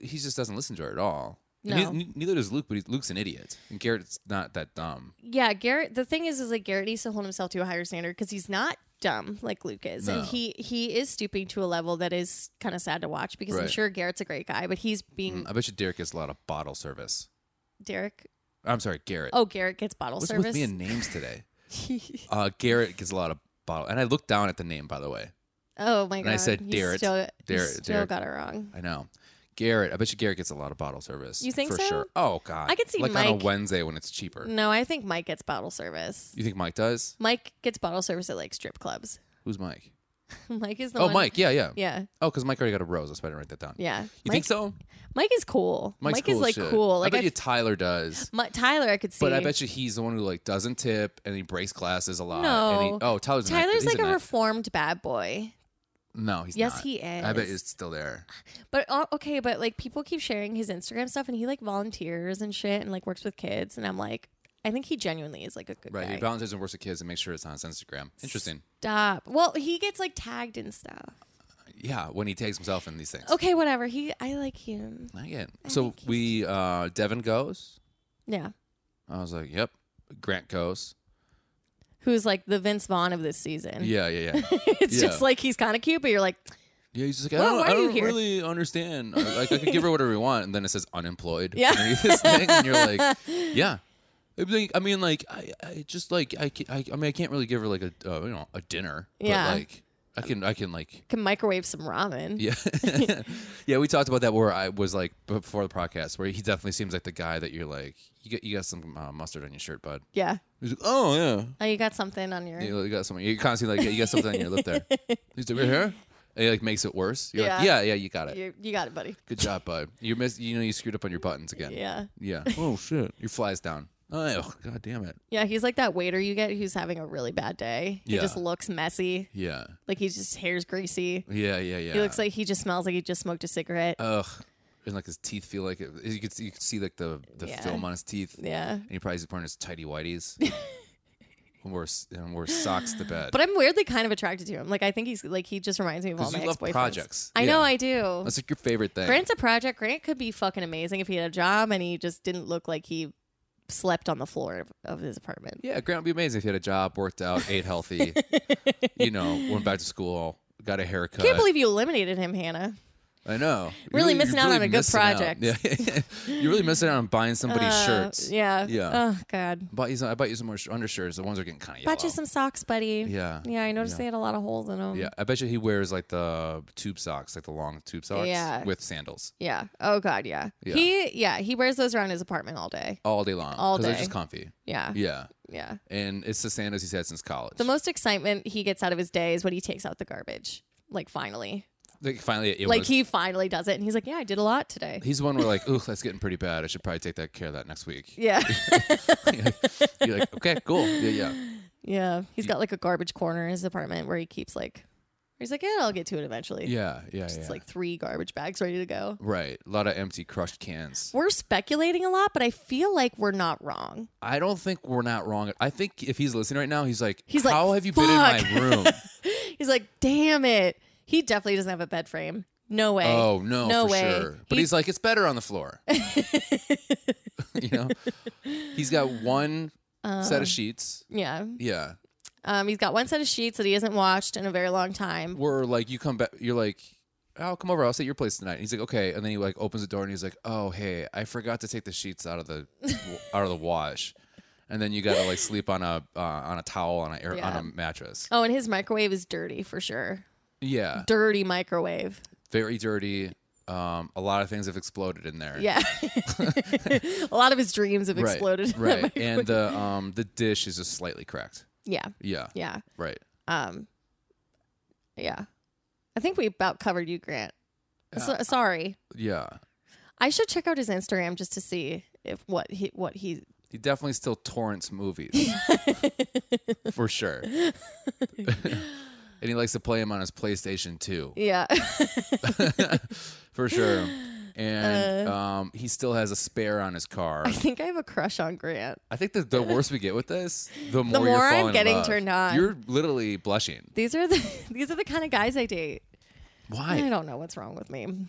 [SPEAKER 1] he just doesn't listen to her at all.
[SPEAKER 3] No.
[SPEAKER 1] Neith- Neither, does Luke, but he's, Luke's an idiot, and Garrett's not that dumb.
[SPEAKER 3] yeah, Garrett. The thing is, is like Garrett needs to hold himself to a higher standard because he's not dumb like Luke is,
[SPEAKER 1] No.
[SPEAKER 3] and he he is stooping to a level that is kind of sad to watch because I'm
[SPEAKER 1] Right.
[SPEAKER 3] sure Garrett's a great guy, but he's being
[SPEAKER 1] Mm, I bet you Derek gets a lot of bottle service.
[SPEAKER 3] Derek.
[SPEAKER 1] I'm sorry, Garrett.
[SPEAKER 3] Oh, Garrett gets bottle
[SPEAKER 1] What's
[SPEAKER 3] service.
[SPEAKER 1] with me and names today? uh, Garrett gets a lot of bottle, and I looked down at the name by the way.
[SPEAKER 3] oh my god!
[SPEAKER 1] And I said,
[SPEAKER 3] You
[SPEAKER 1] Derek,
[SPEAKER 3] still, you
[SPEAKER 1] Derek,
[SPEAKER 3] still
[SPEAKER 1] Derek.
[SPEAKER 3] got it wrong.
[SPEAKER 1] I know. Garrett, I bet you Garrett gets a lot of bottle service.
[SPEAKER 3] You think
[SPEAKER 1] for
[SPEAKER 3] so?
[SPEAKER 1] sure? Oh God,
[SPEAKER 3] I could see
[SPEAKER 1] like on a
[SPEAKER 3] Mike- Mm.
[SPEAKER 1] Wednesday when it's cheaper.
[SPEAKER 3] No, I think Mike gets bottle service.
[SPEAKER 1] You think Mike does?
[SPEAKER 3] Mike gets bottle service at like strip clubs.
[SPEAKER 1] Who's Mike?
[SPEAKER 3] Mike is the
[SPEAKER 1] Oh,
[SPEAKER 3] one-
[SPEAKER 1] Mike. Yeah, yeah.
[SPEAKER 3] Yeah,
[SPEAKER 1] Oh, because Mike already got a rose. That's why I didn't write that down.
[SPEAKER 3] yeah.
[SPEAKER 1] You
[SPEAKER 3] Mike,
[SPEAKER 1] think so?
[SPEAKER 3] Mike is cool.
[SPEAKER 1] Mike's
[SPEAKER 3] Mike
[SPEAKER 1] cool
[SPEAKER 3] is
[SPEAKER 1] as
[SPEAKER 3] like
[SPEAKER 1] shit.
[SPEAKER 3] cool. Like
[SPEAKER 1] I
[SPEAKER 3] I
[SPEAKER 1] bet you Tyler does.
[SPEAKER 3] Mi- Tyler, I could see.
[SPEAKER 1] But I bet you he's the one who like doesn't tip and he breaks glasses a lot. And he,
[SPEAKER 3] No.
[SPEAKER 1] oh, Tyler's an actor.
[SPEAKER 3] Tyler's
[SPEAKER 1] He's
[SPEAKER 3] like
[SPEAKER 1] an
[SPEAKER 3] a
[SPEAKER 1] actor.
[SPEAKER 3] reformed bad boy.
[SPEAKER 1] no, he's
[SPEAKER 3] Yes,
[SPEAKER 1] not.
[SPEAKER 3] he is.
[SPEAKER 1] I bet it's still there.
[SPEAKER 3] But oh, okay, but like people keep sharing his Instagram stuff, and he like volunteers and shit, and like works with kids, and I'm like, I think he genuinely is like a good
[SPEAKER 1] Right. He
[SPEAKER 3] guy.
[SPEAKER 1] volunteers and works with kids and makes sure it's on his Instagram. Interesting.
[SPEAKER 3] Stop. Well, he gets like tagged and stuff.
[SPEAKER 1] Yeah, when he tags himself in these things.
[SPEAKER 3] Okay, whatever. He, I like him.
[SPEAKER 1] Not yet. So
[SPEAKER 3] think he's
[SPEAKER 1] we uh Devin goes.
[SPEAKER 3] Yeah.
[SPEAKER 1] I was like, Yep. Grant goes.
[SPEAKER 3] Who's like the Vince Vaughn of this season?
[SPEAKER 1] Yeah, yeah, yeah.
[SPEAKER 3] it's
[SPEAKER 1] Yeah.
[SPEAKER 3] just like he's kind of cute, but you're like,
[SPEAKER 1] Yeah, he's just like, I
[SPEAKER 3] Why-
[SPEAKER 1] don't,
[SPEAKER 3] why
[SPEAKER 1] I
[SPEAKER 3] are you
[SPEAKER 1] don't
[SPEAKER 3] here?"
[SPEAKER 1] really understand. I- Like, I could give her whatever we want, and then it says unemployed.
[SPEAKER 3] Yeah.
[SPEAKER 1] underneath this thing, and you're like, yeah. It'd be like- I mean, like, I, I just like, I, ca- I, I mean, I can't really give her like a, uh, you know, a dinner.
[SPEAKER 3] Yeah.
[SPEAKER 1] But like, I can, I can like,
[SPEAKER 3] can microwave some ramen.
[SPEAKER 1] yeah, yeah. We talked about that where I was like before the podcast, where he definitely seems like the guy that you're like, you got, you got some uh, mustard on your shirt, bud.
[SPEAKER 3] Yeah.
[SPEAKER 1] He's like, oh yeah.
[SPEAKER 3] Oh, you got something on your.
[SPEAKER 1] You, know, you got something. You're constantly like, you got something on your lip there. He's like, right here. And he like makes it worse. You're like,
[SPEAKER 3] Yeah.
[SPEAKER 1] yeah, yeah, you got it.
[SPEAKER 3] You, you got it, buddy.
[SPEAKER 1] Good job, bud. You missed. You know, you screwed up on your buttons again.
[SPEAKER 3] Yeah.
[SPEAKER 1] Yeah. Oh shit. Your flies down. Oh god damn it.
[SPEAKER 3] Yeah, he's like that waiter you get who's having a really bad day. He
[SPEAKER 1] Yeah.
[SPEAKER 3] just looks messy.
[SPEAKER 1] Yeah.
[SPEAKER 3] Like he's just hair's greasy.
[SPEAKER 1] Yeah. Yeah. Yeah. Uh,
[SPEAKER 3] He looks like he just smells like he just smoked a cigarette.
[SPEAKER 1] Ugh. And like his teeth feel like it. You could see, you could see like the the
[SPEAKER 3] Yeah.
[SPEAKER 1] film on his teeth.
[SPEAKER 3] yeah.
[SPEAKER 1] And he probably's wearing his tidy whities. and wears and wears socks to bed.
[SPEAKER 3] But I'm weirdly kind of attracted to him. Like I think he's like he just reminds me of all
[SPEAKER 1] 'Cause
[SPEAKER 3] my
[SPEAKER 1] you love
[SPEAKER 3] ex-boyfriends.
[SPEAKER 1] projects.
[SPEAKER 3] I
[SPEAKER 1] Yeah.
[SPEAKER 3] know I do.
[SPEAKER 1] that's like your favorite thing.
[SPEAKER 3] Grant's a project. Grant could be fucking amazing if he had a job and he just didn't look like he slept on the floor of, of his apartment.
[SPEAKER 1] yeah, Grant would be amazing if he had a job, worked out, ate healthy. you know, went back to school, got a haircut.
[SPEAKER 3] Can't believe you eliminated him, Hannah.
[SPEAKER 1] I know. You're
[SPEAKER 3] Really
[SPEAKER 1] you're
[SPEAKER 3] missing out on a good
[SPEAKER 1] missing out.
[SPEAKER 3] project.
[SPEAKER 1] Yeah. you're really missing out on buying somebody's
[SPEAKER 3] Uh,
[SPEAKER 1] shirts.
[SPEAKER 3] Yeah.
[SPEAKER 1] Yeah.
[SPEAKER 3] Oh God.
[SPEAKER 1] Bought you some, I bought you some more sh- undershirts. The ones that are getting kind of yellow.
[SPEAKER 3] Bought you some socks, buddy.
[SPEAKER 1] Yeah.
[SPEAKER 3] Yeah, I noticed
[SPEAKER 1] Yeah.
[SPEAKER 3] they had a lot of holes in them.
[SPEAKER 1] Yeah, I bet you he wears like the tube socks, like the long tube socks
[SPEAKER 3] Yeah.
[SPEAKER 1] with sandals
[SPEAKER 3] Yeah. Oh God. Yeah.
[SPEAKER 1] Yeah.
[SPEAKER 3] He. Yeah. He wears those around his apartment all day.
[SPEAKER 1] all day long.
[SPEAKER 3] All
[SPEAKER 1] they're
[SPEAKER 3] day.
[SPEAKER 1] just comfy.
[SPEAKER 3] Yeah. Yeah.
[SPEAKER 1] Yeah, and it's the sandals he's had since college.
[SPEAKER 3] The most excitement he gets out of his day is when he takes out the garbage. Like finally.
[SPEAKER 1] like finally, it
[SPEAKER 3] like
[SPEAKER 1] was,
[SPEAKER 3] he finally does it, and he's like, "Yeah, I did a lot today."
[SPEAKER 1] he's the one where like, ooh, that's getting pretty bad. I should probably take that care of that next week.
[SPEAKER 3] yeah.
[SPEAKER 1] You're like, okay, cool. Yeah, yeah.
[SPEAKER 3] yeah. He's got like a garbage corner in his apartment where he keeps like. He's like, "Yeah, I'll get to it eventually."
[SPEAKER 1] Yeah, yeah,
[SPEAKER 3] It's
[SPEAKER 1] yeah.
[SPEAKER 3] like three garbage bags ready to go.
[SPEAKER 1] right, a lot of empty crushed cans.
[SPEAKER 3] We're speculating a lot, but I feel like we're not wrong.
[SPEAKER 1] I don't think we're not wrong. I think if he's listening right now, he's like,
[SPEAKER 3] He's like,
[SPEAKER 1] how have you been in my room?
[SPEAKER 3] He's like, damn it. He definitely doesn't have a bed frame. No way.
[SPEAKER 1] oh no,
[SPEAKER 3] No
[SPEAKER 1] for
[SPEAKER 3] way.
[SPEAKER 1] sure. But
[SPEAKER 3] He-
[SPEAKER 1] he's like, it's better on the floor. you know, he's got one
[SPEAKER 3] Uh,
[SPEAKER 1] set of sheets.
[SPEAKER 3] Yeah.
[SPEAKER 1] Yeah,
[SPEAKER 3] Um, he's got one set of sheets that he hasn't washed in a very long time.
[SPEAKER 1] where like you come back, you're like. I'll come over. I'll stay at your place tonight. And he's like, okay. And then he like opens the door and he's like, oh hey, I forgot to take the sheets out of the out of the wash. And then you gotta like sleep on a uh, on a towel on a air, on
[SPEAKER 3] Yeah.
[SPEAKER 1] a mattress.
[SPEAKER 3] Oh, and his microwave is dirty for sure.
[SPEAKER 1] Yeah,
[SPEAKER 3] Dirty microwave.
[SPEAKER 1] very dirty. Um, a lot of things have exploded in there.
[SPEAKER 3] Yeah. a lot of his dreams have
[SPEAKER 1] right,
[SPEAKER 3] exploded. in that
[SPEAKER 1] Right,
[SPEAKER 3] microwave.
[SPEAKER 1] and the um the dish is just slightly cracked.
[SPEAKER 3] yeah.
[SPEAKER 1] Yeah,
[SPEAKER 3] Yeah.
[SPEAKER 1] right.
[SPEAKER 3] Um, yeah. I think we about covered you, Grant. So- sorry.
[SPEAKER 1] Yeah,
[SPEAKER 3] I should check out his Instagram just to see if what he what he
[SPEAKER 1] he definitely still torrents movies for sure. and he likes to play him on his PlayStation Two
[SPEAKER 3] yeah.
[SPEAKER 1] for sure. And
[SPEAKER 3] Uh.
[SPEAKER 1] um, he still has a spare on his car.
[SPEAKER 3] I think I have a crush on Grant.
[SPEAKER 1] I think that the worse we get with this, the more, you're
[SPEAKER 3] more I'm
[SPEAKER 1] falling in
[SPEAKER 3] getting
[SPEAKER 1] love.
[SPEAKER 3] turned on.
[SPEAKER 1] You're literally blushing.
[SPEAKER 3] These are the these are the kind of guys I date.
[SPEAKER 1] Why?
[SPEAKER 3] I don't know what's wrong with me.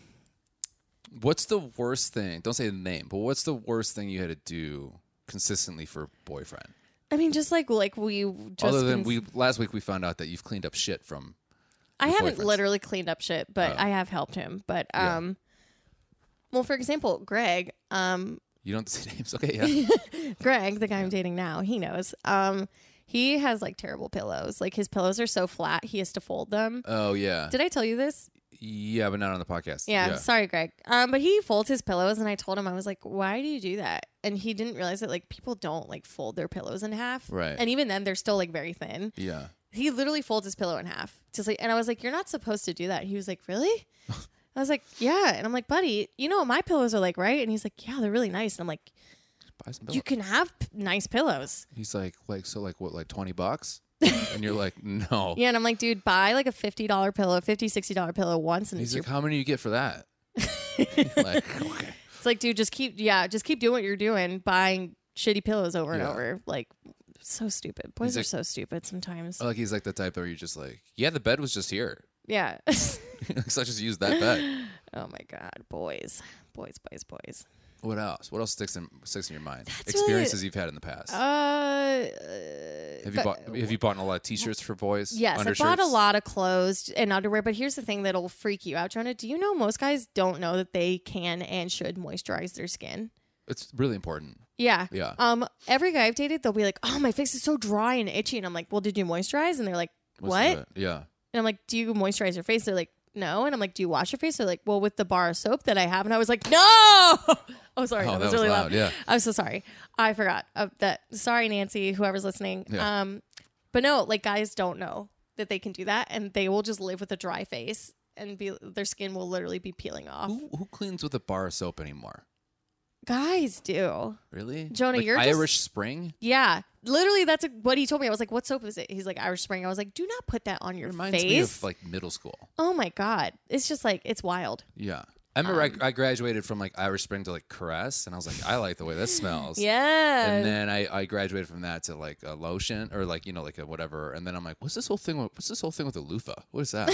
[SPEAKER 1] What's the worst thing? Don't say the name, but what's the worst thing you had to do consistently for a boyfriend?
[SPEAKER 3] I mean, just like like we just
[SPEAKER 1] Other than
[SPEAKER 3] cons-
[SPEAKER 1] we last week we found out that you've cleaned up shit from
[SPEAKER 3] I
[SPEAKER 1] your
[SPEAKER 3] haven't
[SPEAKER 1] boyfriends. Oh.
[SPEAKER 3] literally cleaned up shit, but I have helped him. But
[SPEAKER 1] Yeah.
[SPEAKER 3] um, well, for example, Greg, um,
[SPEAKER 1] you don't say names. Okay, yeah.
[SPEAKER 3] Greg, the guy I'm dating now, he knows. Um, he has like terrible pillows. Like his pillows are so flat, he has to fold them.
[SPEAKER 1] oh yeah.
[SPEAKER 3] Did I tell you this?
[SPEAKER 1] yeah, but not on the podcast.
[SPEAKER 3] Yeah, sorry, Greg. Um, but he folds his pillows, and I told him I was like, "Why do you do that?" And he didn't realize that like people don't like fold their pillows in half,
[SPEAKER 1] Right.
[SPEAKER 3] And even then, they're still like very thin.
[SPEAKER 1] Yeah.
[SPEAKER 3] He literally folds his pillow in half to sleep, and I was like, "You're not supposed to do that." He was like, "Really?" I was like, "Yeah," and I'm like, "Buddy, you know what my pillows are like, right?" And he's like, "Yeah, they're really nice." And I'm like,
[SPEAKER 1] Buy some pillows.
[SPEAKER 3] "You can have p- nice pillows."
[SPEAKER 1] He's like, like so like what, like twenty bucks? and you're like, No.
[SPEAKER 3] Yeah, and I'm like, "Dude, buy like a fifty dollar pillow, fifty sixty dollar pillow once, and it's
[SPEAKER 1] He's
[SPEAKER 3] your
[SPEAKER 1] like, How many do you get for that? like, okay.
[SPEAKER 3] It's like, dude, just keep, yeah, just keep doing what you're doing, buying shitty pillows over and
[SPEAKER 1] Yeah.
[SPEAKER 3] over. Like, so stupid. Boys
[SPEAKER 1] He's
[SPEAKER 3] are
[SPEAKER 1] like-
[SPEAKER 3] so stupid sometimes.
[SPEAKER 1] Like he's like the type where you're just like, Yeah, the bed was just here.
[SPEAKER 3] yeah.
[SPEAKER 1] so I just used that bed.
[SPEAKER 3] oh my God, boys, boys, boys, boys.
[SPEAKER 1] What else? What else sticks in sticks in your mind?
[SPEAKER 3] That's really-
[SPEAKER 1] Experiences you've had in the past.
[SPEAKER 3] Uh, uh,
[SPEAKER 1] Have you
[SPEAKER 3] but-
[SPEAKER 1] bought Have you bought a lot of T-shirts for boys?
[SPEAKER 3] Yes, I
[SPEAKER 1] undershirts?
[SPEAKER 3] bought a lot of clothes and underwear, but here's the thing that'll freak you out, Jonah. Do you know most guys don't know that they can and should moisturize their skin?
[SPEAKER 1] It's really important.
[SPEAKER 3] Yeah.
[SPEAKER 1] Yeah.
[SPEAKER 3] Um, every guy I've dated, they'll be like, "Oh, my face is so dry and itchy," and I'm like, "Well, did you moisturize?" And they're like,
[SPEAKER 1] What's
[SPEAKER 3] "What?"
[SPEAKER 1] that? Yeah.
[SPEAKER 3] And I'm like, do you moisturize your face? They're like, no. And I'm like, do you wash your face? They're like, well, with the bar of soap that I have. And I was like, no. Oh, sorry.
[SPEAKER 1] Oh,
[SPEAKER 3] that, was, really loud.
[SPEAKER 1] Yeah.
[SPEAKER 3] I'm so sorry. I forgot uh, that. Sorry, Nancy, whoever's listening.
[SPEAKER 1] Yeah.
[SPEAKER 3] Um, but no, like guys don't know that they can do that, and they will just live with a dry face, and be their skin will literally be peeling off.
[SPEAKER 1] Who Who cleans with a bar of soap anymore?
[SPEAKER 3] Guys do.
[SPEAKER 1] Really,
[SPEAKER 3] Jonah,
[SPEAKER 1] Like
[SPEAKER 3] you're just-
[SPEAKER 1] Irish Spring.
[SPEAKER 3] Yeah. Literally, that's what he told me. I was like, "What soap is it?" He's like, "Irish Spring." I was like, "Do not put that on your
[SPEAKER 1] Reminds
[SPEAKER 3] face."
[SPEAKER 1] me of like middle school.
[SPEAKER 3] oh my god, it's just like it's wild.
[SPEAKER 1] Yeah. I remember
[SPEAKER 3] Um,
[SPEAKER 1] I, I graduated from like Irish Spring to like Caress, and I was like, I like the way this smells.
[SPEAKER 3] Yeah.
[SPEAKER 1] And then I, I graduated from that to like a lotion or like you know like a whatever. And then I'm like, what's this whole thing? With, what's this whole thing with the loofah? What is that?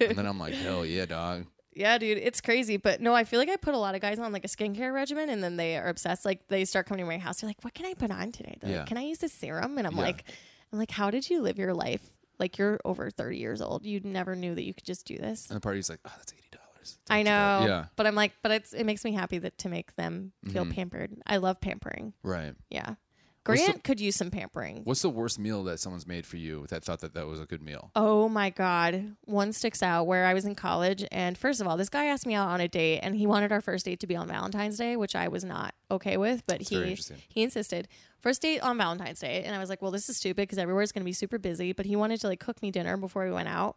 [SPEAKER 1] and then I'm like, hell yeah, dog.
[SPEAKER 3] Yeah, dude, it's crazy. But no, I feel like I put a lot of guys on like a skincare regimen and then they are obsessed. Like they start coming to my house. They're like, what can I put on today? They're
[SPEAKER 1] Yeah.
[SPEAKER 3] like, can I use this serum? And I'm
[SPEAKER 1] Yeah.
[SPEAKER 3] like, I'm like, how did you live your life? Like you're over 30 years old. You never knew that you could just do this.
[SPEAKER 1] And the party's like, oh, that's eighty dollars.
[SPEAKER 3] I know.
[SPEAKER 1] Yeah. Mm-hmm.
[SPEAKER 3] But I'm like, but it's, it makes me happy that to make them feel pampered. I love pampering.
[SPEAKER 1] Right.
[SPEAKER 3] Yeah.
[SPEAKER 1] What's the-
[SPEAKER 3] Grant could use some pampering.
[SPEAKER 1] What's the worst meal that someone's made for you that thought that that was a good meal?
[SPEAKER 3] Oh my God. One sticks out where I was in college. And first of all, this guy asked me out on a date and he wanted our first date to be on Valentine's Day, which I was not okay with, but
[SPEAKER 1] very
[SPEAKER 3] he,
[SPEAKER 1] interesting.
[SPEAKER 3] he insisted. First date on Valentine's Day. And I was like, well, this is stupid because everywhere's going to be super busy. But he wanted to like cook me dinner before we went out.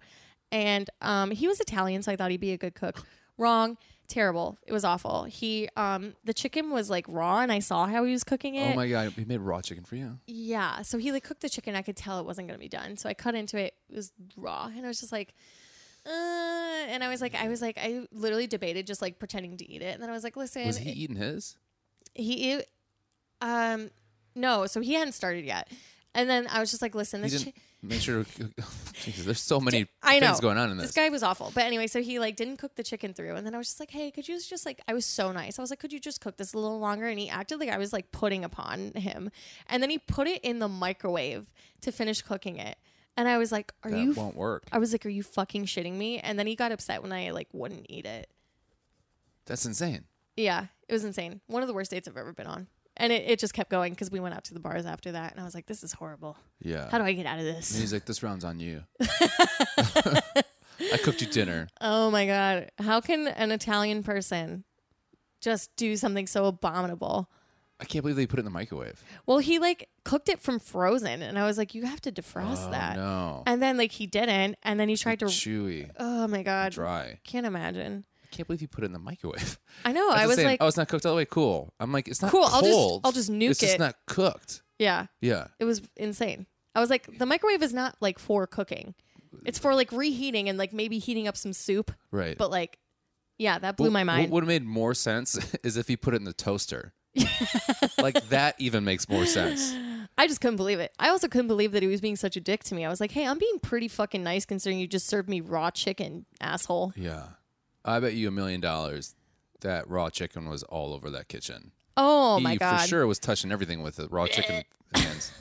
[SPEAKER 3] And um, he was Italian, so I thought he'd be a good cook. Wrong. Terrible. It was awful. He, um, the chicken was like raw and I saw how he was cooking it.
[SPEAKER 1] Oh my god, we made raw chicken for you.
[SPEAKER 3] Yeah. So he like cooked the chicken. I could tell it wasn't going to be done. So I cut into it. It was raw, and I was just like, uh, and I was like, I was like, I literally debated just like pretending to eat it, and then I was like, listen,
[SPEAKER 1] Was he eating his?
[SPEAKER 3] he ate- um, no, so he hadn't started yet, and then I was just like, listen,
[SPEAKER 1] He
[SPEAKER 3] this.
[SPEAKER 1] didn't
[SPEAKER 3] Chi-
[SPEAKER 1] make sure. Jesus, there's so many
[SPEAKER 3] I know.
[SPEAKER 1] things going on in this.
[SPEAKER 3] this guy was awful. But anyway, so he like didn't cook the chicken through. And then I was just like, hey, could you just like, I was so nice. I was like, could you just cook this a little longer? And he acted like I was like putting upon him. And then he put it in the microwave to finish cooking it. And I was like, are
[SPEAKER 1] that
[SPEAKER 3] you, f-
[SPEAKER 1] won't work.
[SPEAKER 3] I was like, are you fucking shitting me? And then he got upset when I like wouldn't eat it.
[SPEAKER 1] That's insane.
[SPEAKER 3] Yeah, it was insane. One of the worst dates I've ever been on. And it, it just kept going because we went out to the bars after that. And I was like, this is horrible.
[SPEAKER 1] Yeah.
[SPEAKER 3] How do I get out of
[SPEAKER 1] and
[SPEAKER 3] this?
[SPEAKER 1] he's like, "This round's on you." I cooked you dinner.
[SPEAKER 3] Oh my God. How can an Italian person just do something so abominable?
[SPEAKER 1] I can't believe they put it in the microwave.
[SPEAKER 3] Well, he like cooked it from frozen, and I was like, "You have to defrost
[SPEAKER 1] oh
[SPEAKER 3] that."
[SPEAKER 1] no,
[SPEAKER 3] And then like he didn't, and then he tried to.
[SPEAKER 1] chewy,
[SPEAKER 3] oh my god,
[SPEAKER 1] dry.
[SPEAKER 3] can't imagine.
[SPEAKER 1] I can't believe you put it in the microwave.
[SPEAKER 3] I know.
[SPEAKER 1] That's
[SPEAKER 3] I
[SPEAKER 1] the
[SPEAKER 3] was
[SPEAKER 1] same.
[SPEAKER 3] like,
[SPEAKER 1] "Oh, it's not cooked all the way." Cool. I'm like, "It's not
[SPEAKER 3] Cool,
[SPEAKER 1] Cold.
[SPEAKER 3] I'll just- I'll just nuke
[SPEAKER 1] it's It's
[SPEAKER 3] it."
[SPEAKER 1] not cooked.
[SPEAKER 3] yeah,
[SPEAKER 1] Yeah.
[SPEAKER 3] it was insane. I was like, the microwave is not like for cooking; it's for like reheating and like maybe heating up some soup.
[SPEAKER 1] Right.
[SPEAKER 3] But like, yeah, that blew my mind.
[SPEAKER 1] What would have made more sense is if he put it in the toaster. like that even makes more sense.
[SPEAKER 3] I just couldn't believe it. I also couldn't believe that he was being such a dick to me. I was like, hey, I'm being pretty fucking nice considering you just served me raw chicken, asshole.
[SPEAKER 1] Yeah. I bet you a million dollars that raw chicken was all over that kitchen.
[SPEAKER 3] Oh
[SPEAKER 1] he
[SPEAKER 3] my god.
[SPEAKER 1] for sure was touching everything with the raw chicken hands.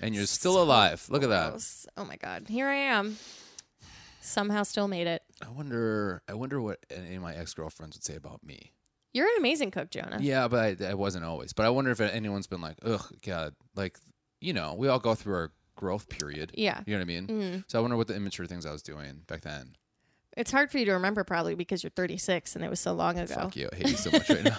[SPEAKER 1] And you're still alive. Look at that.
[SPEAKER 3] Gross. Oh my god. Here I am. Somehow still made it.
[SPEAKER 1] I wonder. I wonder what any of my ex girlfriends would say about me.
[SPEAKER 3] You're an amazing cook, Jonah.
[SPEAKER 1] Yeah, but I, I wasn't always. But I wonder if anyone's been like, ugh, God, like, you know, we all go through our growth period.
[SPEAKER 3] Yeah.
[SPEAKER 1] You know what I mean?
[SPEAKER 3] Mhm.
[SPEAKER 1] So I wonder what the immature things I was doing back then.
[SPEAKER 3] It's hard for you to remember probably because you're 36 and it was so long ago.
[SPEAKER 1] Fuck you. I hate you so much right now.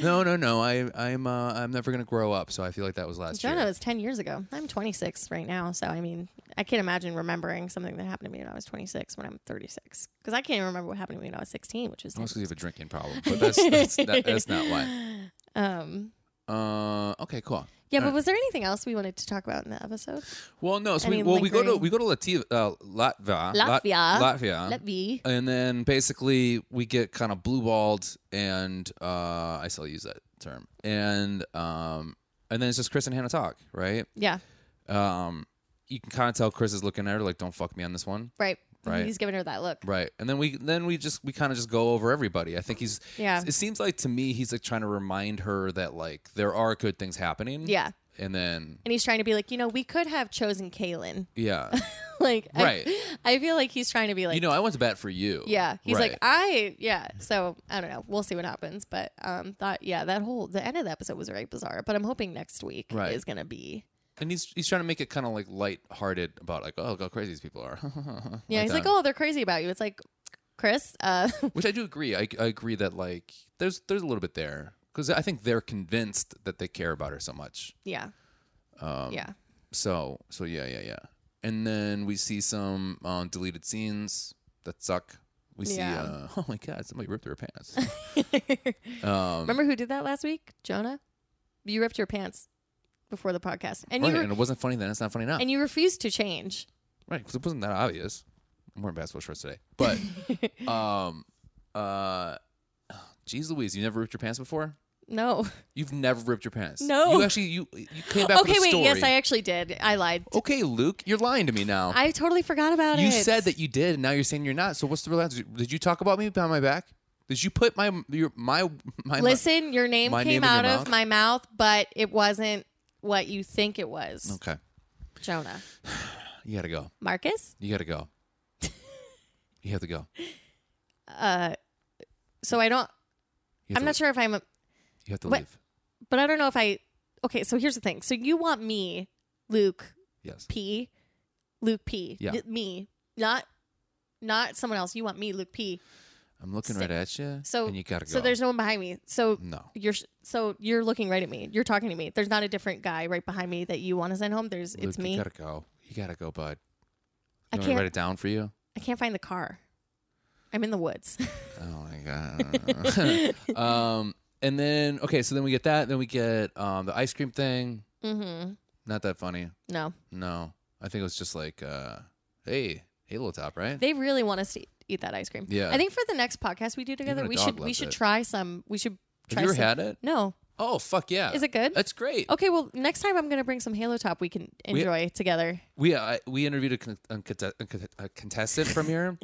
[SPEAKER 1] No, no, no. I, I'm, uh, I'm never gonna grow up. So I feel like that was last
[SPEAKER 3] Jonah
[SPEAKER 1] year.
[SPEAKER 3] was 10 years ago. I'm 26 right now. So, I mean, I can't imagine remembering something that happened to me when I was 26 when I'm 36. Because I can't even remember what happened to me when I was 16, which was.
[SPEAKER 1] Mostly you have a drinking problem, but that's that's, that, that's not why.
[SPEAKER 3] Um,
[SPEAKER 1] Uh, okay, cool.
[SPEAKER 3] yeah,
[SPEAKER 1] All
[SPEAKER 3] but
[SPEAKER 1] right.
[SPEAKER 3] was there anything else we wanted to talk about in the episode?
[SPEAKER 1] Well, no. So
[SPEAKER 3] Any
[SPEAKER 1] we, well, we go to
[SPEAKER 3] lingering-
[SPEAKER 1] we go to Lativa, uh, Latvia, Lat-
[SPEAKER 3] Latvia.
[SPEAKER 1] Latvia,
[SPEAKER 3] Let be.
[SPEAKER 1] and then basically we get kind of blue balled, and uh, I still use that term, and um, and then it's just Chris and Hannah talk, right?
[SPEAKER 3] Yeah,
[SPEAKER 1] Um, you can kind of tell Chris is looking at her like, "Don't fuck me on this one."
[SPEAKER 3] right.
[SPEAKER 1] Right.
[SPEAKER 3] He's giving her that look.
[SPEAKER 1] Right, and then we then we just we kind of just go over everybody. I think he's
[SPEAKER 3] Yeah.
[SPEAKER 1] It seems like to me he's like trying to remind her that like there are good things happening.
[SPEAKER 3] Yeah.
[SPEAKER 1] and then
[SPEAKER 3] And he's trying to be like, you know, we could have chosen Kaylin.
[SPEAKER 1] yeah,
[SPEAKER 3] like, I-
[SPEAKER 1] Right.
[SPEAKER 3] I, feel like he's trying to be like,
[SPEAKER 1] you know I went to bat for you.
[SPEAKER 3] Yeah, he's
[SPEAKER 1] Right.
[SPEAKER 3] like I yeah. So I don't know. We'll see what happens, but um, thought yeah, that whole the end of the episode was very bizarre. But I'm hoping next week
[SPEAKER 1] Right.
[SPEAKER 3] is gonna be
[SPEAKER 1] And he's he's trying to make it kind of like light-hearted about like oh look how crazy these people are.
[SPEAKER 3] yeah. he's like,
[SPEAKER 1] that.
[SPEAKER 3] oh, they're crazy about you. It's like Chris. Uh,
[SPEAKER 1] which I do agree. I, I agree that like there's there's a little bit there because I think they're convinced that they care about her so much.
[SPEAKER 3] yeah,
[SPEAKER 1] Um,
[SPEAKER 3] yeah,
[SPEAKER 1] So so yeah yeah yeah. And then we see some um, deleted scenes that suck. We see
[SPEAKER 3] Yeah.
[SPEAKER 1] uh, oh my god somebody ripped her pants. um,
[SPEAKER 3] Remember who did that last week? Jonah. You ripped your pants before the podcast, and
[SPEAKER 1] right,
[SPEAKER 3] you re-
[SPEAKER 1] and it wasn't funny then. It's not funny now.
[SPEAKER 3] and you refused to change.
[SPEAKER 1] Right, because it wasn't that obvious. I'm wearing basketball shorts today, but um, uh, geez, Louise, you never ripped your pants before.
[SPEAKER 3] No.
[SPEAKER 1] You've never ripped your pants.
[SPEAKER 3] No.
[SPEAKER 1] you actually you you came back.
[SPEAKER 3] okay,
[SPEAKER 1] with a
[SPEAKER 3] wait.
[SPEAKER 1] story.
[SPEAKER 3] Yes, I actually did. I lied.
[SPEAKER 1] Okay, Luke, you're lying to me now.
[SPEAKER 3] I totally forgot about
[SPEAKER 1] you
[SPEAKER 3] it.
[SPEAKER 1] said that you did, and now you're saying you're not. So what's the real Did you talk about me behind my back? Did you put my your my my
[SPEAKER 3] Listen, your name
[SPEAKER 1] My
[SPEAKER 3] came
[SPEAKER 1] name in your
[SPEAKER 3] out of
[SPEAKER 1] mouth?
[SPEAKER 3] my mouth, but it wasn't what you think it was.
[SPEAKER 1] Okay,
[SPEAKER 3] Jonah.
[SPEAKER 1] you gotta go.
[SPEAKER 3] Marcus?
[SPEAKER 1] You gotta go. you have to go. You
[SPEAKER 3] Uh, So I don't
[SPEAKER 1] have
[SPEAKER 3] I'm
[SPEAKER 1] to-
[SPEAKER 3] not sure if I'm a-
[SPEAKER 1] You have to
[SPEAKER 3] what-
[SPEAKER 1] leave.
[SPEAKER 3] but I don't know if I Okay, so here's the thing. So you want me, Luke
[SPEAKER 1] Yes.
[SPEAKER 3] P, Luke P,
[SPEAKER 1] Yeah.
[SPEAKER 3] N- me, not not someone else. You want me, Luke P.
[SPEAKER 1] I'm looking
[SPEAKER 3] Sit.
[SPEAKER 1] right at you.
[SPEAKER 3] So
[SPEAKER 1] and you gotta go. Mm.
[SPEAKER 3] So there's no one behind me. So
[SPEAKER 1] no.
[SPEAKER 3] you're sh- so you're looking right at me. You're talking to me. There's not a different guy right behind me that you want to send home. There's
[SPEAKER 1] Luke,
[SPEAKER 3] it's me.
[SPEAKER 1] You gotta go. You gotta go, bud.
[SPEAKER 3] I
[SPEAKER 1] You want me to
[SPEAKER 3] can't-
[SPEAKER 1] write it down for you?
[SPEAKER 3] I can't find the car. I'm in the woods.
[SPEAKER 1] Oh my god. um, and then okay, so then we get that. Then we get um the ice cream thing.
[SPEAKER 3] mm-hmm.
[SPEAKER 1] Not that funny.
[SPEAKER 3] No,
[SPEAKER 1] No, I think it was just like, uh, hey, Halo Top, right?
[SPEAKER 3] they really want us to eat that ice cream.
[SPEAKER 1] Yeah.
[SPEAKER 3] I think for the next podcast we do together,
[SPEAKER 1] Even a
[SPEAKER 3] we
[SPEAKER 1] dog
[SPEAKER 3] should we
[SPEAKER 1] loves
[SPEAKER 3] should
[SPEAKER 1] it.
[SPEAKER 3] try some. We should
[SPEAKER 1] Have
[SPEAKER 3] try.
[SPEAKER 1] you ever
[SPEAKER 3] some,
[SPEAKER 1] had it?
[SPEAKER 3] No.
[SPEAKER 1] Oh fuck yeah!
[SPEAKER 3] Is it good?
[SPEAKER 1] That's great.
[SPEAKER 3] Okay. Well, next time I'm gonna bring some Halo Top. We can enjoy together.
[SPEAKER 1] We uh, we interviewed a, con- a, conte- a con- a contestant from here,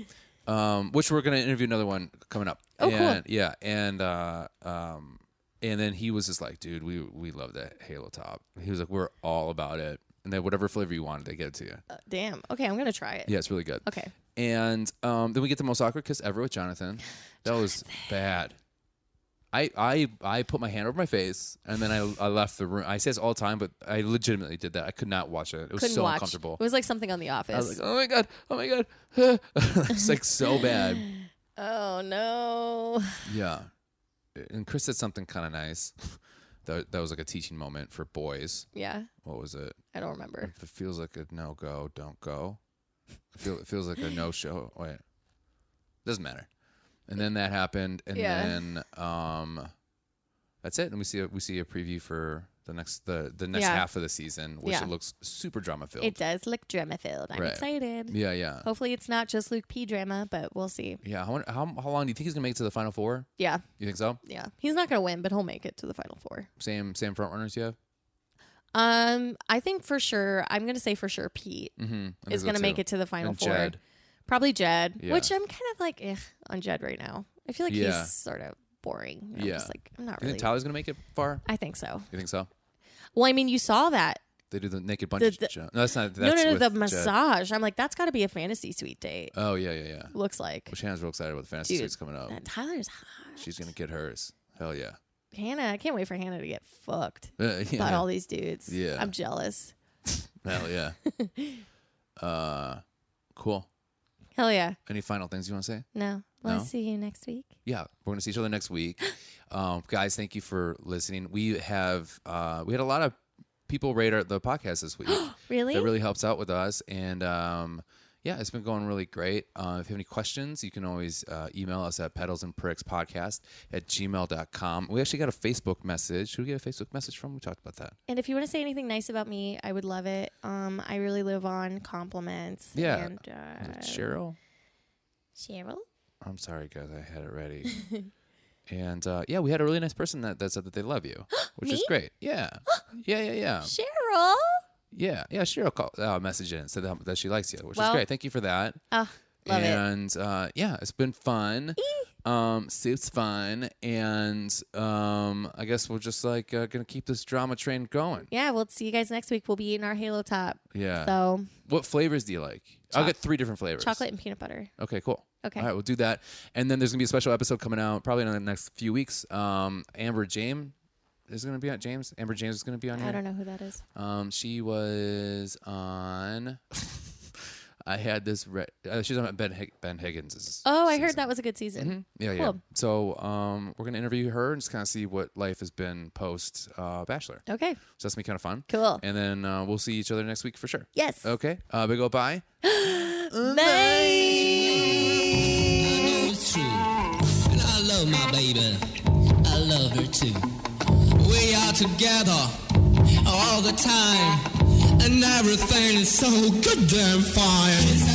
[SPEAKER 1] um, which we're gonna interview another one coming up.
[SPEAKER 3] Oh, cool.
[SPEAKER 1] and, Yeah, and uh, um, and then he was just like, dude, we we love that Halo Top. He was like, we're all about it, and then whatever flavor you wanted, they get it to you.
[SPEAKER 3] Uh, damn. Okay. I'm gonna try it.
[SPEAKER 1] Yeah, it's really good.
[SPEAKER 3] Okay.
[SPEAKER 1] And um, then we get the most awkward kiss ever with Jonathan. That was bad. I, I I put my hand over my face and then I, I left the room. I say this all the time, but I legitimately did that. I could not watch it. It was
[SPEAKER 3] Couldn't
[SPEAKER 1] so
[SPEAKER 3] watch.
[SPEAKER 1] uncomfortable.
[SPEAKER 3] It was like something on The
[SPEAKER 1] I was
[SPEAKER 3] Office.
[SPEAKER 1] like, oh my god, oh my god, it's like so bad.
[SPEAKER 3] oh no.
[SPEAKER 1] Yeah. And Chris said something kind of nice. That, that was like a teaching moment for boys.
[SPEAKER 3] Yeah.
[SPEAKER 1] What was it?
[SPEAKER 3] I don't remember.
[SPEAKER 1] If it feels like a no go, don't go. It, feel, it feels like a no show. Wait, doesn't matter. And then that happened, and
[SPEAKER 3] Yeah.
[SPEAKER 1] then um, that's it. And we see a, we see a preview for the next the the next
[SPEAKER 3] Yeah.
[SPEAKER 1] half of the season, which
[SPEAKER 3] Yeah.
[SPEAKER 1] it looks super drama filled.
[SPEAKER 3] It does look drama filled. I'm
[SPEAKER 1] Right.
[SPEAKER 3] excited.
[SPEAKER 1] Yeah, yeah,
[SPEAKER 3] Hopefully it's not just Luke P drama, but we'll see.
[SPEAKER 1] yeah. How, how how long do you think he's gonna make it to the final four?
[SPEAKER 3] Yeah.
[SPEAKER 1] You think so?
[SPEAKER 3] Yeah. He's not gonna win, but he'll make it to the final four.
[SPEAKER 1] Same same front runners you have?
[SPEAKER 3] Um, I think for sure. I'm gonna say for sure Pete
[SPEAKER 1] Mm-hmm.
[SPEAKER 3] is going to make it to the final
[SPEAKER 1] And
[SPEAKER 3] four.
[SPEAKER 1] Jed.
[SPEAKER 3] Probably Jed,
[SPEAKER 1] Yeah.
[SPEAKER 3] which I'm kind of like eh, on Jed right now. I feel like
[SPEAKER 1] Yeah.
[SPEAKER 3] he's sort of boring. You know,
[SPEAKER 1] Yeah.
[SPEAKER 3] Just like I'm not
[SPEAKER 1] You
[SPEAKER 3] really.
[SPEAKER 1] think Tyler's gonna make it far?
[SPEAKER 3] I think so.
[SPEAKER 1] You think so?
[SPEAKER 3] Well, I mean, you saw that.
[SPEAKER 1] They do the naked bunch.
[SPEAKER 3] the-
[SPEAKER 1] no, that's not. That's
[SPEAKER 3] no, no, no.
[SPEAKER 1] with
[SPEAKER 3] The
[SPEAKER 1] Jed.
[SPEAKER 3] massage. I'm like, that's got to be a fantasy suite date.
[SPEAKER 1] Oh yeah, yeah, yeah.
[SPEAKER 3] Looks like.
[SPEAKER 1] Well, Shannon's real excited about the fantasy
[SPEAKER 3] Dude,
[SPEAKER 1] suites coming up.
[SPEAKER 3] That Tyler's hot.
[SPEAKER 1] She's gonna get hers. Hell yeah.
[SPEAKER 3] Hannah, I can't wait for Hannah to get fucked
[SPEAKER 1] Uh, yeah.
[SPEAKER 3] by all these dudes.
[SPEAKER 1] Yeah.
[SPEAKER 3] I'm jealous.
[SPEAKER 1] Hell yeah. uh, cool.
[SPEAKER 3] Hell yeah.
[SPEAKER 1] Any final things you want to say?
[SPEAKER 3] No. Well,
[SPEAKER 1] No?
[SPEAKER 3] see you next week.
[SPEAKER 1] yeah we're gonna see each other next week um, guys thank you for listening we have uh, we had a lot of people rate our, the podcast this week
[SPEAKER 3] Really?
[SPEAKER 1] that really helps out with us and um, yeah it's been going really great uh, if you have any questions you can always uh, email us at pedals and pricks podcast at gmail.com we actually got a facebook message who did we get a facebook message from we talked about that
[SPEAKER 3] and if you want to say anything nice about me, I would love it. Um, I really live on compliments.
[SPEAKER 1] Yeah.
[SPEAKER 3] And,
[SPEAKER 1] Is it
[SPEAKER 3] uh,
[SPEAKER 1] cheryl Um,
[SPEAKER 3] Cheryl.
[SPEAKER 1] i'm sorry guys i had it ready and uh, yeah we had a really nice person that, that said that they love you which is
[SPEAKER 3] Me?
[SPEAKER 1] great yeah yeah yeah yeah
[SPEAKER 3] Cheryl.
[SPEAKER 1] Yeah, yeah, Cheryl called, uh, message in and said that, that she likes you, which
[SPEAKER 3] Well-
[SPEAKER 1] is great. Thank you for that.
[SPEAKER 3] Oh, love it.
[SPEAKER 1] and uh, yeah, it's been fun. um, it's fun, and um, I guess we're just like uh, gonna keep this drama train going.
[SPEAKER 3] Yeah, we'll see you guys next week. We'll be in our Halo top.
[SPEAKER 1] Yeah.
[SPEAKER 3] So
[SPEAKER 1] what flavors do you like? I'll
[SPEAKER 3] Choc-
[SPEAKER 1] get three different flavors.
[SPEAKER 3] chocolate and peanut butter.
[SPEAKER 1] Okay, cool.
[SPEAKER 3] Okay.
[SPEAKER 1] All right, we'll do that. And then there's gonna be a special episode coming out probably in the next few weeks. Um, Amber James is gonna be on James. Amber James is gonna be on here.
[SPEAKER 3] I don't know who that is.
[SPEAKER 1] Um, she was on. I had this. Re- uh, she's on Ben, Hig- ben Higgins.
[SPEAKER 3] Oh, I heard that was a good season.
[SPEAKER 1] Yeah, yeah.
[SPEAKER 3] Cool.
[SPEAKER 1] So um, we're gonna interview her and just kind of see what life has been post uh, Bachelor.
[SPEAKER 3] Okay.
[SPEAKER 1] So that's gonna be kind of fun.
[SPEAKER 3] Cool.
[SPEAKER 1] And then uh, we'll see each other next week for sure.
[SPEAKER 3] Yes.
[SPEAKER 1] Okay. Uh, big old bye.
[SPEAKER 4] know it's true. And I love my baby. I love her too. We are together all the time. And everything is so goddamn fine.